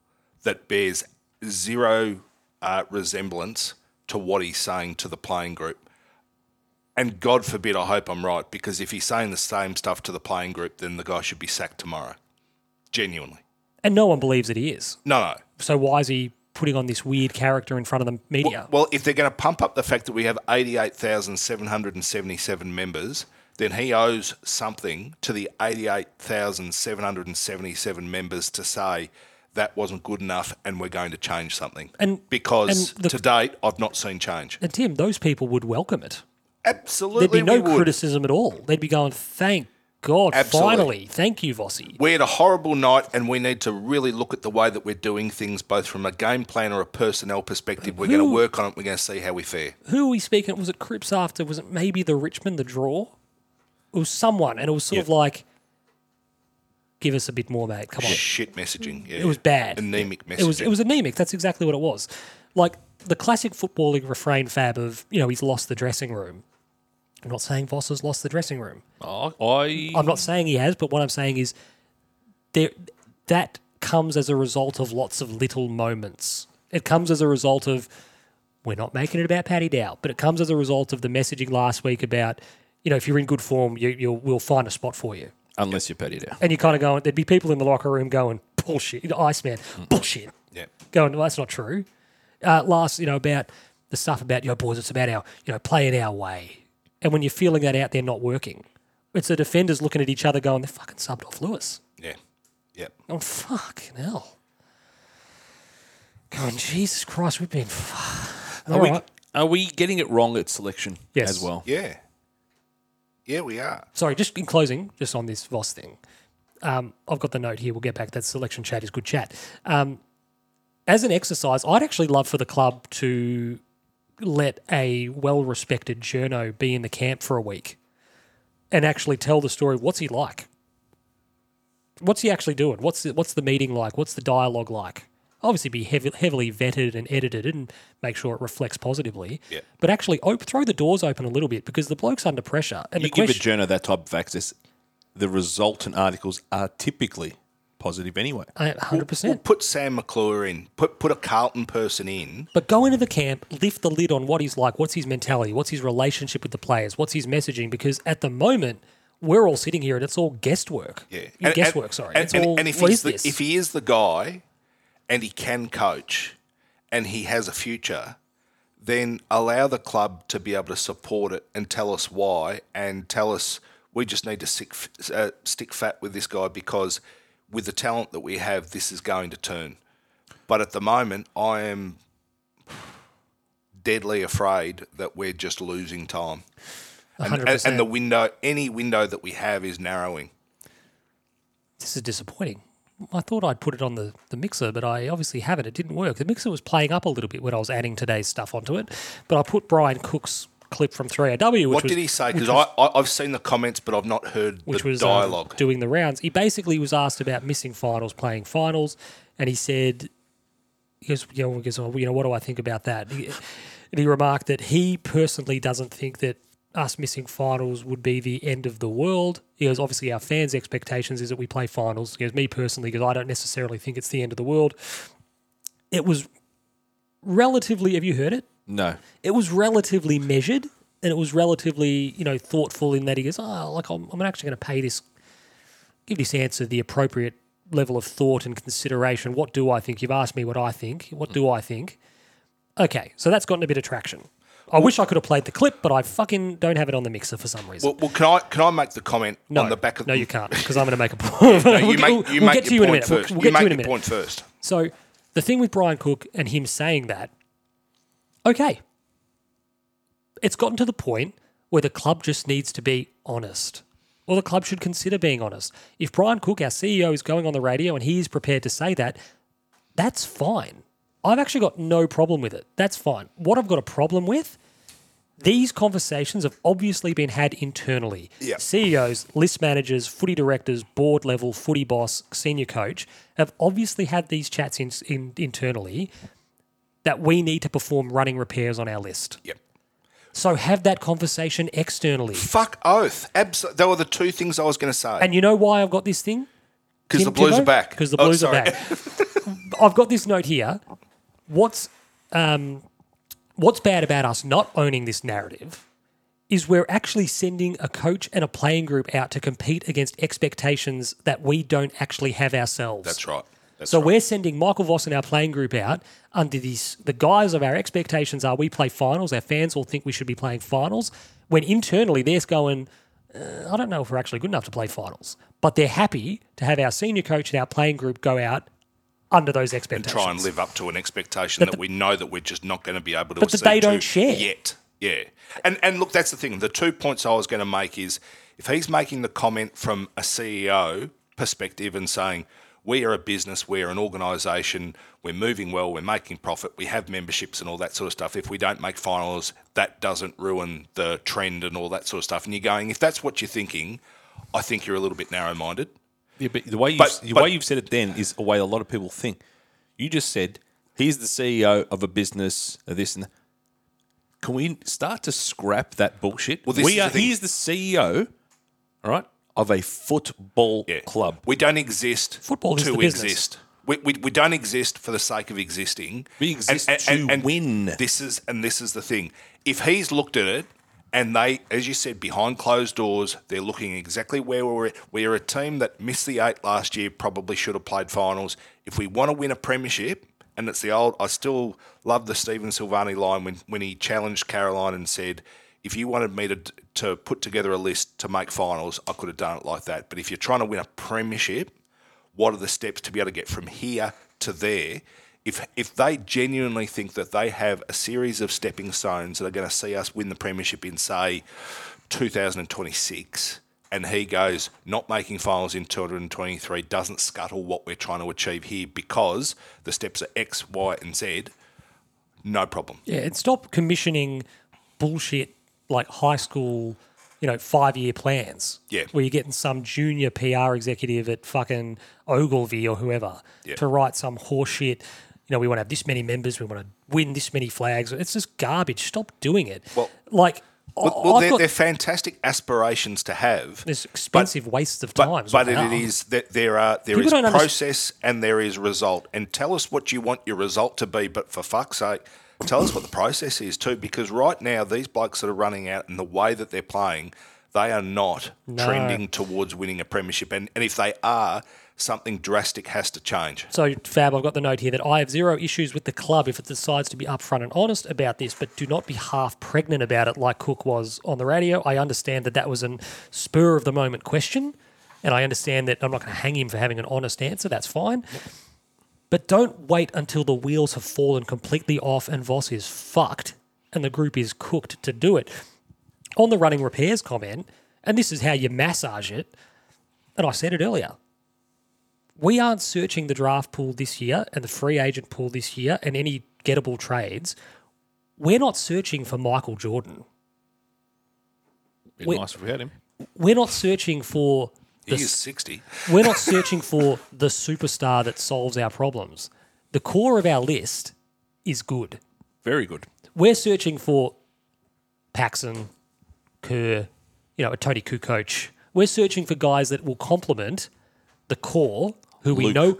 S2: that bears zero uh, resemblance to what he's saying to the playing group. And God forbid, I hope I'm right, because if he's saying the same stuff to the playing group, then the guy should be sacked tomorrow. Genuinely.
S1: And no one believes that he is.
S2: No, no.
S1: So why is he putting on this weird character in front of the media?
S2: Well, if they're going to pump up the fact that we have 88,777 members, then he owes something to the 88,777 members to say that wasn't good enough and we're going to change something.
S1: And-
S2: because
S1: and the-
S2: to date, I've not seen change.
S1: and Tim, those people would welcome it.
S2: Absolutely,
S1: There'd be no
S2: we would.
S1: criticism at all. They'd be going, thank God,
S2: Absolutely.
S1: finally. Thank you, Vossi.
S2: We had a horrible night, and we need to really look at the way that we're doing things, both from a game plan or a personnel perspective. We're going to
S1: Who-
S2: work on it. We're going to see how we fare.
S1: Who are we speaking? Was it Cripps after? Was it maybe the Richmond, the draw? It was someone, and it was sort of like, give us a bit more, mate. Come on.
S2: Shit messaging. Yeah.
S1: It was bad.
S2: Anemic messaging.
S1: It was, it was anemic. That's exactly what it was. Like the classic football league refrain fab of, you know, he's lost the dressing room. I'm not saying Voss has lost the dressing room.
S3: I, I
S1: I'm not saying he has, but what I'm saying is there that comes as a result of lots of little moments. It comes as a result of we're not making it about Paddy Dow, but it comes as a result of the messaging last week about you know if you're in good form, you, you'll we'll find a spot for you.
S3: unless you're Paddy Dow.
S1: And you kind of going, there'd be people in the locker room going bullshit, Iceman,
S3: Hmm.
S1: bullshit.
S2: Yeah.
S1: Going, well, that's not true. Uh, last, you know, about the stuff about yo boys, it's about our you know playing our way. And when you're feeling that out, they're not working. It's the defenders looking at each other going, they're fucking subbed off Lewis.
S2: Yeah. Yep.
S1: Oh, fucking hell. Going, Jesus Christ, we've been. F-
S3: Are we, are we getting it wrong at selection
S1: Yes.
S3: as well?
S2: Yeah. Yeah, we are.
S1: Sorry, just in closing, just on this Voss thing. Um, I've got the note here. We'll get back. That selection chat is good chat. Um, as an exercise, I'd actually love for the club to let a well-respected journo be in the camp for a week and actually tell the story. What's he like? What's he actually doing? What's the, what's the meeting like? What's the dialogue like? Obviously, be heavy, heavily vetted and edited, and make sure it reflects positively.
S2: Yeah.
S1: But actually, op- throw the doors open a little bit because the bloke's under pressure. And
S3: You
S1: the question,
S3: give a journo that type of access, the resultant articles are typically positive anyway.
S1: I- 100%.
S2: We'll put Sam McClure in. Put put a Carlton person in.
S1: But go into the camp, lift the lid on what he's like, what's his mentality, what's his relationship with the players, what's his messaging, because at the moment, we're all sitting here and it's all guesswork.
S2: Yeah,
S1: And, guesswork, sorry.
S2: And,
S1: it's
S2: and-
S1: all,
S2: and if
S1: what
S2: he's
S1: is
S2: the,
S1: this?
S2: if he is the guy, and he can coach, and he has a future, then allow the club to be able to support it and tell us why, and tell us we just need to stick f- uh, stick fat with this guy because with the talent that we have, this is going to turn. But at the moment, I am deadly afraid that we're just losing time. And,
S1: 100%.
S2: and, and the window, any window that we have is narrowing.
S1: this is disappointing. I thought I'd put it on the, the mixer, but I obviously haven't. It didn't work. The mixer was playing up a little bit when I was adding today's stuff onto it, but I put Brian Cook's clip from 3AW, which
S2: What
S1: was
S2: did he say? Because I, I, I've seen the comments, but I've not heard
S1: which
S2: the
S1: was um,
S2: dialogue.
S1: doing the rounds. He basically was asked about missing finals, playing finals, and he said, he goes, you know, he goes, "Oh, you know, what do I think about that? He- and he remarked that he personally doesn't think that us missing finals would be the end of the world. He goes, obviously, our fans' expectations is that we play finals. He goes, me personally, because I don't necessarily think it's the end of the world. It was relatively, have you heard it?
S3: No.
S1: it was relatively measured and it was relatively, you know, thoughtful in that he goes, oh, like I'm, I'm actually going to pay this, give this answer the appropriate level of thought and consideration. What do I think? You've asked me what I think. What do I think? Okay, so that's gotten a bit of traction. I wish I could have played the clip, but I fucking don't have it on the mixer for some reason.
S2: Well, well, can I can I make the comment
S1: no,
S2: on the back of
S1: no, you can't, because I'm going to make a point.
S2: No, you make, you make
S1: get to you
S2: your
S1: in a minute.
S2: point
S1: We'll-
S2: first.
S1: We'll,
S2: you
S1: get
S2: make
S1: to you in a
S2: your
S1: minute.
S2: point first.
S1: So the thing with Brian Cook and him saying that, okay, it's gotten to the point where the club just needs to be honest. Or the club should consider being honest. If Brian Cook, our CEO, is going on the radio and he is prepared to say that, that's fine. I've actually got no problem with it. That's fine. What I've got a problem with, these conversations have obviously been had internally.
S2: Yeah.
S1: CEOs, list managers, footy directors, board level, footy boss, senior coach have obviously had these chats in, in, internally that we need to perform running repairs on our list.
S2: Yep.
S1: So have that conversation externally.
S2: Fuck oath. Absol- they were the two things I was going to say.
S1: And you know why I've got this thing?
S2: Because the Blues are back.
S1: Because the
S2: Oh,
S1: Blues are
S2: sorry.
S1: back. I've got this note here. What's um, what's bad about us not owning this narrative is we're actually sending a coach and a playing group out to compete against expectations that we don't actually have ourselves.
S2: That's right. That's
S1: So
S2: right.
S1: we're sending Michael Voss and our playing group out under these the guise of our expectations are we play finals, our fans all think we should be playing finals, when internally they're going, uh, I don't know if we're actually good enough to play finals. But they're happy to have our senior coach and our playing group go out under those expectations.
S2: Try and live up to an expectation that, we know that we're just not going to be able to.
S1: But that
S2: accede
S1: they don't
S2: to
S1: share.
S2: yet. Yeah. And and look, that's the thing. The two points I was going to make is if he's making the comment from a CEO perspective and saying we are a business, we're an organisation, we're moving well, we're making profit, we have memberships and all that sort of stuff. If we don't make finals, that doesn't ruin the trend and all that sort of stuff. And you're going, if that's what you're thinking, I think you're a little bit narrow-minded.
S3: Yeah, but the way you
S2: But-
S3: the
S2: but-
S3: way you've said it then is a way a lot of people think. You just said he's the CEO of a business, of this and that. Can we start to scrap that bullshit?
S2: Well, this
S3: we
S2: is the
S3: are.
S2: thing.
S3: he is the CEO, all right, of a football
S2: Yeah.
S3: club.
S2: We don't exist
S1: Football is
S2: to
S1: the business.
S2: exist. We, we, we don't exist for the sake of existing.
S3: We exist to win.
S2: This is and this is the thing. If he's looked at it and they, as you said, behind closed doors, they're looking exactly where we're at. We are a team that missed the eight last year, probably should have played finals. If we want to win a premiership, and it's the old I still love the Stephen Silvani line when, when he challenged Caroline and said, if you wanted me to to put together a list to make finals, I could have done it like that. But if you're trying to win a premiership, what are the steps to be able to get from here to there? If if they genuinely think that they have a series of stepping stones that are going to see us win the premiership in say 2026, and he goes not making finals in 223 doesn't scuttle what we're trying to achieve here because the steps are X, Y, and Z. No problem.
S1: Yeah, and stop commissioning bullshit like high school, you know, five year plans.
S2: Yeah.
S1: Where you're getting some junior PR executive at fucking Ogilvy or whoever
S2: Yeah.
S1: to write some horseshit. You know, we want to have this many members, we want to win this many flags. It's just garbage. Stop doing it.
S2: Well-
S1: like,
S2: Well, well,
S1: I've
S2: they're,
S1: got-
S2: they're fantastic aspirations to have.
S1: There's expensive waste of time.
S2: But,
S1: is
S2: but
S1: what
S2: it
S1: they are.
S2: is that there are there
S1: People
S2: is
S1: don't underst-
S2: process and there is result. And tell us what you want your result to be. But for fuck's sake, tell us what the process is too. Because right now these blokes that are running out and the way that they're playing, they are not trending towards winning a premiership. And and if they are, something drastic has to change.
S1: So, Fab, I've got the note here that I have zero issues with the club if it decides to be upfront and honest about this, but do not be half pregnant about it like Cook was on the radio. I understand that that was an spur of the moment question, and I understand that I'm not going to hang him for having an honest answer. That's fine. But don't wait until the wheels have fallen completely off and Voss is fucked and the group is cooked to do it. On the running repairs comment, and this is how you massage it, and I said it earlier we aren't searching the draft pool this year and the free agent pool this year and any gettable trades. We're not searching for Michael Jordan.
S3: Be
S1: Wait.
S3: nice if we had him.
S1: We're not searching for
S2: He
S1: the
S2: is sixty.
S1: we're not searching for the superstar that solves our problems. The core of our list is good.
S3: Very good.
S1: We're searching for Paxson, Kerr, you know, a Tony Kukoc. We're searching for guys that will complement the core who we
S3: Luke.
S1: know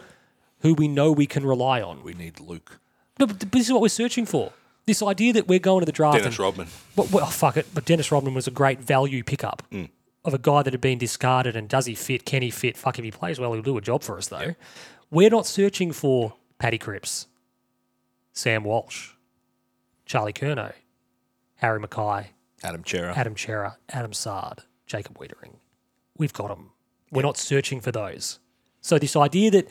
S1: who we know we can rely on.
S3: We need Luke.
S1: No, but th- this is what we're searching for. This idea that we're going to the draft.
S2: Dennis
S1: and-
S2: Rodman.
S1: Well, well, oh, fuck it. But Dennis Rodman was a great value pickup
S2: Mm.
S1: of a guy that had been discarded. And does he fit? Can he fit? Fuck, if he plays well, he'll do a job for us, though. We're not searching for Paddy Cripps, Sam Walsh, Charlie Curnow, Harry Mackay,
S3: Adam Chera.
S1: Adam Chera, Adam Sard, Jacob Wiedering. We've got them. We're not searching for those. So this idea that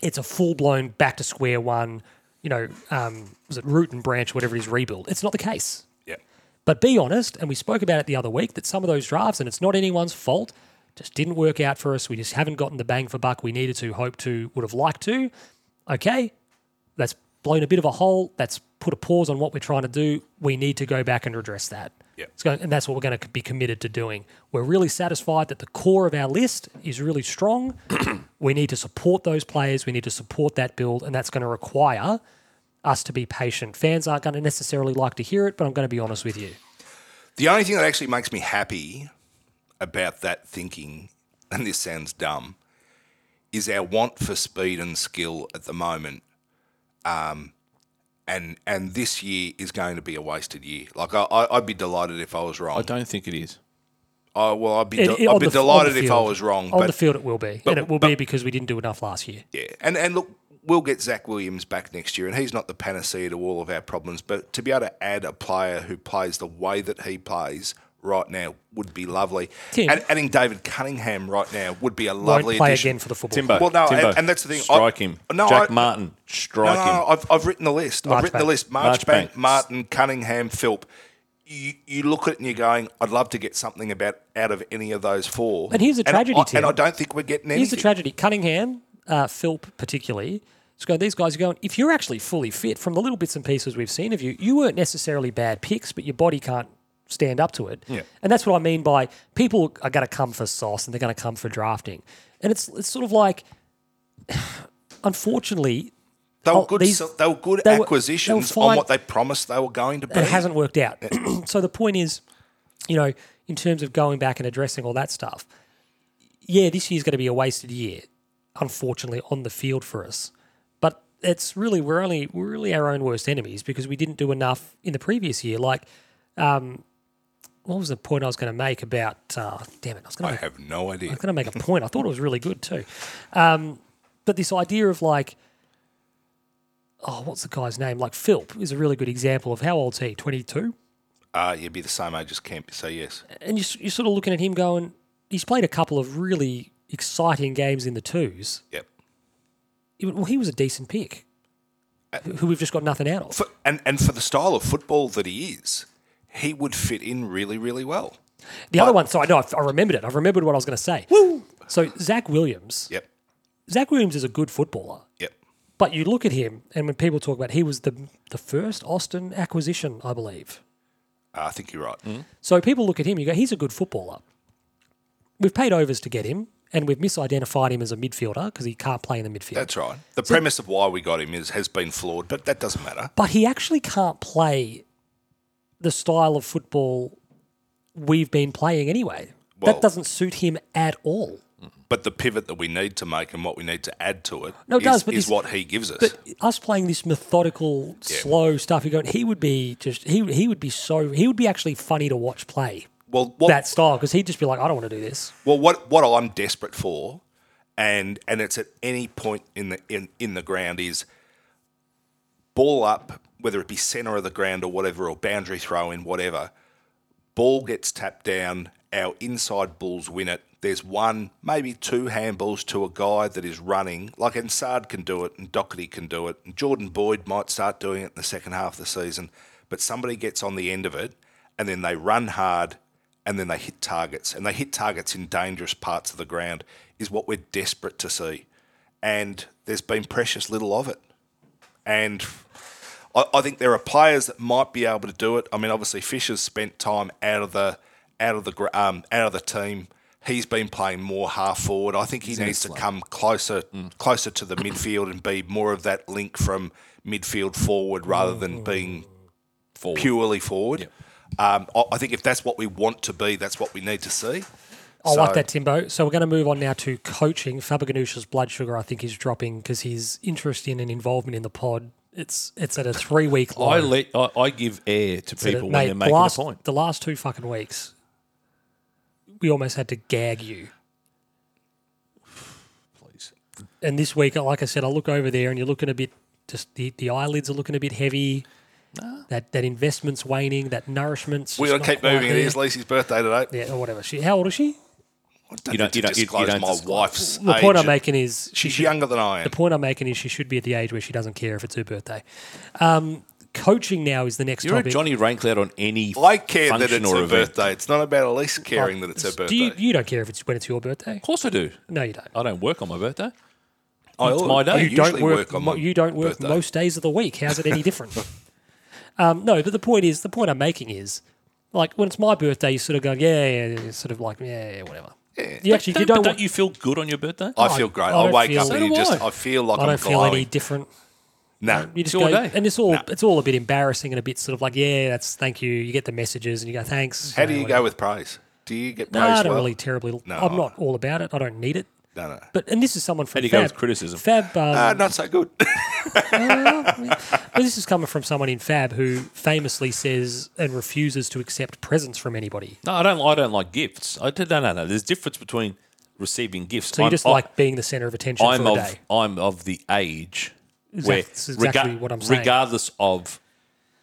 S1: it's a full blown back to square one, you know, um, was it root and branch, whatever it is, rebuild? It's not the case.
S2: Yeah.
S1: But be honest, and we spoke about it the other week that some of those drafts, and it's not anyone's fault, just didn't work out for us. We just haven't gotten the bang for buck we needed to, hoped to, would have liked to. Okay, that's blown a bit of a hole. That's put a pause on what we're trying to do. We need to go back and address that.
S2: Yeah.
S1: It's going, and that's what we're going to be committed to doing. We're really satisfied that the core of our list is really strong. we need to support those players. We need to support that build, and that's going to require us to be patient. Fans aren't going to necessarily like to hear it, but I'm going to be honest with you.
S2: The only thing that actually makes me happy about that thinking, and this sounds dumb, is our want for speed and skill at the moment. Um, and and this year is going to be a wasted year. Like I, I I'd be delighted if I was wrong.
S3: I don't think it is.
S2: I, well, I'd be
S1: It-
S2: de-
S1: it- on
S2: I'd
S1: the f- on
S2: be
S1: the
S2: delighted if I
S1: field.
S2: was wrong.
S1: On
S2: but
S1: the field, it will be,
S2: but-
S1: and it will be
S2: but-
S1: because we didn't do enough last year.
S2: Yeah, and and look, we'll get Zach Williams back next year, and he's not the panacea to all of our problems. But to be able to add a player who plays the way that he plays right now would be lovely.
S1: Tim.
S2: And adding David Cunningham right now would be a
S1: Won't
S2: lovely
S1: play
S2: addition.
S1: again for the football.
S3: Timbo.
S2: Well, no, and-
S3: Timbo,
S2: and that's the thing. I-
S3: Strike him.
S2: No,
S3: Jack
S2: I-
S3: Martin.
S2: No,
S3: Strike
S2: no, no,
S3: him.
S2: I've, I've written the list. I've written the
S1: Marchbank.
S2: list. Marchbank,
S3: Marchbank.
S2: Martin, Cunningham, Philp. You, you look at it and you're going, I'd love to get something about out of any of those four.
S1: And here's the tragedy,
S2: I,
S1: Tim.
S2: And I don't think we're getting anything.
S1: Here's the tragedy: Cunningham, uh, Philp, particularly. It's going, these guys are going. If you're actually fully fit, from the little bits and pieces we've seen of you, you weren't necessarily bad picks, but your body can't stand up to it. Yeah. And that's what I mean by people are going to come for sauce and they're going to come for drafting. And it's it's sort of like, unfortunately,
S2: they were
S1: oh,
S2: good.
S1: these-
S2: so- they were good
S1: they were- they were
S2: acquisitions on
S1: fine.
S2: what they promised they were going to be.
S1: it hasn't worked out. so the point is, you know, in terms of going back and addressing all that stuff, yeah, this year's going to be a wasted year, unfortunately, on the field for us. But it's really we're only we're really our own worst enemies because we didn't do enough in the previous year. Like, um, what was the point I was going to make about? Uh, damn it, I was going
S2: I
S1: to
S2: have no idea.
S1: going to make a point. I thought it was really good too. Um, but this idea of like, oh, what's the guy's name? Like Philp is a really good example of how old's he? Twenty two.
S2: Uh, you'd be the same age as Kemp, so yes.
S1: And you, s- you're sort of looking at him going, he's played a couple of really exciting games in the twos.
S2: Yep.
S1: He- Well, he was a decent pick, who who we've just got nothing out of.
S2: For, and, and for the style of football that he is, he would fit in really, really well.
S1: The other one, so I know I remembered it. I remembered what I was going to say. Woo! So Zach Williams,
S2: Yep.
S1: Zach Williams is a good footballer.
S2: Yep.
S1: But you look at him, and when people talk about, he was the the first Austin acquisition, I believe.
S2: Uh, I think you're right.
S1: So people look at him, you go, he's a good footballer. We've paid overs to get him, and we've misidentified him as a midfielder because he can't play in the midfield.
S2: That's right. The premise of why we got him is has been flawed, but that doesn't matter.
S1: but he actually can't play the style of football we've been playing anyway.
S2: Well-
S1: that doesn't suit him at all.
S2: But the pivot that we need to make and what we need to add to it
S1: No, it
S2: is-
S1: does, but
S2: is
S1: this-
S2: what he gives us.
S1: But us playing this methodical, slow stuff, you going, he would be just he he would be so he would be actually funny to watch play
S2: well, what,
S1: that style because he'd just be like, I don't want to do this.
S2: Well, what what I'm desperate for, and and it's at any point in the in, in the ground is ball up, whether it be center of the ground or whatever, or boundary throw in, whatever. Ball gets tapped down. Our inside bulls win it. There's one, maybe two handballs to a guy that is running. Like Ansard can do it, and Doherty can do it, and Jordan Boyd might start doing it in the second half of the season. But somebody gets on the end of it, and then they run hard, and then they hit targets, and they hit targets in dangerous parts of the ground. Is what we're desperate to see, and there's been precious little of it. And I, I think there are players that might be able to do it. I mean, obviously Fisher's spent time out of the out of the gr- um, out of the team. He's been playing more half forward. I think he needs to come closer closer to the midfield and be more of that link from midfield forward rather than being
S3: Forward.
S2: purely forward. Um, I, I think if that's what we want to be, that's what we need to see.
S1: I like
S2: So-
S1: that, Timbo. So we're going to move on now to coaching. Faber Ganoush's blood sugar, I think, is dropping because his interest in and involvement in the pod it's it's at a three week low.
S3: I let I, I give air to
S1: But it-
S3: people when
S1: mate,
S3: they're
S1: the
S3: making
S1: last,
S3: a point.
S1: The last two fucking weeks, we almost had to gag you.
S3: Please.
S1: And this week, like I said, I look over there and you're looking a bit. Just the, the eyelids are looking a bit heavy. That that investment's waning. That nourishment's.
S2: We're
S1: just
S2: gonna
S1: not
S2: keep
S1: quite
S2: moving. It
S1: there.
S2: is Lacey's birthday today.
S1: Yeah, or whatever. She, how old is she?
S2: I don't
S3: You
S2: need
S3: don't-
S2: to
S3: you don't- you- you
S2: disclose
S3: don't
S2: my
S3: disclose.
S2: wife's
S1: The point
S2: age.
S1: I'm making is she
S2: She's
S1: should-
S2: younger than I am.
S1: The point I'm making is she should be at the age where she doesn't care if it's her birthday. Um, coaching now is the next
S3: You're
S1: topic.
S3: a Johnny Raincloud on any
S2: I care that
S3: function
S2: it's
S3: or
S2: her
S3: event.
S2: birthday. It's not about Elise caring that it's her
S1: Do
S2: birthday.
S1: you, you don't care if it's when it's your birthday?
S3: Of course I do.
S1: No, you don't.
S3: I don't work on my birthday.
S2: I
S3: it's my day.
S2: I
S3: You
S1: you don't
S2: usually
S1: work.
S2: on
S1: mo-
S2: my
S1: you don't work
S2: birthday.
S1: most days of the week. How's it any different? um, no, but the point is, the point I'm making is, like when it's my birthday, you sort of go, yeah, yeah, yeah, yeah, sort of like, yeah, yeah whatever. You actually,
S3: Don't,
S1: you
S3: but
S1: don't.
S3: don't
S1: want-
S3: you feel good on your birthday?
S2: I feel great.
S1: I
S2: I,
S1: don't
S2: wake
S1: feel-
S2: up
S1: So
S2: and
S3: do
S2: you just
S3: I.
S2: I feel like
S1: I
S2: am
S1: don't feel
S2: glowing.
S1: any different.
S2: no.
S1: You just
S3: It's your
S1: go,
S3: day.
S1: and it's all it's all a bit embarrassing and a bit sort of like, yeah, that's thank you. You get the messages and you go, thanks.
S2: How
S1: you
S2: do
S1: know,
S2: you go with praise? Do you get
S1: No,
S2: praise?
S1: I don't
S2: well?
S1: really terribly.
S2: No.
S1: I'm not all about it. I don't need it.
S2: No, no.
S1: But and this is someone from
S3: How do you go
S1: Fab
S3: with criticism?
S1: Fab. Um,
S2: Uh, not so good.
S1: well, this is coming from someone in Fab who famously says and refuses to accept presents from anybody.
S3: No, I don't. I don't like gifts. I don't, no, no, no. There's a difference between receiving gifts.
S1: So you
S3: I'm-
S1: just
S3: I-
S1: like being the center of attention
S3: I'm
S1: for a
S3: of
S1: day.
S3: I'm of the age where
S1: that's exactly what I'm saying.
S3: Regardless of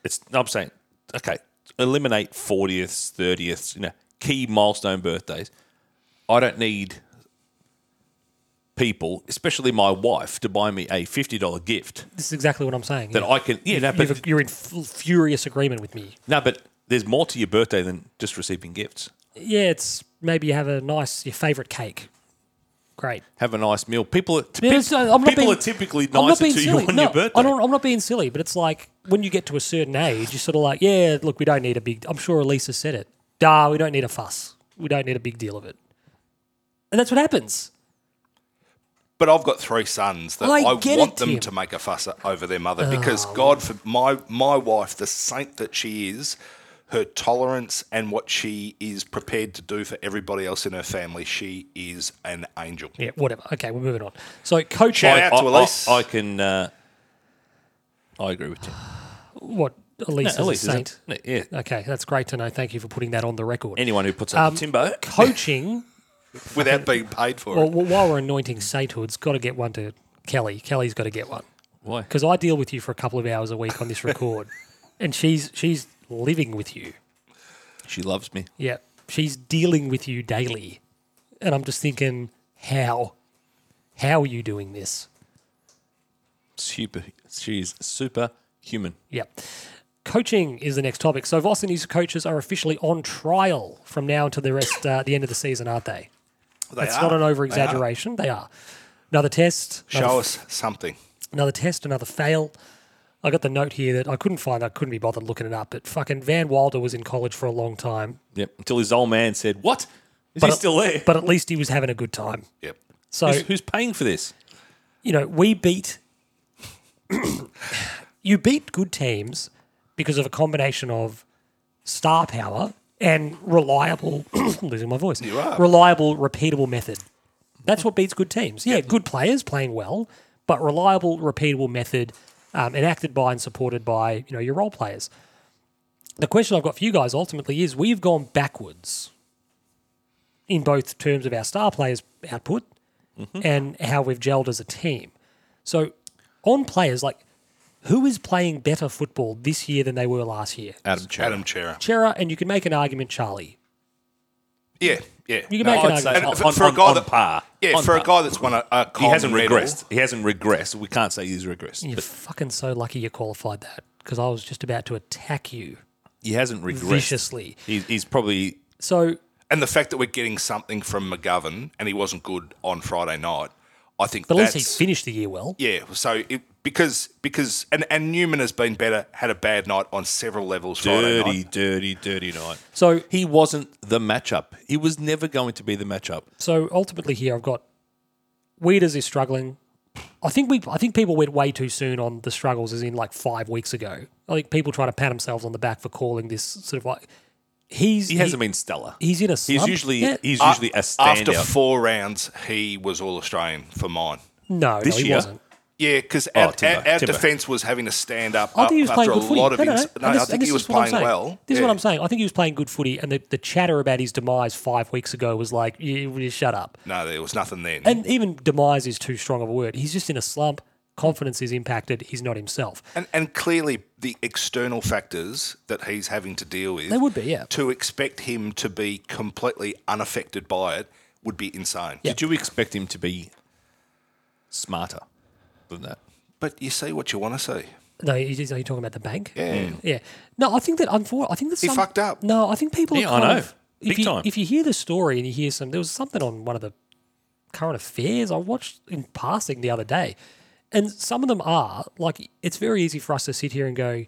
S3: it's no, I'm saying okay, eliminate fortieths, thirtieths, you know, key milestone birthdays. I don't need people, especially my wife, to buy me a fifty dollar gift
S1: This is exactly what I'm saying.
S3: that I can yeah, no,
S1: You've-
S3: but
S1: you're in f- furious agreement with me.
S3: no, but there's more to your birthday than just receiving gifts.
S1: Yeah, it's maybe you have a nice your favorite cake. Great.
S3: Have a nice meal. People are,
S1: Yeah,
S3: pe-
S1: so I'm not
S3: people
S1: being-
S3: are typically
S1: I'm not
S3: nicer
S1: being
S3: to you
S1: silly.
S3: on
S1: No,
S3: your birthday.
S1: I don't, I'm not being silly, but it's like when you get to a certain age, you're sort of like, yeah, look, we don't need a big. I'm sure Elisa said it. Duh, we don't need a fuss. We don't need a big deal of it. And that's what happens.
S2: But I've got three sons that
S1: I
S2: I,
S1: get
S2: want
S1: it,
S2: them
S1: Tim. Oh.
S2: to make a fuss over their mother because God, for my my wife, the saint that she is, her tolerance and what she is prepared to do for everybody else in her family, she is an angel.
S1: Yeah, whatever. Okay, we're moving on. So coach,
S2: Shout out
S3: I,
S2: to
S3: I-
S2: Elise.
S3: I can. Uh, I agree with you.
S1: what Elisa
S3: Elise
S1: is a
S3: is a-
S1: saint.
S3: no, yeah.
S1: Okay, that's great to know. Thank you for putting that on the record.
S3: Anyone who puts up
S1: Um,
S3: a Timbo,
S1: Coaching.
S2: Without being paid for
S1: well,
S2: it.
S1: well, while we're anointing sainthoods, got to get one to Kelly. Kelly's got to get one.
S3: why?
S1: because I deal with you for a couple of hours a week on this record, and she's she's living with you.
S3: she loves me.
S1: Yeah, she's dealing with you daily, and I'm just thinking, how, how are you doing this?
S3: Super. She's super human.
S1: Yep. Coaching is the next topic. So Vossini's coaches are officially on trial from now until the rest, uh, the end of the season, aren't they?
S2: They
S1: That's
S2: are.
S1: not an
S2: They are.
S1: over exaggeration. They are. Another test. another
S2: Show us something.
S1: another test, another fail. I got the note here that I couldn't find. I couldn't be bothered looking it up. But fucking Van Wilder was in college for a long time,
S3: Yep. Until his old man said, "What? Is
S1: But- uh,
S3: he still there?
S1: but at least he was having a good time.
S2: Yep.
S1: So
S3: who's, who's paying for this?"
S1: you know, we beat you beat good teams because of a combination of star power and reliable. losing my voice. You
S2: are.
S1: Reliable, repeatable method. That's what beats good teams. Yeah, good players playing well, but reliable, repeatable method um, enacted by and supported by you know your role players. The question I've got for you guys ultimately is: We've gone backwards in both terms of our star players' output Hmm. and how we've gelled as a team. So, on players like who is playing better football this year than they were last year?
S3: Adam Chera.
S2: Adam Chera.
S1: Chera, and you can make an argument, Charlie.
S2: Yeah, yeah.
S1: You can make an
S2: I'd say-
S1: argument.
S2: and
S3: On-
S2: for, for a
S3: on-
S2: guy
S3: on
S2: that,
S3: par.
S2: Yeah,
S3: On
S2: for a
S3: par.
S2: guy that's won a, a
S3: He hasn't
S2: Coleman medal,
S3: regressed. He hasn't regressed. We can't say he's regressed.
S1: You're
S3: But
S1: fucking so lucky you qualified that because I was just about to attack you
S3: he hasn't regressed.
S1: viciously.
S3: He's, he's probably
S1: So,
S2: And the fact that we're getting something from McGovern and he wasn't good on Friday night, I think
S1: but at
S2: that's
S1: least he finished the year well.
S2: yeah. So it, because because and, and Newman has been better, had a bad night on several levels Friday
S3: dirty,
S2: night.
S3: dirty, dirty night.
S1: So,
S3: He wasn't the matchup. He was never going to be the matchup.
S1: so ultimately here I've got Weeders is struggling. I think we I think people went way too soon on the struggles as in like five weeks ago. I think people try to pat themselves on the back for calling this sort of like he's
S3: He hasn't been stellar.
S1: he's in a
S3: He's
S1: slump.
S3: usually
S1: Yeah.
S3: he's usually a
S2: After
S3: standout.
S2: four rounds, he was all Australian for mine.
S1: no,
S3: this
S1: no, he
S3: year?
S1: wasn't.
S2: Yeah, because
S1: Oh,
S2: our,
S3: Timbo,
S2: our, our
S3: Timbo.
S2: defence was having to stand up,
S1: I think he was
S2: uh, after
S1: playing
S2: a
S1: good footy.
S2: lot of.
S1: no, no, no.
S2: ins- no,
S1: And this-
S2: I
S1: and
S2: think
S1: this
S2: he
S1: is
S2: was
S1: what I'm
S2: playing
S1: saying.
S2: well.
S1: This is
S2: Yeah.
S1: what I'm saying. I think he was playing good footy, and the, the chatter about his demise five weeks ago was like, you, you shut up.
S2: No, there was nothing then.
S1: And even demise is too strong of a word. He's just in a slump. Confidence is impacted. He's not himself.
S2: And, and clearly, the external factors that he's having to deal with.
S1: They would be, yeah.
S2: To expect him to be completely unaffected by it would be insane.
S1: Yeah.
S3: Did you expect him to be smarter than that?
S2: But you see what you want to see.
S1: No, are you are you talking about the bank?
S2: Yeah.
S3: Hmm.
S1: Yeah. No, I think that unfor- I think that
S2: He
S1: some-
S2: fucked up.
S1: No, I think people.
S3: Yeah,
S1: are kind
S3: I know.
S1: Of, if
S3: Big
S1: you,
S3: time.
S1: If you hear the story and you hear some, there was something on one of the current affairs I watched in passing the other day, and some of them are like it's very easy for us to sit here and go,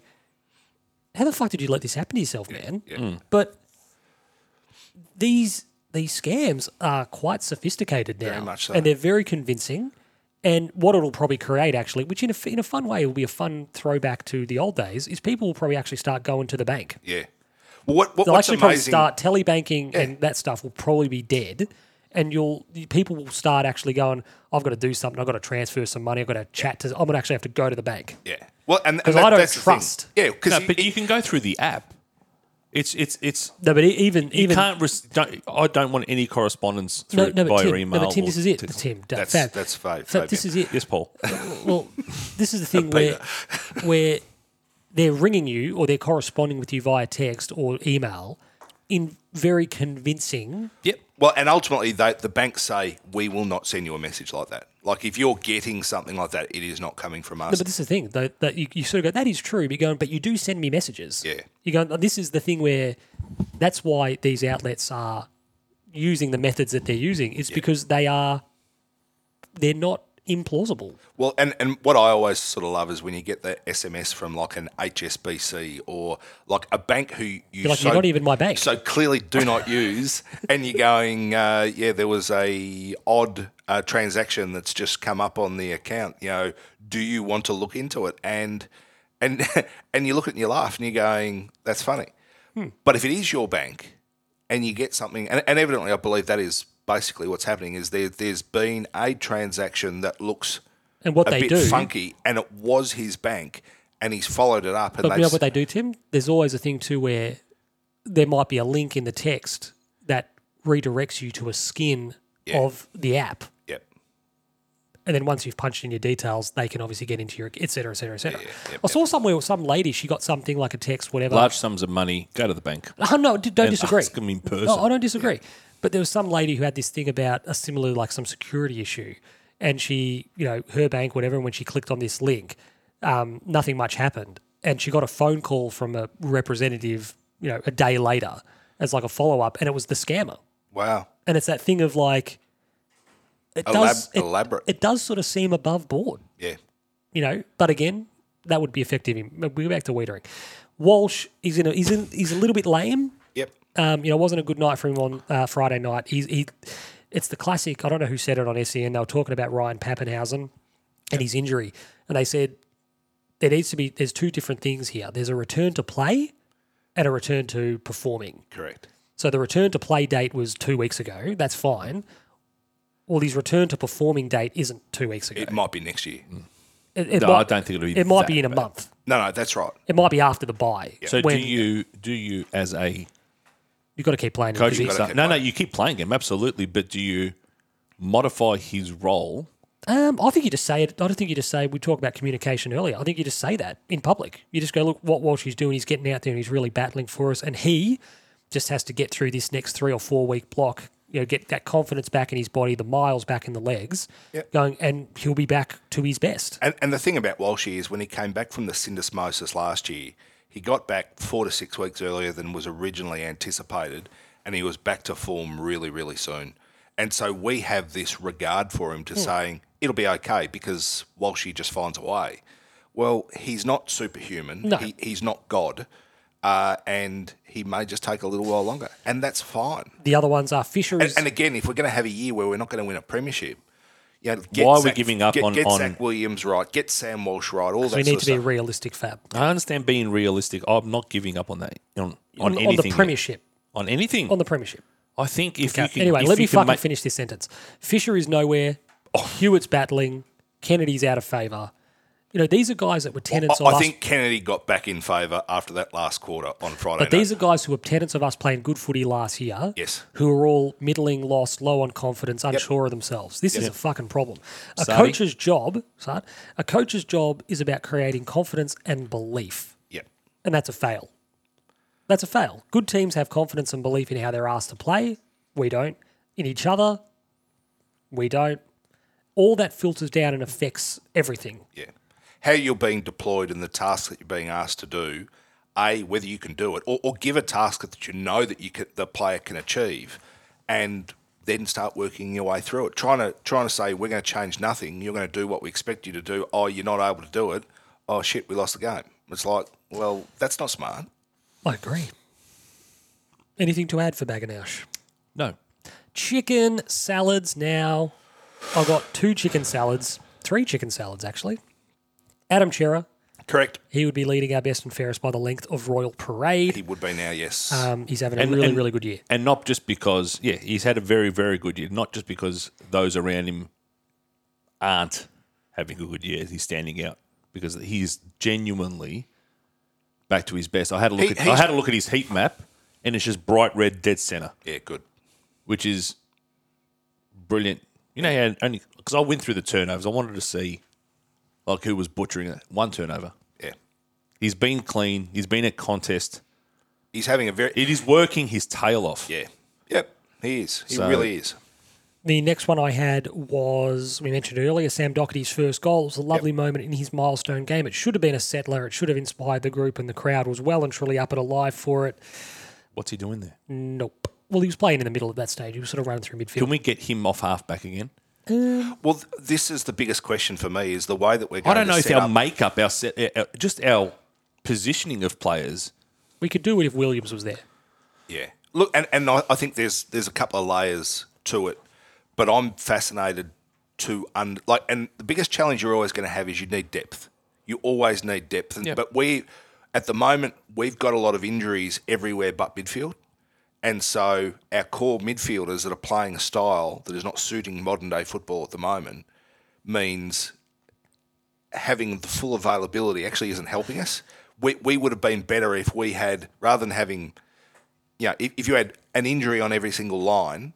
S1: "How the fuck did you let this happen to yourself, man?"
S3: Hmm.
S1: But these these scams are quite sophisticated now,
S2: much so.
S1: and they're very convincing. And what it'll probably create, actually, which in a, f- in a fun way will be a fun throwback to the old days, is people will probably actually start going to the bank.
S2: Yeah. Well, what, what,
S1: They'll
S2: what's
S1: actually probably
S2: amazing.
S1: start telebanking and that stuff will probably be dead. And you'll people will start actually going, I've got to do something. I've got to transfer some money. I've got to chat to. I'm going to actually have to go to the bank.
S2: Yeah. Well, and, and
S1: 'Cause I
S2: that-
S1: don't
S2: that's the thing.
S1: trust.
S2: Yeah, because
S3: No, but you can go through the app. It's it's it's
S1: No, but e- even
S3: you
S1: even
S3: can't. Rec- don't, I don't want any correspondence
S1: no,
S3: through
S1: no, but
S3: via
S1: Tim,
S3: email.
S1: no, but Tim,
S3: or
S1: this is it.
S3: text.
S1: Tim,
S2: That's-
S1: Fab,
S2: that's Fa-
S1: Fab, This is
S2: Fabian.
S1: it.
S3: Yes, Paul.
S1: well, this is the thing where where they're ringing you or they're corresponding with you via text or email in very convincing.
S3: yep.
S2: Well, and ultimately, they, the banks say, we will not send you a message like that. Like, if you're getting something like that, it is not coming from
S1: No,
S2: us.
S1: but this is the thing though that you, you sort of go, that is true. But you're going, but you do send me messages.
S2: Yeah.
S1: You go. This is the thing where that's why these outlets are using the methods that they're using. It's because they are they're not implausible.
S2: Well, and, and what I always sort of love is when you get the SMS from like an HSBC or like a bank who you
S1: You're like,
S2: so,
S1: "You're not even my bank."
S2: so clearly do not use, and you're going, uh, yeah, there was a odd uh, transaction that's just come up on the account. You know, do you want to look into it? And and and you look at it and you laugh and you're going, that's funny.
S1: Hmm.
S2: But if it is your bank and you get something, and, and evidently I believe that is basically what's happening is there there's been a transaction that looks
S1: And what
S2: a
S1: they
S2: bit
S1: do,
S2: funky, and it was his bank, and he's followed it up. And
S1: But you know
S2: they've,
S1: what they do, Tim? There's always a thing too where there might be a link in the text that redirects you to a skin
S2: Yeah.
S1: of the app,
S2: Yep.
S1: and then once you've punched in your details, they can obviously get into your et cetera, et cetera, et cetera. I saw somewhere with some lady she got something like a text, whatever.
S3: Large sums of money. Go to the bank.
S1: Oh, no, d- don't disagree.
S3: ask 'em in person.
S1: No, Oh, I don't disagree. But there was some lady who had this thing about a similar, like some security issue, and she, you know, her bank, whatever. And when she clicked on this link, um, nothing much happened, and she got a phone call from a representative, you know, a day later as like a follow up, and it was the scammer.
S2: Wow.
S1: And it's that thing of like, it
S2: Elab-
S1: does it-
S2: elaborate.
S1: It does sort of seem above board
S2: Yeah.
S1: you know. But again, that would be effective. in- We go back to Weedering. Walsh is in. A, he's in. He's a little bit lame.
S2: Yep.
S1: Um, you know, it wasn't a good night for him on uh, Friday night. He's he. It's the classic. I don't know who said it on SEN. They were talking about Ryan Pappenhausen and his injury, and they said there needs to be. There's two different things here. There's a return to play, and a return to performing.
S2: Correct.
S1: So the return to play date was two weeks ago. That's fine. Well, his return to performing date isn't two weeks ago.
S2: It might be next year.
S1: It- it
S3: No,
S1: might-
S3: I don't think it'll be
S1: It might
S3: that
S1: be in a
S3: bad.
S1: month.
S2: No, no, that's right.
S1: It might be after the bye.
S3: So
S1: when
S3: do you do you as a
S1: You've got to keep playing. him
S3: coach?
S1: because
S2: gotta
S1: he's-
S2: keep
S3: no, no,
S2: playing.
S3: you keep playing him absolutely, but do you modify his role?
S1: Um, I think you just say it. I don't think you just say we talked about communication earlier. I think you just say that in public. You just go look what Walsh is doing. He's getting out there and he's really battling for us, and he just has to get through this next three or four week block. You know, get that confidence back in his body, the miles back in the legs, going, and he'll be back to his best.
S2: And, and the thing about Walshy is when he came back from the syndesmosis last year, he got back four to six weeks earlier than was originally anticipated, and he was back to form really, really soon. And so we have this regard for him to saying it'll be okay because Walshy just finds a way. Well, he's not superhuman.
S1: No.
S2: He, he's not God. Uh, and he may just take a little while longer. And that's fine.
S1: The other ones are Fisher
S2: And,
S1: is
S2: and again, if we're going to have a year where we're not going to win a premiership, you know,
S3: Why are we
S2: Zach-
S3: giving up
S2: get,
S3: on-
S2: get
S3: on-
S2: Zach Williams right, get Sam Walsh right, all that
S1: we
S2: sort
S1: need
S2: of
S1: to be
S2: stuff.
S1: realistic, Fab,
S3: I understand being realistic. I'm not giving up on that on
S1: on,
S3: on, anything
S1: the Premiership.
S3: on anything.
S1: On the Premiership.
S3: I think if you
S1: Okay.
S3: can
S1: anyway,
S3: if
S1: let me
S3: you Oh. can
S1: fucking
S3: make-
S1: finish this sentence. Fisher is nowhere. Hewitt's battling. Kennedy's out of favour. You know, these are guys that were tenants
S2: I,
S1: of
S2: I
S1: us.
S2: think Kennedy got back in favour after that last quarter on Friday.
S1: but these are guys who were tenants of us playing good footy last year.
S2: Yes.
S1: Who are all middling, lost, low on confidence, unsure of themselves. This is a fucking problem. A
S3: Sardi.
S1: coach's job, Sard, a coach's job is about creating confidence and belief.
S2: yeah,
S1: and that's a fail. That's a fail. Good teams have confidence and belief in how they're asked to play. We don't. In each other, we don't. All that filters down and affects everything.
S2: yeah. How you're being deployed and the tasks that you're being asked to do, a whether you can do it, or, or give a task that you know that you can, the player can achieve, and then start working your way through it. Trying to trying to say we're going to change nothing. You're going to do what we expect you to do. Oh, you're not able to do it. Oh shit, we lost the game. It's like, well, that's not smart.
S1: I agree. Anything to add for Baganash?
S3: no.
S1: Chicken salads now. I got two chicken salads, three chicken salads actually. Adam Chera,
S2: Correct.
S1: he would be leading our best and fairest by the length of Royal Parade.
S2: He would be now. Yes.
S3: Uh,
S1: Um, he's having a
S3: And-
S1: really,
S3: and-
S1: really good year.
S3: and not just because yeah he's had a very very good year not just because those around him aren't having a good year he's standing out because he's genuinely back to his best i had a look
S2: He-
S3: at, i
S2: he's-
S3: had a look at his heat map and it's just bright red dead center
S2: yeah. Good.
S3: which is brilliant you know yeah, only because i went through the turnovers i wanted to see like who was butchering it one turnover
S2: Yeah.
S3: he's been clean he's been at contest
S2: He's having a very.
S3: it is working his tail off
S2: Yeah. Yep. He is. He
S3: So-
S2: really is.
S1: The next one I had was we mentioned earlier Sam Doherty's first goal. It was a lovely moment in his milestone game. It should have been a settler. It should have inspired the group, and the crowd was well and truly up and alive for it.
S3: what's he doing there
S1: Nope. Well, he was playing in the middle at that stage. He was sort of running through midfield.
S3: Can we get him off halfback again?
S2: Well, th- this is the biggest question for me: is the way that we're.
S3: I
S2: Going
S3: don't
S2: to
S3: know if
S2: set
S3: our
S2: up-
S3: makeup, our, set, uh, uh, just our positioning of players.
S1: we could do it if Williams was there.
S2: Yeah. Look, and, and I I think there's there's a couple of layers to it, but I'm fascinated to un like and the biggest challenge you're always going to have is you need depth. You always need depth, and,
S3: Yep.
S2: but we at the moment we've got a lot of injuries everywhere but midfield, and so our core midfielders that are playing a style that is not suiting modern day football at the moment means having the full availability actually isn't helping us. We, we would have been better if we had rather than having you know, if, if you had an injury on every single line,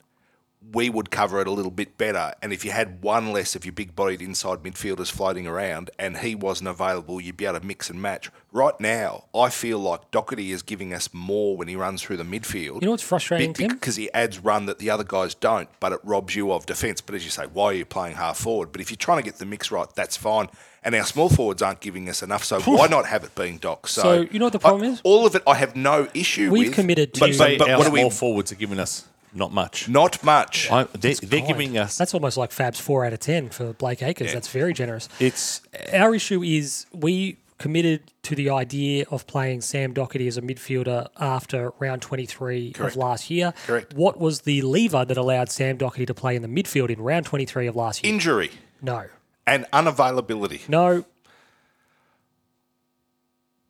S2: we would cover it a little bit better. And if you had one less of your big bodied inside midfielders floating around and he wasn't available, you'd be able to mix and match. Right now, I feel like Doherty is giving us more when he runs through the midfield.
S1: You know what's frustrating, Tim?
S2: Because he adds run that the other guys don't, but it robs you of defence. But as you say, why are you playing half forward? But if you're trying to get the mix right, that's fine. And our small forwards aren't giving us enough, so why not have it being Doc? So,
S1: So, you know what the problem
S2: I-
S1: is?
S2: All of it, I have no issue
S1: We've
S2: with,
S1: committed to-
S2: but, but, but
S3: our
S2: what are
S3: small
S2: we?
S3: forwards are giving us not much.
S2: Not much.
S3: I, they're they're giving us.
S1: That's almost like Fab's four out of ten for Blake Acres. That's very generous.
S3: It's
S1: Our issue is we committed to the idea of playing Sam Doherty as a midfielder after round 23 of last year.
S2: Correct.
S1: What was the lever that allowed Sam Doherty to play in the midfield in round 23 of last year?
S2: Injury
S1: no.
S2: and unavailability.
S1: No.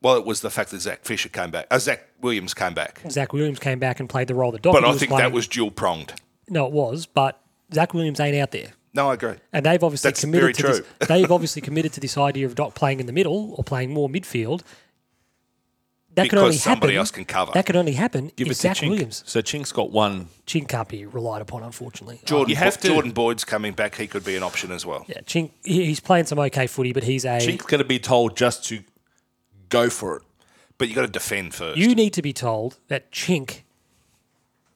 S2: Well, it was the fact that Zach Fisher came back. Uh, Zach Williams came back.
S1: Zach Williams came back and played the role that Doherty
S2: But I
S1: was
S2: think
S1: playing.
S2: that was dual pronged.
S1: no, it was. But Zach Williams ain't out there,
S2: No, I agree.
S1: and they've obviously
S2: That's
S1: committed
S2: very
S1: to
S2: true.
S1: this. They've obviously committed to this idea of Doc playing in the middle or playing more midfield. That could
S2: Because
S1: only
S2: somebody
S1: happen-
S2: else can cover.
S1: That could only happen
S3: Give
S1: if
S3: us to
S1: Zach
S3: Chink.
S1: Williams.
S3: So Chink's got one.
S1: Chink can't be relied upon, unfortunately.
S2: Jordan,
S3: You have
S2: Bo-
S3: to-
S2: Jordan Boyd's coming back. He could be an option as well.
S1: Yeah, Chink. he- He's playing some okay footy, but he's a.
S3: Chink's going to be told just to go for it.
S2: But you got to defend first.
S1: You need to be told that Chink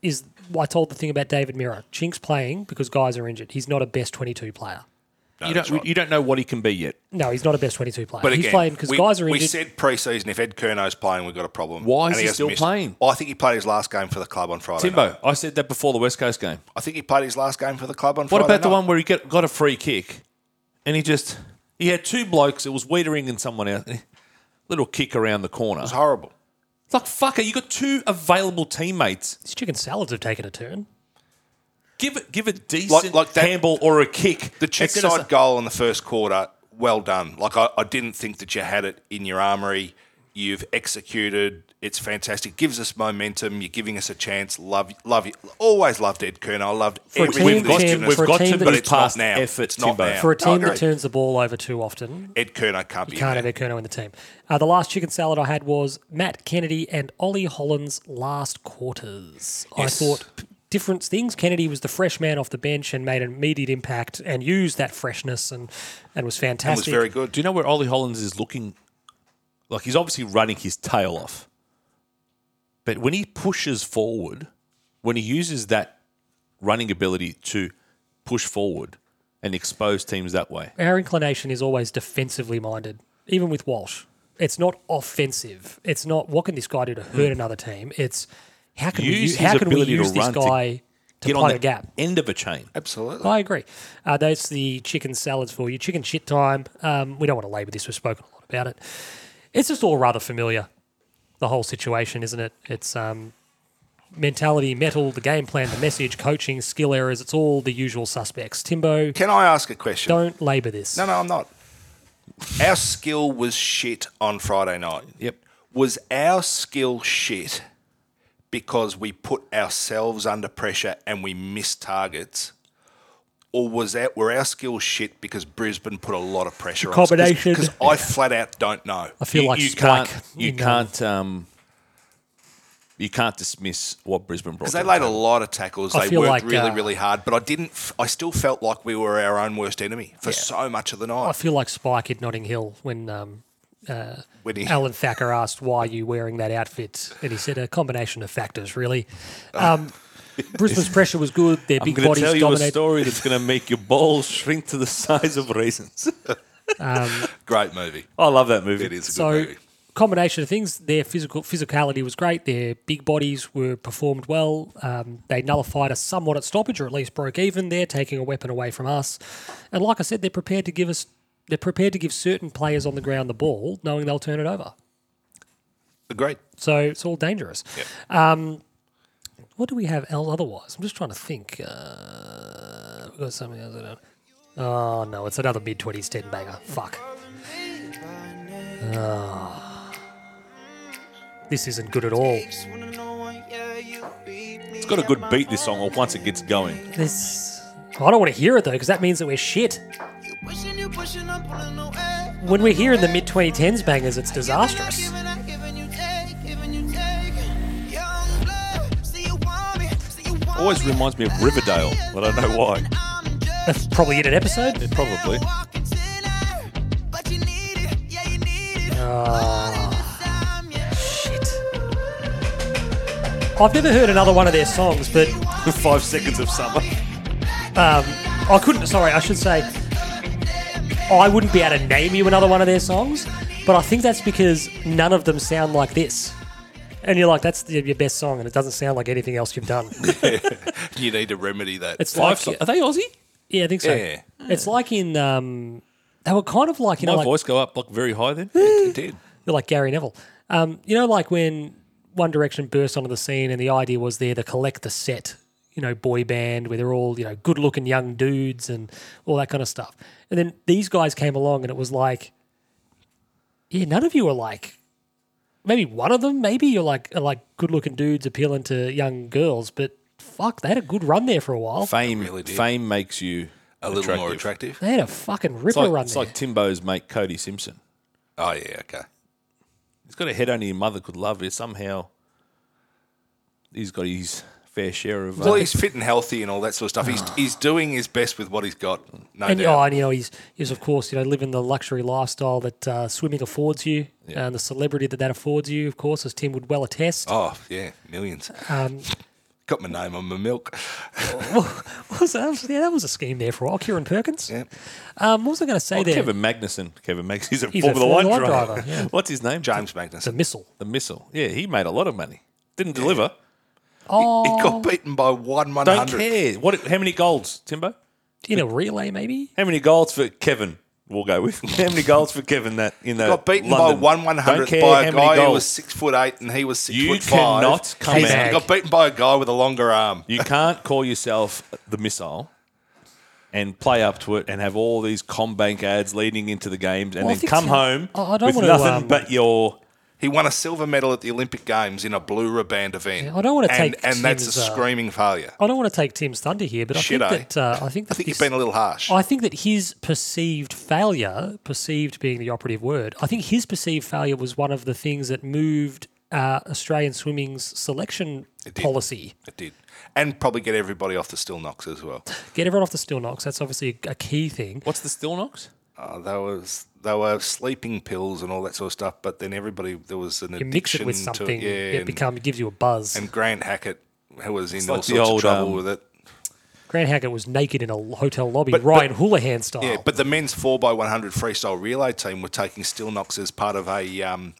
S1: is. well, I told the thing about David Miro. Chink's playing because guys are injured. He's not a best twenty-two player.
S2: No,
S3: you
S2: that's
S3: don't.
S2: right.
S3: You don't know what he can be yet.
S1: No, he's not a best twenty-two player.
S2: But
S1: he's
S2: again,
S1: playing because
S2: we,
S1: guys are
S2: we
S1: injured.
S2: said pre-season if Ed Curno's playing, we've got a problem.
S3: Why is
S2: And
S3: he
S2: hasn't
S3: still playing?
S2: I think he played his last game for the club on Friday. night.
S3: Timbo, I said that before the West Coast game.
S2: I think he played his last game for the club on
S3: What
S2: Friday.
S3: about the
S2: night.
S3: one where he get, got a free kick and he just he had two blokes. It was Wiedering and someone else. eh, Little kick around the corner.
S2: It was horrible.
S3: It's like fucker, you got two available teammates.
S1: These chicken salads have taken a turn.
S3: Give it, give a decent
S2: like that-
S3: handball or a kick.
S2: The check
S3: Instead of
S2: side
S3: s-
S2: goal in the first quarter, well done. Like, I, I didn't think that you had it in your armoury. You've executed. It's fantastic. Gives us momentum. You're giving us a chance. Love, love you. Always loved Ed Kern. I loved
S1: a
S2: everything.
S1: team
S3: We've got
S1: champ-
S2: that he's
S3: to,
S2: given
S3: we've
S1: for a
S2: us.
S3: got
S1: team
S3: to
S1: that
S3: but
S1: is
S3: it's past
S2: not now.
S3: effort,
S2: It's not
S3: Timbo.
S2: now.
S1: For a
S2: No,
S1: team that
S2: agreed.
S1: turns the ball over too often,
S2: Ed Kerno can't be.
S1: you
S2: in
S1: can't
S2: there.
S1: have Kurno in the team. Uh, the last chicken salad I had was Matt Kennedy and Ollie Holland's last quarters.
S2: Yes.
S1: I thought p- different things. Kennedy was the fresh man off the bench and made an immediate impact and used that freshness and, and was
S2: It was
S1: fantastic.
S2: very good.
S3: Do you know where Ollie Hollins is looking? Like he's obviously running his tail off, but when he pushes forward, when he uses that running ability to push forward and expose teams that way,
S1: Our inclination is always defensively minded, even with Walsh. It's not offensive. It's not what can this guy do to hurt another team. It's how can
S3: Hmm.
S1: we
S3: Use
S1: u- how
S3: his
S1: can we
S3: ability to
S1: use this
S3: run to
S1: guy to,
S3: get on
S1: plug
S3: the
S1: a gap?
S3: end of a chain.
S2: Absolutely.
S1: I agree. Uh, that's the chicken salads for you. Chicken shit time. Um, we don't want to labour this. We've spoken a lot about it. It's just all rather familiar, the whole situation, isn't it? It's um, mentality, metal, the game plan, the message, coaching, skill errors. It's all the usual suspects. Timbo,
S2: Can I ask a question?
S1: don't labour this.
S2: No, no, I'm not. Our skill was shit on Friday night.
S3: Yep.
S2: Was our skill shit because we put ourselves under pressure and we missed targets? Or was that were our skill shit because Brisbane put a lot of pressure on us?
S1: Combination.
S2: Because I flat out don't know.
S1: I feel
S3: you,
S1: like
S3: you
S1: Spike.
S3: can't you
S1: in, um,
S3: can't um, you can't dismiss what Brisbane brought.
S2: Because they
S3: to the
S2: laid a
S3: table.
S2: lot of tackles.
S1: I
S2: They
S1: feel
S2: worked
S1: like,
S2: really,
S1: uh,
S2: really hard. But I didn't. f- I still felt like we were our own worst enemy for so much of the
S1: I
S2: night.
S1: feel like Spike at Notting Hill when um,
S2: When he,
S1: Alan Thacker asked, Why are you wearing that outfit? And he said, A combination of factors, really. Um, Brisbane's pressure was good. Their
S3: I'm
S1: big
S3: going to
S1: bodies
S3: tell you a
S1: dominated.
S3: story that's going to make your balls shrink to the size of raisins.
S2: great movie.
S3: I love that movie.
S2: It is a good
S1: So
S2: movie.
S1: combination of things. Their physical physicality was great. Their big bodies were performed well. Um, they nullified us somewhat at stoppage, or at least broke even. They're taking a weapon away from us, and like I said, they're prepared to give us. They're prepared to give certain players on the ground the ball, knowing they'll turn it over.
S2: Agreed.
S1: So it's all dangerous. Um, what do we have else otherwise? I'm just trying to think. Uh, we've got something else. I don't. Oh no, it's another mid twenties ten banger. Fuck. Ah. this isn't good at all.
S3: It's got a good beat, this song, or once it gets going.
S1: This. I don't want to hear it though, because that means that we're shit. When we're here in the mid 2010s bangers, it's disastrous.
S3: Always reminds me of Riverdale, but I don't know why.
S1: That's probably in an episode.
S3: Yeah, probably.
S1: Shit. I've never heard another one of their songs, but
S3: Five seconds of summer.
S1: I couldn't. Sorry, I should say I wouldn't be able to name you another one of their songs, but I think that's because none of them sound like this. And you're like, that's the, your best song, and it doesn't sound like anything else you've done.
S2: You need to remedy that.
S1: It's
S3: Five
S1: like,
S3: so- Are they Aussie?
S1: yeah, I think so.
S2: Yeah.
S1: It's like in um, they were kind of like you
S3: My
S1: know, like,
S3: voice go up like very high then.
S2: it did.
S1: You're like Gary Neville. Um, you know, like when One Direction burst onto the scene and the idea was there to collect the set, you know, boy band where they're all, you know, good looking young dudes and all that kind of stuff. And then these guys came along and it was like, yeah, none of you are like maybe one of them, maybe you're like are like good looking dudes appealing to young girls, but fuck, they had a good run there for a while.
S3: Fame,
S2: really did.
S3: fame makes you
S2: A little more attractive.
S1: They had a fucking
S3: It's
S1: ripper
S3: like,
S1: run
S3: it's
S1: there.
S3: like Timbo's mate Cody Simpson.
S2: Oh yeah, okay.
S3: He's got a head only your mother could love. Yet somehow he's got his fair share of. uh,
S2: Well, he's fit and healthy and all that sort of stuff. He's he's doing his best with what he's got. No
S1: and oh,
S2: doubt.
S1: and you know he's he's of course you know living the luxury lifestyle that uh, swimming affords you, and the celebrity that that affords you, of course, as Tim would well attest.
S2: Oh yeah, millions. got my name on my milk.
S1: Was that, yeah, that was a scheme there for a while. Kieran Perkins.
S2: Yeah.
S1: Um, what was I going to say
S3: oh,
S1: there?
S3: Kevin Magnuson. Kevin Magnuson. He's a
S1: He's a
S3: Formula,
S1: Formula
S3: One
S1: One
S3: driver.
S1: driver, yeah.
S3: What's his name?
S2: James Magnus.
S1: The missile.
S3: The missile. Yeah, he made a lot of money. Didn't deliver.
S1: Oh,
S2: He got beaten by one one
S3: Don't
S2: hundred.
S3: care. What? How many golds, Timbo?
S1: in a relay maybe.
S3: How many goals for Kevin? We'll go with how many goals for Kevin that in that
S2: Got beaten
S3: London.
S2: by one one
S3: Don't
S2: hundredth
S3: care
S2: by
S3: how
S2: a
S3: many
S2: guy who
S3: goals.
S2: was six foot eight and he was six
S3: You
S2: foot five.
S3: cannot come
S2: He's-
S1: out.
S2: He got beaten by a guy with a longer arm.
S3: You can't call yourself the missile and play up to it and have all these Combank ads leading into the games and
S1: Well, I
S3: then
S1: think
S3: come
S1: so.
S3: home
S1: I- I don't
S3: with
S1: wanna,
S3: nothing
S1: um,
S3: but your.
S2: He won a silver medal at the Olympic Games in a blue riband event.
S1: Yeah, I don't wanna
S2: and,
S1: take
S2: and that's a
S1: Tim's, uh,
S2: screaming failure.
S1: I don't want to take Tim's thunder here, but I
S2: Should I?
S1: think that uh, I think that
S2: eh? I
S1: this,
S2: think you've been a little harsh.
S1: I think that his perceived failure, perceived being the operative word, I think his perceived failure was one of the things that moved uh, Australian swimming's selection
S2: did.
S1: policy.
S2: It did. And probably get everybody off the still knocks as well.
S1: Get everyone off the steel knocks. That's obviously a, a key thing.
S3: What's the still knocks?
S2: Uh, there was there were sleeping pills and all that sort of stuff, but then everybody there was an
S1: You
S2: addiction
S1: mix it with
S2: to
S1: something,
S2: yeah,
S1: it
S2: and,
S1: becomes gives you a buzz.
S2: and Grant Hackett who was in all
S3: like the
S2: sorts
S3: old,
S2: of trouble
S3: um,
S2: with it.
S1: Grant Hackett was naked in a l- hotel lobby,
S2: But-
S1: Ryan
S2: but-
S1: Houlihan style.
S3: oh.
S2: Yeah, but the men's four x one hundred freestyle relay team were taking still knocks as part of a um,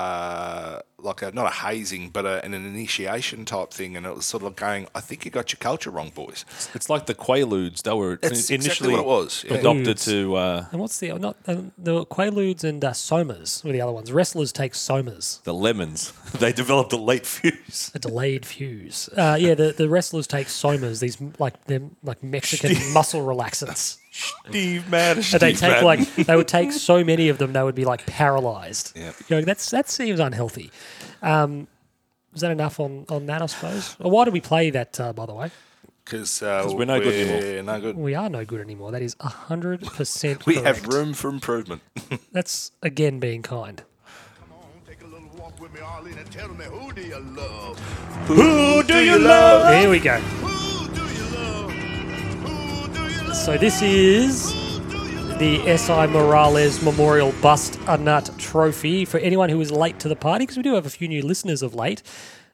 S2: uh, like a, not a hazing, but a, an initiation type thing, and it was sort of going, I think you got your culture wrong, boys.
S3: It's like the Quaaludes. They were
S2: That's
S3: initially
S2: exactly what it was, yeah.
S3: adopted to. Uh,
S1: and what's the not um, the Quaaludes and uh, Somers were the other ones. Wrestlers take Somers.
S3: the lemons. They developed a late fuse.
S1: a delayed fuse. Uh, yeah, the, the wrestlers take somers, these like them like Mexican muscle relaxants.
S3: Steve Madden.
S1: And they take like they would take so many of them they would be like paralyzed.
S2: Yep.
S1: You know, that's that seems unhealthy. Um, is that enough on, on that? I suppose. Well, why do we play that? Uh, by the way,
S2: Because uh,
S3: we're no good anymore.
S2: no good.
S1: we are no good anymore. That is hundred percent.
S2: We have room for improvement.
S1: That's again being kind.
S6: Take a little walk with me, Arlene, and tell me who do you love?
S3: Who do you love?
S1: There we go.
S6: Who do you love? Who do you love?
S1: So this is the SI Morales Memorial Bust a Nut Trophy for anyone who is late to the party, because we do have a few new listeners of late.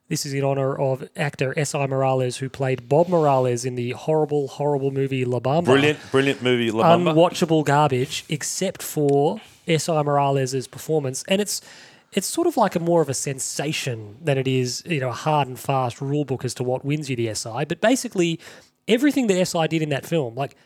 S1: This is in honor of actor SI Morales, who played Bob Morales in the horrible, horrible movie La Bamba.
S3: Brilliant, brilliant movie. La
S1: Um,
S3: Bamba.
S1: Unwatchable garbage, except for SI Morales' performance. And it's it's sort of like a more of a sensation than it is, you know, a hard and fast rule book as to what wins you the SI. But basically, everything that SI did in that film, like,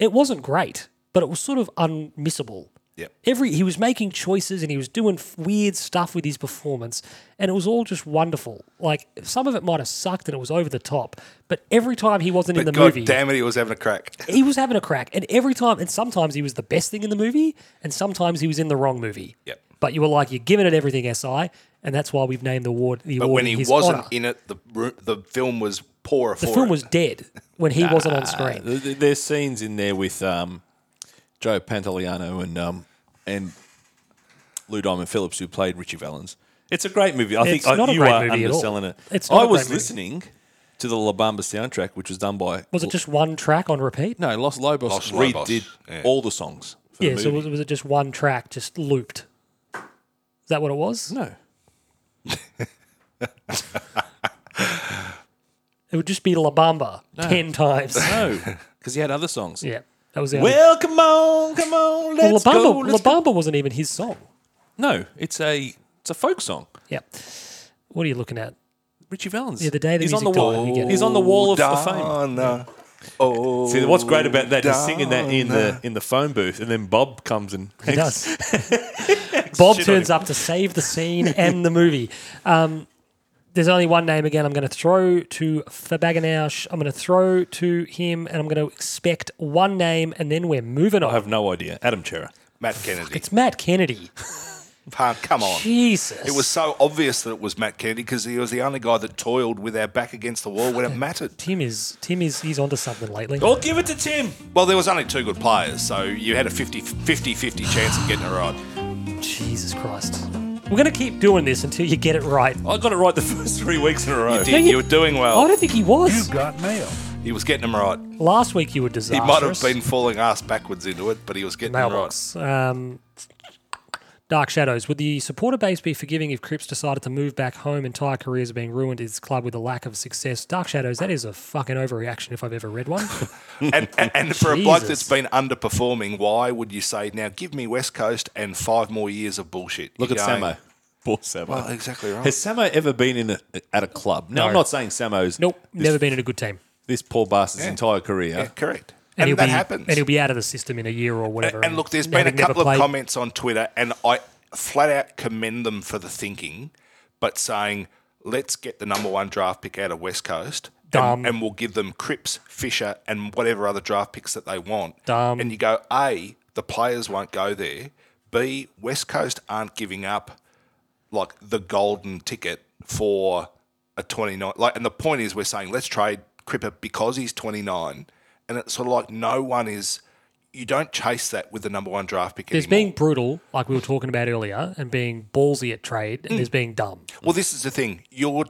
S1: it wasn't great, but it was sort of unmissable.
S2: Yep.
S1: Every he was making choices and he was doing f- weird stuff with his performance, and it was all just wonderful. Like some of it might have sucked and it was over the top, but every time he wasn't in the
S2: God
S1: movie,
S2: damn it, he was having a crack.
S1: he was having a crack, and every time, and sometimes he was the best thing in the movie, and sometimes he was in the wrong movie.
S2: Yep.
S1: But you were like, you're giving it everything, SI, and that's why we've named the award. The
S2: But
S1: award
S2: when
S1: in
S2: he
S1: his
S2: wasn't
S1: honor.
S2: in it, the ru- the film was poorer for
S1: the film
S2: it.
S1: was dead when he wasn't on screen.
S3: Th- th- There's scenes in there with um, Joe Pantoliano and um, and Lou Diamond Phillips, who played Richie Valens. It's a great movie. I
S1: It's
S3: think uh,
S1: not a
S3: you
S1: great
S3: are
S1: movie at all.
S3: underselling it.
S1: It's not
S3: I
S1: a
S3: was
S1: great movie.
S3: listening to the La Bamba soundtrack, which was done by
S1: Was it just one track on repeat?
S3: no Los Lobos?
S2: Los
S3: redid
S2: Lobos, yeah.
S3: all the songs. For
S1: yeah.
S3: the
S1: So
S3: movie.
S1: was, was it just one track just looped? Is that what it was?
S3: no.
S1: It would just be La Bamba ten times.
S3: No, because he had other songs.
S1: yeah, that was the only-
S3: Well, come on, come
S1: Well,
S3: on,
S1: La
S3: let's
S1: Bamba.
S3: go.
S1: La
S3: let's go.
S1: Bamba wasn't even his song.
S3: No, it's a it's a folk song.
S1: Yeah. What are you looking at?
S3: Richie Valens.
S1: Yeah, the day the
S3: he's on the
S1: music died, you
S3: wall.
S1: get it.
S3: He's on the wall of, of fame.
S2: Donna. Oh,
S3: See, what's great about that is singing that in the in the phone booth, and then Bob comes and
S1: He does. Bob
S3: Shit on
S1: turns up to save the scene and the movie. Um, there's only one name again. I'm going to throw to Fabaganash. I'm going to throw to him, and I'm going to expect one name, and then we're moving
S3: I
S1: on.
S3: have no idea. Adam Chera.
S2: Matt Kennedy.
S1: It's Matt Kennedy.
S2: Palm, come on.
S1: Jesus.
S2: It was so obvious that it was Matt Kennedy because he was the only guy that toiled with our back against the wall when it mattered.
S1: Tim is Tim is he's onto something lately.
S2: Oh.
S3: I'll "Oh, give it to Tim.
S2: Well, there was only two good players, so you had a 50 50 chance of getting it right.
S1: Jesus Christ. We're gonna keep doing this until you get it right.
S3: I got it right the first three weeks in a row.
S2: You,
S1: No,
S2: did,
S1: you-
S2: you were doing
S1: I
S2: well.
S1: don't think he was.
S7: got mail.
S2: He was getting them right.
S1: Last week you were
S2: He
S1: disastrous.
S2: might have been falling ass backwards into it, but he was getting them right.
S1: mailbox. Um, Dark Shadows. Would the supporter base be forgiving if Cripps decided to move back home? Entire careers are being ruined. His club with a lack of success. Dark Shadows. That is a fucking overreaction if I've ever read one.
S2: And, and, and for a bloke
S1: Jesus.
S2: that's been underperforming, why would you say, now give me West Coast and five more years of bullshit?
S3: Look
S2: You're
S3: at
S2: going,
S3: Samo. Poor Samo.
S2: Well, exactly right.
S3: Has Samo ever been in a, at a club? No, I'm
S1: No.
S3: not saying Samo's.
S1: nope.
S3: This,
S1: Never been in a good team.
S3: This poor bastard's
S2: Yeah.
S3: entire career.
S2: Yeah, correct.
S1: And,
S2: And,
S1: he'll
S2: that
S1: be,
S2: happens.
S1: And he'll be out of the system in a year or whatever.
S2: And, and look, there's been a
S1: having never
S2: couple of
S1: played-
S2: comments on Twitter, and I flat out commend them for the thinking, but saying, let's get the number one draft pick out of West Coast.
S1: Dumb.
S2: And, and we'll give them Cripps, Fisher, and whatever other draft picks that they want.
S1: Dumb.
S2: And you go, A, the players won't go there. B, West Coast aren't giving up like the golden ticket for a 29. Like, and the point is, we're saying let's trade Cripper because he's 29, and it's sort of like no one is. You don't chase that with the number one draft pick
S1: There's
S2: anymore.
S1: being brutal, like we were talking about earlier, and being ballsy at trade,
S2: Mm.
S1: and there's being dumb.
S2: well, this is the thing. You're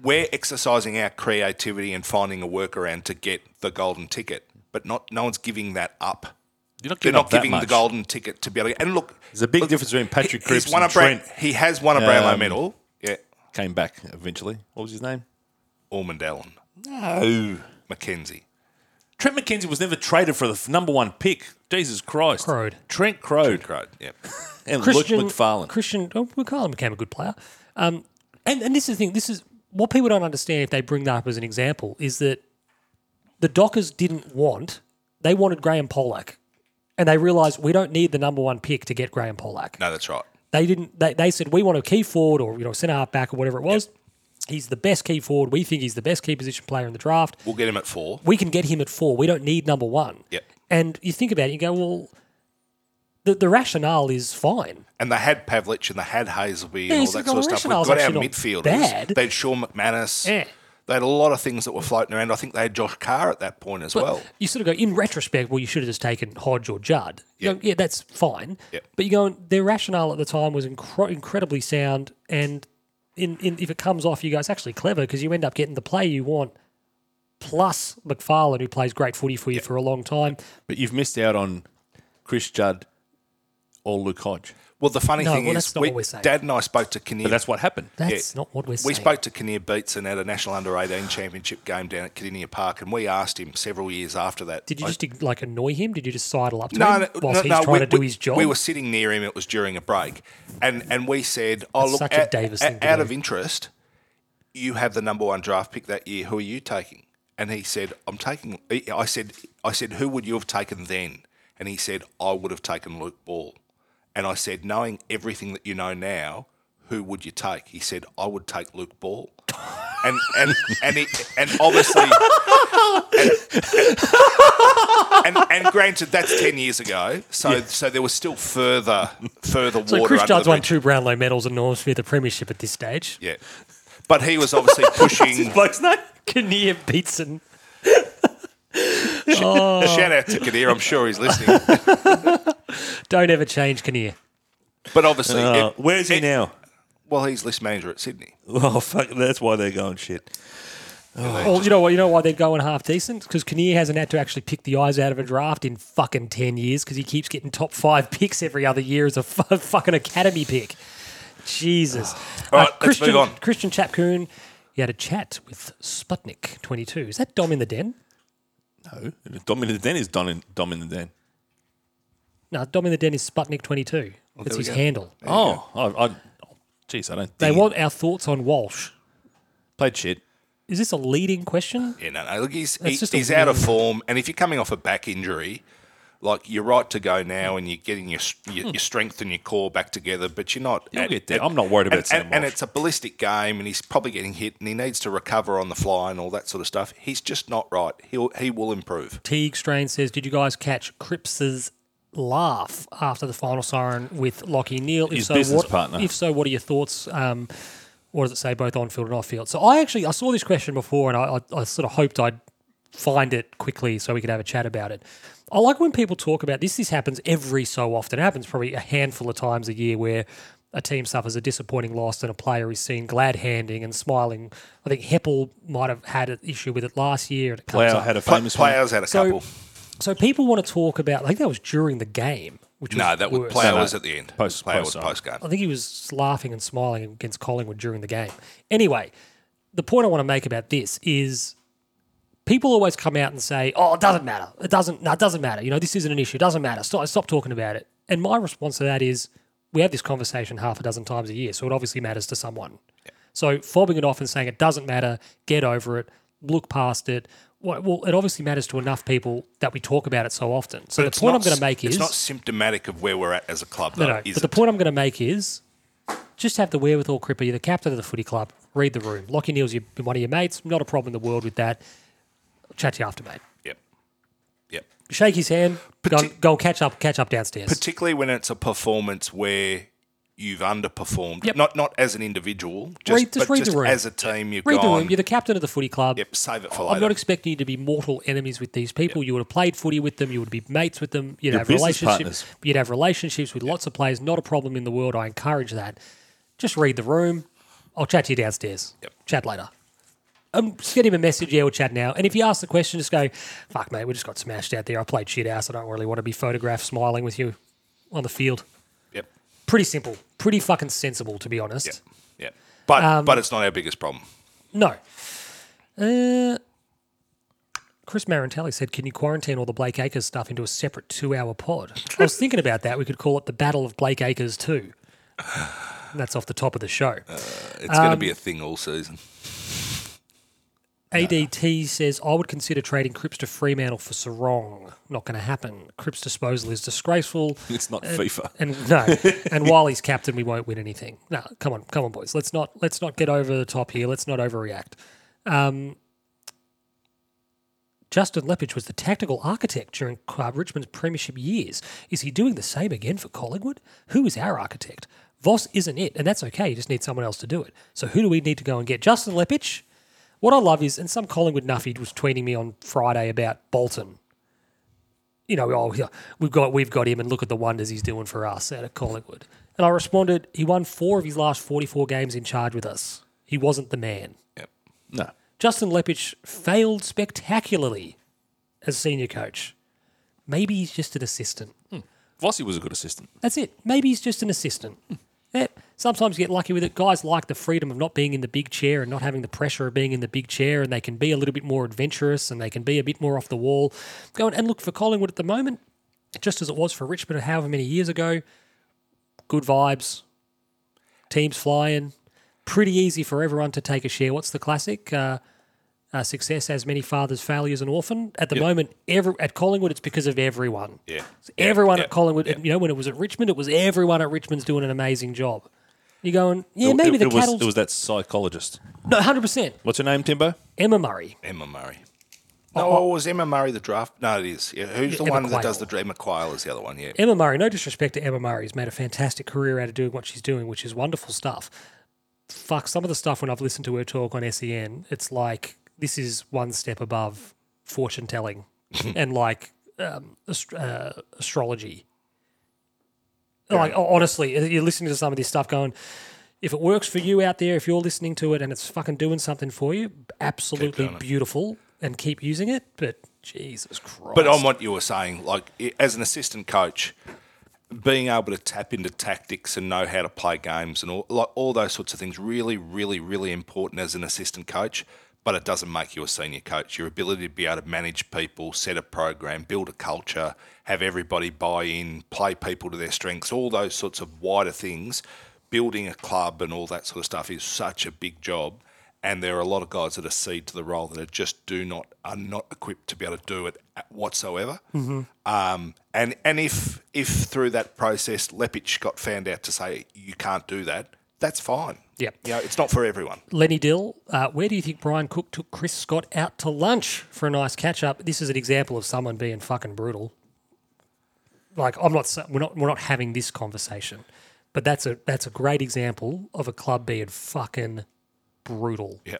S2: we're exercising our creativity and finding a workaround to get the golden ticket, but not no one's giving that up.
S3: You're not
S2: They're
S3: giving,
S2: not
S3: up that
S2: giving
S3: much.
S2: the golden ticket to be able. to... And look,
S3: There's a big
S2: look,
S3: difference between Patrick
S2: he- he's
S3: Cripps
S2: won
S3: and
S2: a Brown-
S3: Trent.
S2: He has won a Brownlow
S3: Um,
S2: medal. Yeah,
S3: Came back eventually. What was his name?
S2: Ormond Allen,
S3: No.
S2: Mackenzie.
S3: Trent McKenzie was never traded for the f- number one pick. Jesus Christ.
S1: Crowed.
S3: Trent Crowed.
S2: Great. Yeah.
S3: And
S1: Christian
S3: Luke McFarlane.
S1: Christian oh, McFarlane became a good player. Um, and and this is the thing. This is what people don't understand if they bring that up as an example is that the Dockers didn't want. They wanted Graham Pollack, and they realised we don't need the number one pick to get Graham Pollack.
S2: No, that's right.
S1: They didn't. They, they said we want a key forward or you know centre half back or whatever it was. He's the best key forward. We think he's the best key position player in the draft.
S2: We'll get him at four.
S1: we can get him at four. We don't need number one.
S2: Yep.
S1: And you think about it, you go, well, the, the rationale is fine.
S2: And they had Pavlich and they had Hazelby and
S1: Yeah,
S2: all
S1: so
S2: that
S1: the
S2: sort of stuff.
S1: rationale's
S2: We've got our
S1: actually not
S2: midfielders.
S1: bad.
S2: They had Sean McManus.
S1: Yeah.
S2: They had a lot of things that were floating around. I think they had Josh Carr at that point as
S1: But
S2: well.
S1: you sort of go, in retrospect, well, you should have just taken Hodge or Judd. You
S2: Yep.
S1: go, yeah, that's fine.
S2: Yep.
S1: But you go, their rationale at the time was incre- incredibly sound. And in, in if it comes off, you go, it's actually clever because you end up getting the play you want. Plus McFarlane, who plays great footy for you for a long time.
S3: But you've missed out on Chris Judd or Luke Hodge.
S2: Well, the funny
S1: No,
S2: thing
S1: well,
S2: is,
S1: that's not
S2: we-
S1: what we're saying.
S2: Dad and I spoke to Kinnear.
S3: But that's what happened.
S1: That's not what we're saying.
S2: we spoke to Kinnear Beatson at a National Under 18 Championship game down at Kinnear Park, and we asked him several years after that.
S1: Did you
S2: I-
S1: just like annoy him? Did you just sidle up to
S2: No,
S1: him
S2: no,
S1: whilst
S2: no,
S1: he's
S2: no,
S1: trying
S2: we,
S1: to do
S2: we-
S1: his job?
S2: We were sitting near him. It was during a break, and and we said, "Oh
S1: That's
S2: look,
S1: such a
S2: out-
S1: Davis
S2: out-
S1: thing to
S2: out
S1: do.
S2: of interest, you have the number one draft pick that year. Who are you taking?" And he said, "I'm taking." I said, "I said, who would you have taken then?" And he said, "I would have taken Luke Ball." And I said, "Knowing everything that you know now, who would you take?" He said, "I would take Luke Ball." And and and it, and obviously and, and granted, that's ten years ago, so so there was still further further water.
S1: So Chris
S2: under
S1: Judd's
S2: the
S1: won
S2: bridge.
S1: two Brownlow medals and Norms for the premiership at this stage.
S2: Yeah, but he was obviously pushing.
S1: Bloke's name Kinnear Beatson. Oh.
S2: Shout out to Kadir, I'm sure he's listening.
S1: Don't ever change Kinnear.
S2: But obviously,
S3: Uh,
S2: it-
S3: where's he
S2: it-
S3: now?
S2: Well, he's list manager at Sydney.
S3: Oh, fuck. That's why they're going shit.
S1: Well, you know what? You know why they're going half decent? Because Kinnear hasn't had to actually pick the eyes out of a draft in fucking ten years because he keeps getting top five picks every other year as a fu- fucking academy pick. Jesus. Uh,
S2: All right, let's
S1: Christian,
S2: move on.
S1: Christian Chapcoon, he had a chat with Sputnik twenty two. Is that Dom in the den?
S3: No. Dom in the Den is Don in, Dom in the Den.
S1: No, Dom in the den is Sputnik twenty two. That's his handle.
S3: Oh, I, I, geez, I don't think
S1: They
S3: he
S1: want our thoughts on Walsh.
S3: played shit.
S1: Is this a leading question?
S2: Yeah, no, no. Look, he's
S1: That's
S2: he-
S1: just a
S2: he's out of
S1: weird-
S2: form, and if you're coming off a back injury, like you're right to go now, and you're getting your s- your, your strength and your core back together, but you're not.
S3: You'll get there. I'm not worried about
S2: and,
S3: Sam
S2: and, and
S3: Walsh.
S2: it's a ballistic game, and he's probably getting hit, and he needs to recover on the fly and all that sort of stuff. He's just not right. He'll he will improve.
S1: Teague Strain says, Did you guys catch Cripps's laugh after the final siren with Lockie Neal. If
S3: His
S1: so,
S3: business
S1: what,
S3: partner.
S1: If so, what are your thoughts? Um, what does it say both on field and off field? So I actually I saw this question before, and I, I, I sort of hoped I'd find it quickly so we could have a chat about it. I like when people talk about this. This happens every so often. It happens probably a handful of times a year where a team suffers a disappointing loss and a player is seen glad handing and smiling. I think Heppel might have had an issue with it last year. And it comes
S3: Wow,
S1: up.
S3: had a
S2: Pla-
S3: famous one.
S2: players had a
S1: So-
S2: couple.
S1: So people want to talk about. I think that was during the game, which was
S2: No, that was
S1: worse.
S2: player
S3: No, no.
S2: was at the end.
S3: Post-
S2: player
S3: post
S2: was
S3: time.
S2: post game.
S1: I think he was laughing and smiling against Collingwood during the game. Anyway, the point I want to make about this is people always come out and say, "Oh, it doesn't matter. It doesn't. No, it doesn't matter. You know, this isn't an issue. It doesn't matter. Stop, stop talking about it." And my response to that is, we have this conversation half a dozen times a year, so it obviously matters to someone. So fobbing it off and saying it doesn't matter, get over it, look past it. Well, well, it obviously matters to enough people that we talk about it so often. So the point I'm going to make is
S2: it's not symptomatic of where we're at as a club. Though,
S1: no, no.
S2: is
S1: But the
S2: it?
S1: point I'm going to make is just have the wherewithal, Cripper. You're the captain of the footy club. Read the room. Lockie Neal's your, one of your mates. Not a problem in the world with that. Chat to you after, mate.
S2: Yep. Yep.
S1: Shake his hand. go,
S2: Parti-
S1: and- go and catch up. Catch up downstairs.
S2: particularly when it's a performance where you've underperformed.
S1: Yep.
S2: Not not as an individual, just,
S1: Read- just
S2: but
S1: read the
S2: just
S1: room.
S2: as a team. You've
S1: read the
S2: gone.
S1: room. You're the captain of the footy club.
S2: yep, save it for
S1: I'm
S2: later.
S1: not expecting you to be mortal enemies with these people. You would have played footy with them. You would be mates with them. You'd
S3: You're
S1: have
S3: business
S1: relationships.
S3: partners.
S1: You'd have relationships with lots of players. Not a problem in the world. I encourage that. Just read the room. I'll chat to you downstairs.
S2: Yep.
S1: Chat later. Um, just get him a message. Yeah, we'll chat now. And if you ask the question, just go, "Fuck, mate, we just got smashed out there. I played shit house. I don't really want to be photographed smiling with you on the field."
S2: yep.
S1: Pretty simple. Pretty fucking sensible, to be honest.
S2: Yep. Yep. But
S1: Um,
S2: but it's not our biggest problem.
S1: No. Uh, Chris Marantelli said, "Can you quarantine all the Blake Acres stuff into a separate two-hour pod?" I was thinking about that. We could call it the Battle of Blake Acres Two. And that's off the top of the show.
S2: It's going to be a
S1: um,
S2: thing all season.
S1: ADT says, I would consider trading Cripps to Fremantle for Sarong. Not going to happen. Cripps' disposal is disgraceful.
S3: It's not FIFA.
S1: And no, and while he's captain, we won't win anything. No, come on, come on, boys. Let's not let's not get over the top here. Let's not overreact. Um, Justin Lepage was the tactical architect during uh, Richmond's premiership years. Is he doing the same again for Collingwood? Who is our architect? Voss isn't it, and that's okay. You just need someone else to do it. So who do we need to go and get? Justin Lepage. What I love is, and some Collingwood nuffy was tweeting me on Friday about Bolton you know, oh, yeah, we've got we've got him, and look at the wonders he's doing for us out of Collingwood. And I responded, he won four of his last forty-four games in charge with us. He wasn't the man.
S2: Yep.
S3: No.
S1: Justin Lepich failed spectacularly as senior coach. Maybe he's just an assistant.
S3: Vossi was a good assistant.
S1: That's it. Maybe he's just an assistant. Eh, sometimes you get lucky with it. Guys like the freedom of not being in the big chair and not having the pressure of being in the big chair, and they can be a little bit more adventurous and they can be a bit more off the wall. Go and- and look for Collingwood at the moment, just as it was for Richmond however many years ago. Good vibes, teams flying, pretty easy for everyone to take a share. What's the classic? Uh, uh, success has many fathers, failures, an orphan. At the moment, every, at Collingwood, it's because of everyone.
S2: Yeah.
S1: It's everyone
S2: Yeah.
S1: at Collingwood, you know, when it was at Richmond, it was everyone at Richmond's doing an amazing job. You're going, yeah,
S3: It-
S1: maybe
S3: it,
S1: the
S3: it was,
S1: cattle's
S3: it was that psychologist.
S1: no, hundred percent.
S3: What's her name, Timbo?
S1: Emma Murray,
S2: Emma Murray. No, was Emma Murray the draft? No, it is. Yeah, who's the
S1: Oh, Emma
S2: one that
S1: Quayle.
S2: does the draft? McQuail is the other one. Yeah.
S1: Emma Murray. No disrespect to Emma Murray, has made a fantastic career out of doing what she's doing, which is wonderful stuff. Fuck, some of the stuff when I've listened to her talk on SEN, it's like this is one step above fortune telling and like um, ast- uh, astrology. Like oh, honestly, you're listening to some of this stuff going. if it works for you out there, if you're listening to it and it's fucking doing something for you, absolutely beautiful and keep using it. But Jesus Christ.
S2: But on what you were saying, like i- as an assistant coach, being able to tap into tactics and know how to play games and all like all those sorts of things really, really, really important as an assistant coach. But it doesn't make you a senior coach. Your ability to be able to manage people, set a program, build a culture, have everybody buy in, play people to their strengths, all those sorts of wider things, building a club and all that sort of stuff is such a big job and there are a lot of guys that accede to the role that are just do not are not equipped to be able to do it at- whatsoever. Um, and and if if through that process Lepich got found out to say you can't do that, that's fine.
S1: Yep.
S2: you know it's not for everyone.
S1: Lenny Dill, uh, where do you think Brian Cook took Chris Scott out to lunch for a nice catch up? This is an example of someone being fucking brutal. like I'm not sa- we're not we're not having this conversation, but that's a that's a great example of a club being fucking brutal.
S2: Yeah.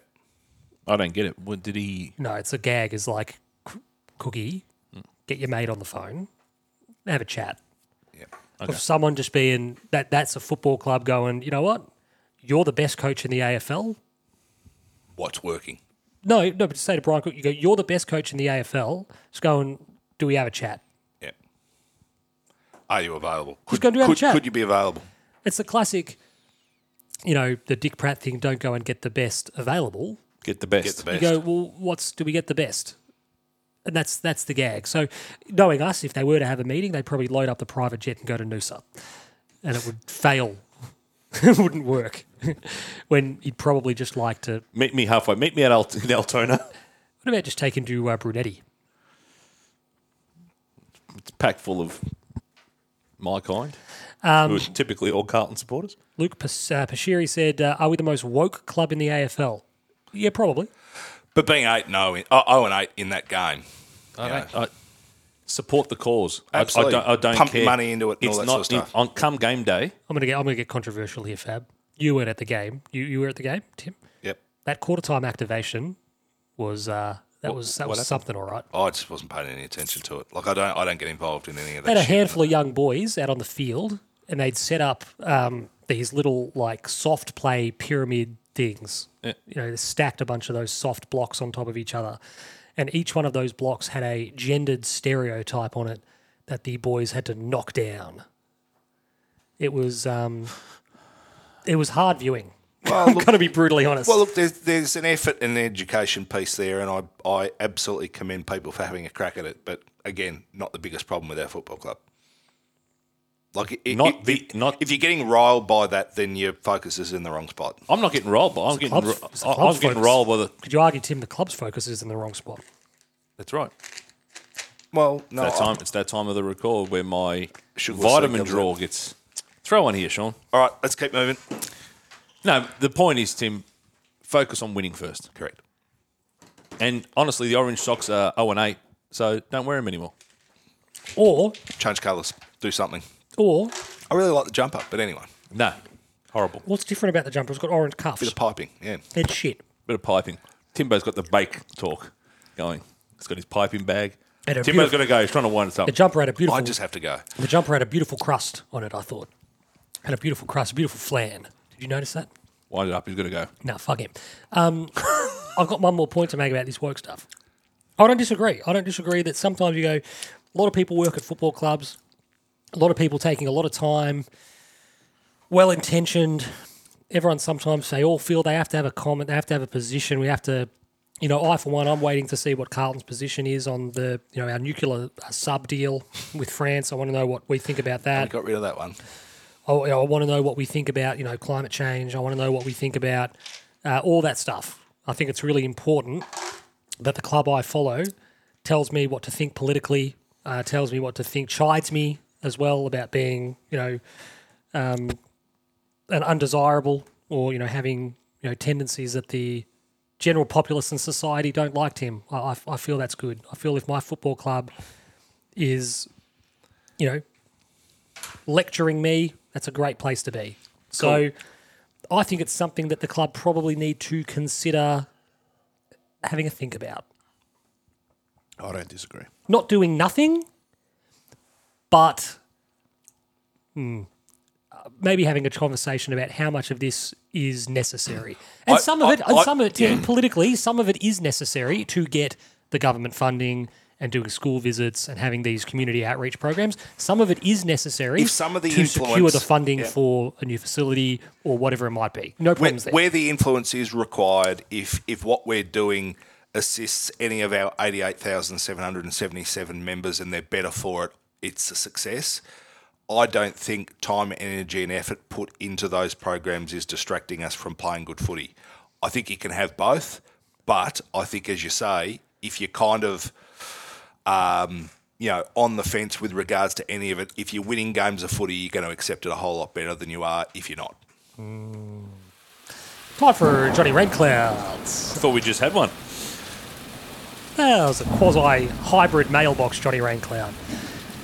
S3: I don't get it. What did he?
S1: No, it's a gag. Is like "C- cookie, get your mate on the phone, have a chat.
S2: Yeah.
S1: Of someone just being that that's a football club going. You know what? You're the best coach in the AFL.
S2: What's working?
S1: No, no, but to say to Brian Cook, you go, you're the best coach in the AFL. Just go and do we have a chat?
S2: Yeah. Are you available? Could,
S1: go and do have a
S2: could,
S1: chat.
S2: could you be available?
S1: It's the classic, you know, the Dick Pratt thing. Don't go and get the best available.
S3: Get the best.
S2: Get the best.
S1: You go, well, what's do we get the best? And that's that's the gag. So knowing us, if they were to have a meeting, they'd probably load up the private jet and go to Noosa, and it would fail. it wouldn't work. when he'd probably just like to.
S3: Meet me halfway. Meet me at Alt- in Altona.
S1: What about just taking to uh, Brunetti?
S3: It's packed full of my kind,
S1: Um,
S3: who are typically all Carlton supporters.
S1: Luke Pas- uh, Pashiri said, uh, "Are we the most woke club in the AFL?" Yeah, probably.
S2: But being 8 no, in, oh, oh and 8 in that game. you know,
S3: I support the cause. I-
S2: Absolutely.
S3: I, don't, I don't
S2: Pump
S3: care.
S2: money into it and all that sort of
S3: in-
S2: stuff.
S3: on come game day.
S1: I'm gonna get I'm gonna get controversial here, Fab. You weren't at the game. You you were at the game, Tim.
S2: Yep.
S1: That quarter time activation was uh that was that was something all right.
S2: I just wasn't paying any attention to it. Like I don't, I don't get involved in any of
S1: They had
S2: that.
S1: a
S2: Shit.
S1: handful of young boys out on the field, and they'd set up um, these little like soft play pyramid things. You know, they stacked a bunch of those soft blocks on top of each other, and each one of those blocks had a gendered stereotype on it that the boys had to knock down. It was um, it was hard viewing. I'm going to be brutally honest.
S2: Well, look, there's, there's an effort and an education piece there, and I, I absolutely commend people for having a crack at it. But again, not the biggest problem with our football club. Like, i
S3: Not
S2: if,
S3: the-
S2: if-
S3: not-
S2: if you're getting riled by that, then your focus is in the wrong spot.
S3: I'm not getting rolled, by. I'm getting
S1: club-
S3: ro-
S1: it's a
S3: I, I
S1: club
S3: was getting
S1: focus.
S3: rolled by the.
S1: Could you argue, Tim, the club's focus is in the wrong spot?
S3: That's right.
S2: Well, no,
S3: That
S2: Oh, I-
S3: time. It's that time of the record where my
S2: Sugar
S3: vitamin
S2: syrup.
S3: draw gets. Throw one here, Sean.
S2: all right, let's keep moving.
S3: No, the point is, Tim, focus on winning first.
S2: Correct.
S3: And honestly, the orange socks are 0 and 8, so don't wear them anymore.
S1: Or
S2: Change colours. Do something.
S1: or
S2: I really like the jumper, but anyway,
S3: No, horrible.
S1: what's different about the jumper? It's got orange cuffs.
S2: bit of piping. Yeah,
S1: It's shit.
S3: Bit of piping. Timbo's got the bake talk going. He's got his piping bag.
S1: And a beautiful-
S3: Timbo's got to go. He's trying to wind us up.
S1: The jumper had a beautiful.
S2: I just have to go.
S1: the jumper had a beautiful crust on it. I thought had a beautiful crust, a beautiful flan. Did you notice that?
S3: Wind it up. He's got to go.
S1: No, fuck him. Um, I've got one more point to make about this work stuff. I don't disagree. I don't disagree that sometimes you go. A lot of people work at football clubs. A lot of people taking a lot of time. Well intentioned. Everyone sometimes they all feel they have to have a comment. They have to have a position. We have to. You know, I for one, I'm waiting to see what Carlton's position is on the, you know, our nuclear uh, sub deal with France. I want to know what we think about that.
S2: I got rid of that one.
S1: I, you know, I want to know what we think about, you know, climate change. I want to know what we think about uh, all that stuff. I think it's really important that the club I follow tells me what to think politically, uh, tells me what to think, chides me as well about being, you know, um, an undesirable or you know having you know tendencies that the general populace and society don't like. Tim, I, I, I feel that's good. I feel if my football club is, you know, lecturing me, that's a great place to be. So I think it's something that the club probably need to consider having a think about.
S2: I don't disagree.
S1: Not doing nothing, but hmm, uh, maybe having a conversation about how much of this is necessary. And
S2: I-
S1: some of it,
S2: I-
S1: and
S2: I-
S1: some of it, Tim, politically, some of it is necessary to get the government funding and doing school visits and having these community outreach programs. Some of it is necessary
S2: If some of the
S1: to secure the
S2: influence-
S1: funding
S2: yeah.
S1: for a new facility or whatever it might be. No
S2: where,
S1: problems there.
S2: where the influence is required if if what we're doing assists any of our 88,777 members and they're better for it it's a success I don't think time energy and effort put into those programs is distracting us from playing good footy I think you can have both but I think as you say if you're kind of um, you know, on the fence with regards to any of it. If you're winning games of footy, you're going to accept it a whole lot better than you are if you're not.
S1: Time for Johnny Redclouds.
S3: I thought we just had one.
S1: That was a quasi hybrid mailbox, Johnny Raincloud.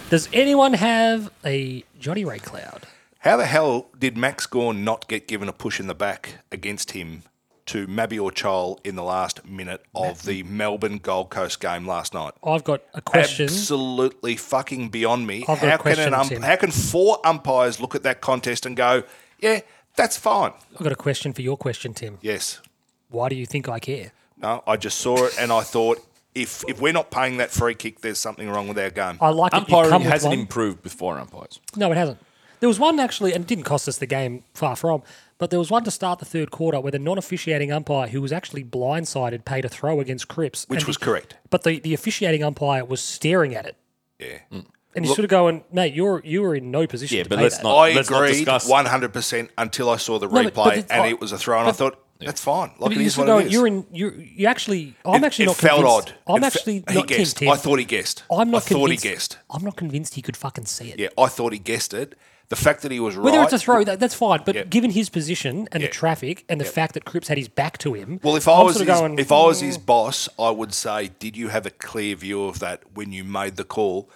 S1: Does anyone have a Johnny Ray Cloud?
S2: How the hell did Max Gorn not get given a push in the back against him to Mabior Chol in the last minute of the Melbourne Gold Coast game last night?
S1: I've got a question.
S2: Absolutely fucking beyond me.
S1: I've got a
S2: How can,
S1: question,
S2: an ump-
S1: Tim.
S2: how can four umpires look at that contest and go, yeah, that's fine?
S1: I've got a question for your question, Tim.
S2: Yes.
S1: Why do you think I care?
S2: No, I just saw it and I thought, if, if we're not paying that free kick, there's something wrong with our game.
S1: I like it. You
S3: Umpiring
S1: come with
S3: hasn't
S1: one.
S3: improved with four umpires.
S1: No, it hasn't. There was one actually, and it didn't cost us the game, far from, but there was one to start the third quarter where the non officiating umpire, who was actually blindsided, paid a throw against Cripps.
S2: Which
S1: and
S2: was
S1: the-
S2: correct.
S1: But the, the officiating umpire was staring at it.
S2: Yeah.
S1: And you sort of going, mate, you're you were in no position
S3: Yeah,
S1: to
S3: but
S1: pay
S3: let's
S1: that."
S3: not-
S2: I
S3: let's
S2: agreed
S3: discuss-
S2: 100% until I saw the
S1: No, but- but
S2: replay
S1: it's-
S2: and
S1: I-
S2: it was a throw, and I thought, that's fine. Like,
S1: But
S2: it
S1: you
S2: is
S1: sort
S2: what
S1: of
S2: it
S1: go,
S2: is.
S1: you're in you you actually I'm
S2: It-
S1: actually
S2: it
S1: not
S2: felt
S1: convinced.
S2: odd.
S1: I'm
S2: It fe-
S1: actually
S2: he
S1: not
S2: guessed.
S1: Tim, Tim.
S2: I thought he guessed.
S1: I'm not
S2: I thought he
S1: convinced-
S2: guessed.
S1: I'm not convinced he could fucking see it.
S2: Yeah, I thought he guessed it. The fact that he was
S1: Whether
S2: right.
S1: it's a throw, that, that's fine. But
S2: Yeah.
S1: given his position and
S2: Yeah.
S1: the traffic and the fact that Cripps had his back to him,
S2: Well, if I
S1: I'm
S2: was
S1: sort
S2: his,
S1: of going,
S2: if I was
S1: "Mm."
S2: his boss, I would say, did you have a clear view of that when you made the call?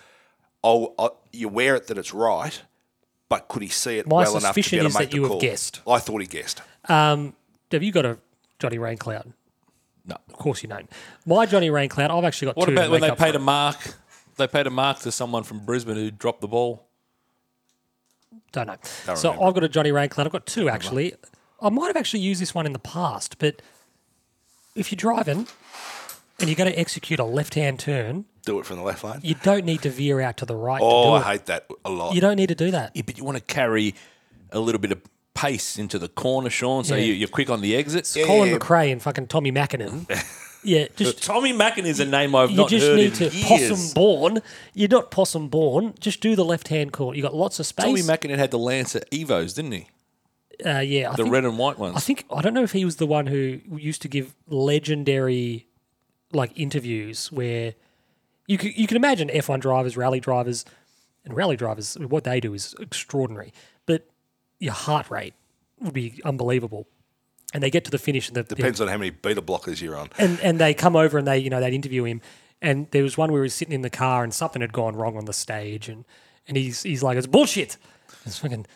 S2: Oh, I, you wear it that it's right, but could he see it
S1: My
S2: well enough to be
S1: suspicion
S2: able
S1: is
S2: to make
S1: that
S2: the
S1: you have
S2: call?
S1: guessed.
S2: I thought he guessed.
S1: Um, have you got a Johnny Raincloud?
S3: No.
S1: Of course you don't. My Johnny Raincloud, I've actually got
S3: What
S1: two.
S3: about
S1: to
S3: when
S1: make
S3: they
S1: up for
S3: paid
S1: it.
S3: a mark? They paid a mark to someone from Brisbane who dropped the ball.
S1: Don't know. so
S2: remember.
S1: I've got a Johnny Raincloud. I've got two actually. I might have actually used this one in the past, but if you're driving and you're going to execute a left-hand turn,
S2: Do it from the left lane.
S1: you don't need to veer out to the right
S2: oh,
S1: to
S2: I
S1: do
S2: hate that a lot.
S1: it. You don't need to do that.
S3: Yeah, but you want to carry a little bit of pace into the corner, Sean, so
S1: Yeah.
S3: you, you're quick on the exits.
S1: Colin
S2: yeah.
S1: McRae and fucking Tommy Mackinnon. yeah, just
S3: Tommy Mackin is a name I've
S1: You
S3: not
S1: just
S3: heard
S1: need to
S3: in years.
S1: possum born. You're not possum born. Just do the left hand corner. You got lots of space.
S3: Tommy Mackin had the Lancer Evos, didn't he?
S1: uh, yeah, I
S3: The
S1: think,
S3: red and white ones.
S1: I think I don't know if he was the one who used to give legendary like interviews where you can, you can imagine F1 drivers, rally drivers, and rally drivers. What they do is extraordinary, but your heart rate would be unbelievable. And they get to the finish, and the, the
S2: Depends on how many beta blockers you're on.
S1: and and they come over and they you know they'd interview him and there was one where he was sitting in the car and something had gone wrong on the stage and and he's he's like it's bullshit it's fucking it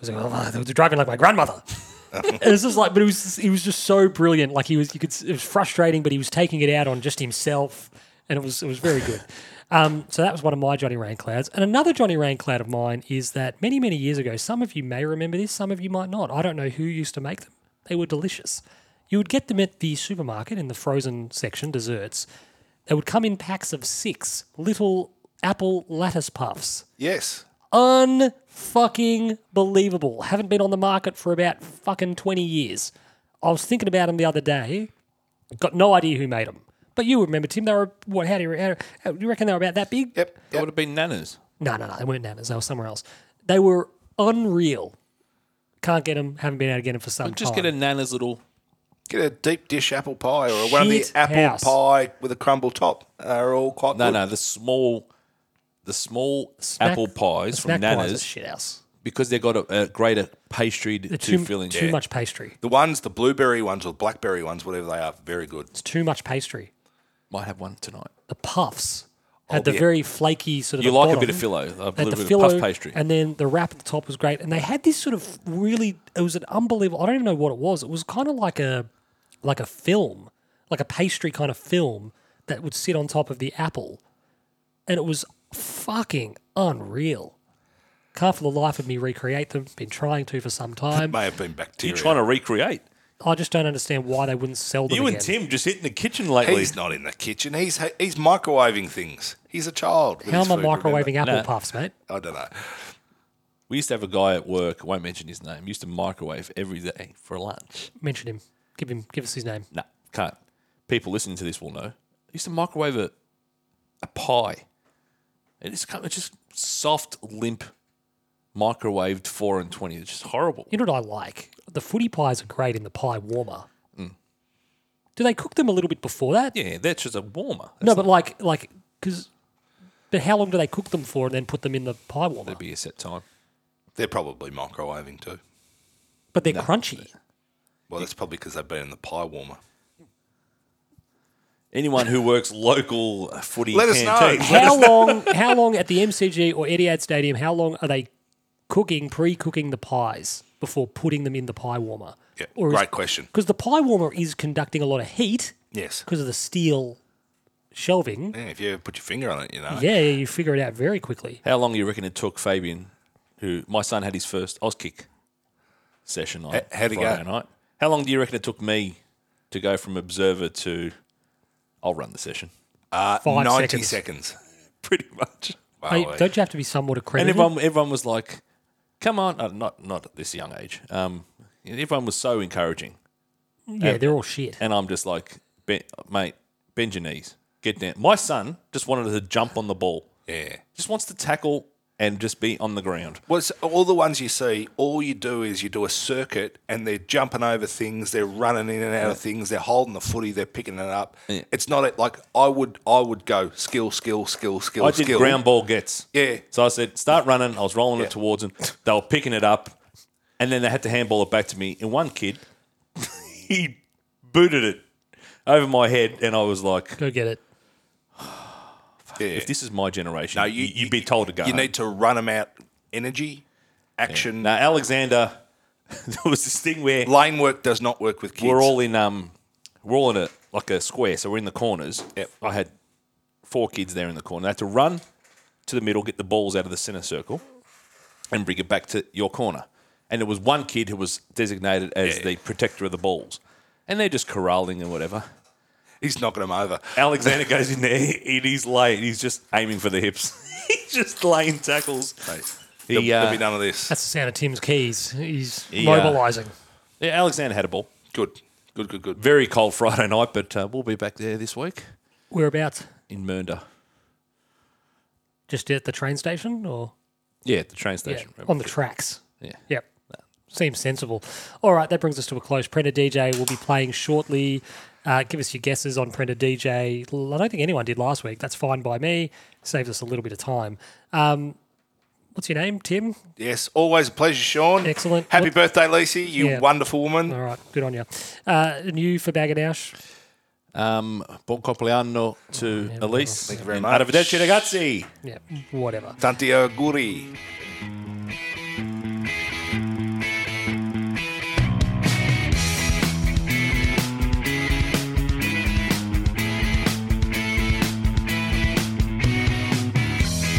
S1: was like oh, they were driving like my grandmother and it's just like but it was he was just so brilliant like he was you could s- it was frustrating but he was taking it out on just himself and it was it was very good um, so that was one of my Johnny Rainclouds and another Johnny Raincloud of mine is that many many years ago some of you may remember this some of you might not I don't know who used to make them they were delicious you would get them at the supermarket in the frozen section, desserts. They would come in packs of six little apple lattice puffs.
S2: Yes.
S1: Unfucking believable. Haven't been on the market for about fucking 20 years. I was thinking about them the other day. Got no idea who made them. But you remember, Tim, they were, what, how do you, how, how, do you reckon they were about that big?
S2: Yep.
S3: That
S2: yep.
S3: would have been Nana's.
S1: No, no, no, they weren't nanas. They were somewhere else. They were unreal. Can't get them. Haven't been able to get them for some
S3: Just
S1: time.
S3: get a Nana's little.
S2: Get a deep dish apple pie or one of the
S1: Shit
S2: apple
S1: house.
S2: pie with a crumble top. They're all quite
S3: No,
S2: good.
S3: no, the small, the small
S1: Snack-
S3: apple pies from
S1: snack pies are
S3: Nana's
S1: shit house.
S3: because they've got a, a greater pastry to,
S1: too,
S3: to fill in.
S1: too
S3: Yeah.
S1: much pastry.
S2: The ones, the blueberry ones or blackberry ones, whatever they are, very good.
S1: It's too much pastry.
S3: Might have one tonight.
S1: The puffs had the
S2: be-
S1: very flaky sort of.
S3: Oh, You
S1: the
S3: like a
S1: bottom.
S3: bit of fillo, a
S1: They had
S3: little bit
S1: the
S3: of puff
S1: fillo,
S3: pastry.
S1: and then the wrap at the top was great. And they had this sort of really. It was an unbelievable. I don't even know what it was. It was kind of like a like a film, like a pastry kind of film that would sit on top of the apple, and it was fucking unreal. Can't for the life of me recreate them. Been trying to for some time.
S2: May have been bacteria.
S3: You're trying to recreate.
S1: I just don't understand why they wouldn't sell them.
S3: You and
S1: again.
S3: Tim just hitting the kitchen lately.
S2: He's not in the kitchen. He's he's microwaving things. He's a child. with
S1: How
S2: his
S1: am I
S2: food, remember?
S1: microwaving apple
S3: Nah.
S1: puffs, mate?
S2: I don't know.
S3: We used to have a guy at work, I won't mention his name, used to microwave every day for lunch.
S1: Mention him. Give him. Give us his name.
S3: No, can't. People listening to this will know. Used to microwave a, a pie. And it's kind of just soft, limp, microwaved 4 and 20. It's just horrible.
S1: You know what I like? The footy pies are great in the pie warmer. Do they cook them a little bit before that?
S3: Yeah, that's just a warmer. That's
S1: no, but like, like, because. But how long do they cook them for and then put them in the pie warmer?
S3: That'd be a set time.
S2: They're probably microwaving too.
S1: but they're crunchy.
S2: Well, that's probably because they've been in the pie warmer.
S3: Anyone who works local footy
S2: Let us know.
S3: canteens, let
S1: How long? How long at the MCG or Etihad Stadium? How long are they cooking, pre-cooking the pies before putting them in the pie warmer?
S2: Yeah, great question.
S1: Because the pie warmer is conducting a lot of heat
S2: Yes.
S1: because of the steel shelving.
S2: Yeah, if you ever put your finger on it, you know.
S1: Yeah, you figure it out very quickly.
S3: How long do you reckon it took Fabian, who my son had his first Oz kick session on
S2: H- how'd it go?
S3: Friday night? How long do you reckon it took me to go from observer to I'll run the session?
S2: Uh,
S1: Five
S2: 90
S1: seconds.
S2: seconds.
S3: Pretty much.
S1: Hey,
S2: Wow,
S1: don't you have to be somewhat
S3: And
S2: Mm-hmm.
S1: accredited?
S3: everyone, everyone was like, "Come on!" Uh, not not at this young age. Um, everyone was so encouraging,
S1: yeah, they're all shit.
S3: and I'm just like, ben, "Mate, bend your knees, get down." My son just wanted to jump on the ball.
S2: yeah.
S3: Just wants to tackle and just be on the ground.
S2: Well, it's all the ones you see, all you do is you do a circuit and they're jumping over things, they're running in and out of things, they're holding the footy, they're picking it up. It's not it- like I would I would go skill, skill, skill, skill,
S3: I did
S2: skill.
S3: ground ball gets.
S2: Yeah.
S3: So I said, start running. I was rolling
S2: Yeah.
S3: it towards them. They were picking it up, and then they had to handball it back to me. And one kid, he booted it over my head, and I was like,
S1: Go get it.
S2: Yeah.
S3: "If this is my generation,
S2: No,
S3: you, you'd be told to go."
S2: You
S3: home.
S2: need to run them out energy, action.
S3: now Alexander. there was this thing where
S2: Lane work does not work with kids.
S3: we're all in um, we're all in a like a square, so we're in the corners.
S2: Yep.
S3: I had four kids there in the corner. They had to run to the middle, get the balls out of the centre circle, and bring it back to your corner. And it was one kid who was designated as the protector of the balls, and they're just corralling and whatever.
S2: He's knocking them over.
S3: Alexander goes in there, and he's late. He's just aiming for the hips. he's just laying tackles.
S2: Mate,
S3: He,
S2: there'll, there'll
S3: uh,
S2: be none of this.
S1: That's the sound of Tim's keys. He's
S3: He, uh,
S1: mobilising.
S3: Yeah, Alexander had a ball.
S2: Good. Good, good, good.
S3: Very cold Friday night, but uh, we'll be back there this week
S1: Whereabouts?
S3: in Mernda.
S1: Just at the train station, or
S3: Yeah, at the train
S1: Yeah,
S3: station.
S1: on the tracks?
S3: yeah.
S1: Yep. Seems sensible. All right, that brings us to a close. Prender DJ will be playing shortly. Uh, give us your guesses on Prender DJ. L- I don't think anyone did last week. That's fine by me. Saves us a little bit of time. Um, what's your name, Tim?
S2: Yes, always a pleasure, Sean.
S1: Excellent.
S2: Happy
S1: What-
S2: birthday, Lacey, you
S1: Yeah.
S2: wonderful woman.
S1: All right, good on you. Uh, new for Bagadash.
S3: Um, buon compleanno to
S2: Oh,
S3: Elise.
S2: Thank you very
S3: and
S2: much.
S3: Arrivederci ragazzi.
S1: Yeah, whatever.
S2: Tanti auguri.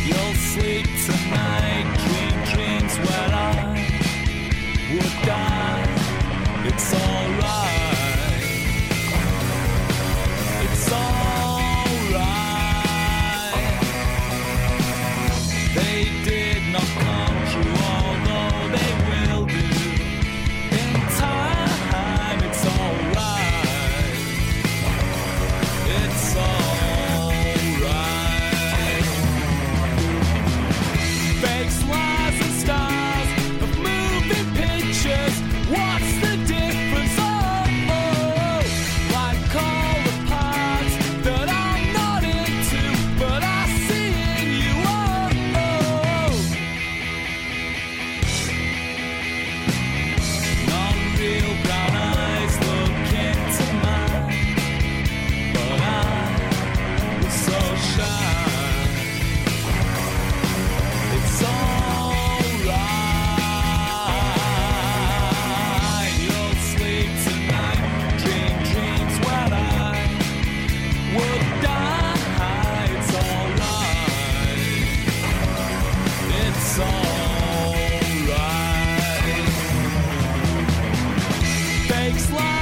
S7: You'll sleep tonight, dream dreams where I would die. It's alright. It's alright. They did not come true, although they will do in time. It's alright. It's alright. Fakes, lies, and stars of moving pictures. What's the difference? Oh, oh, like all the parts that I'm not into, but I see in you. Oh, oh, non-real oh. brown eyes look into mine, but I was so shy. It's alright. You'll sleep tonight. Dream dreams where I would die. It's alright. It's alright. Fakes lie. Oh, Oh, ah. Oh, Oh, oh, oh. Oh, Oh,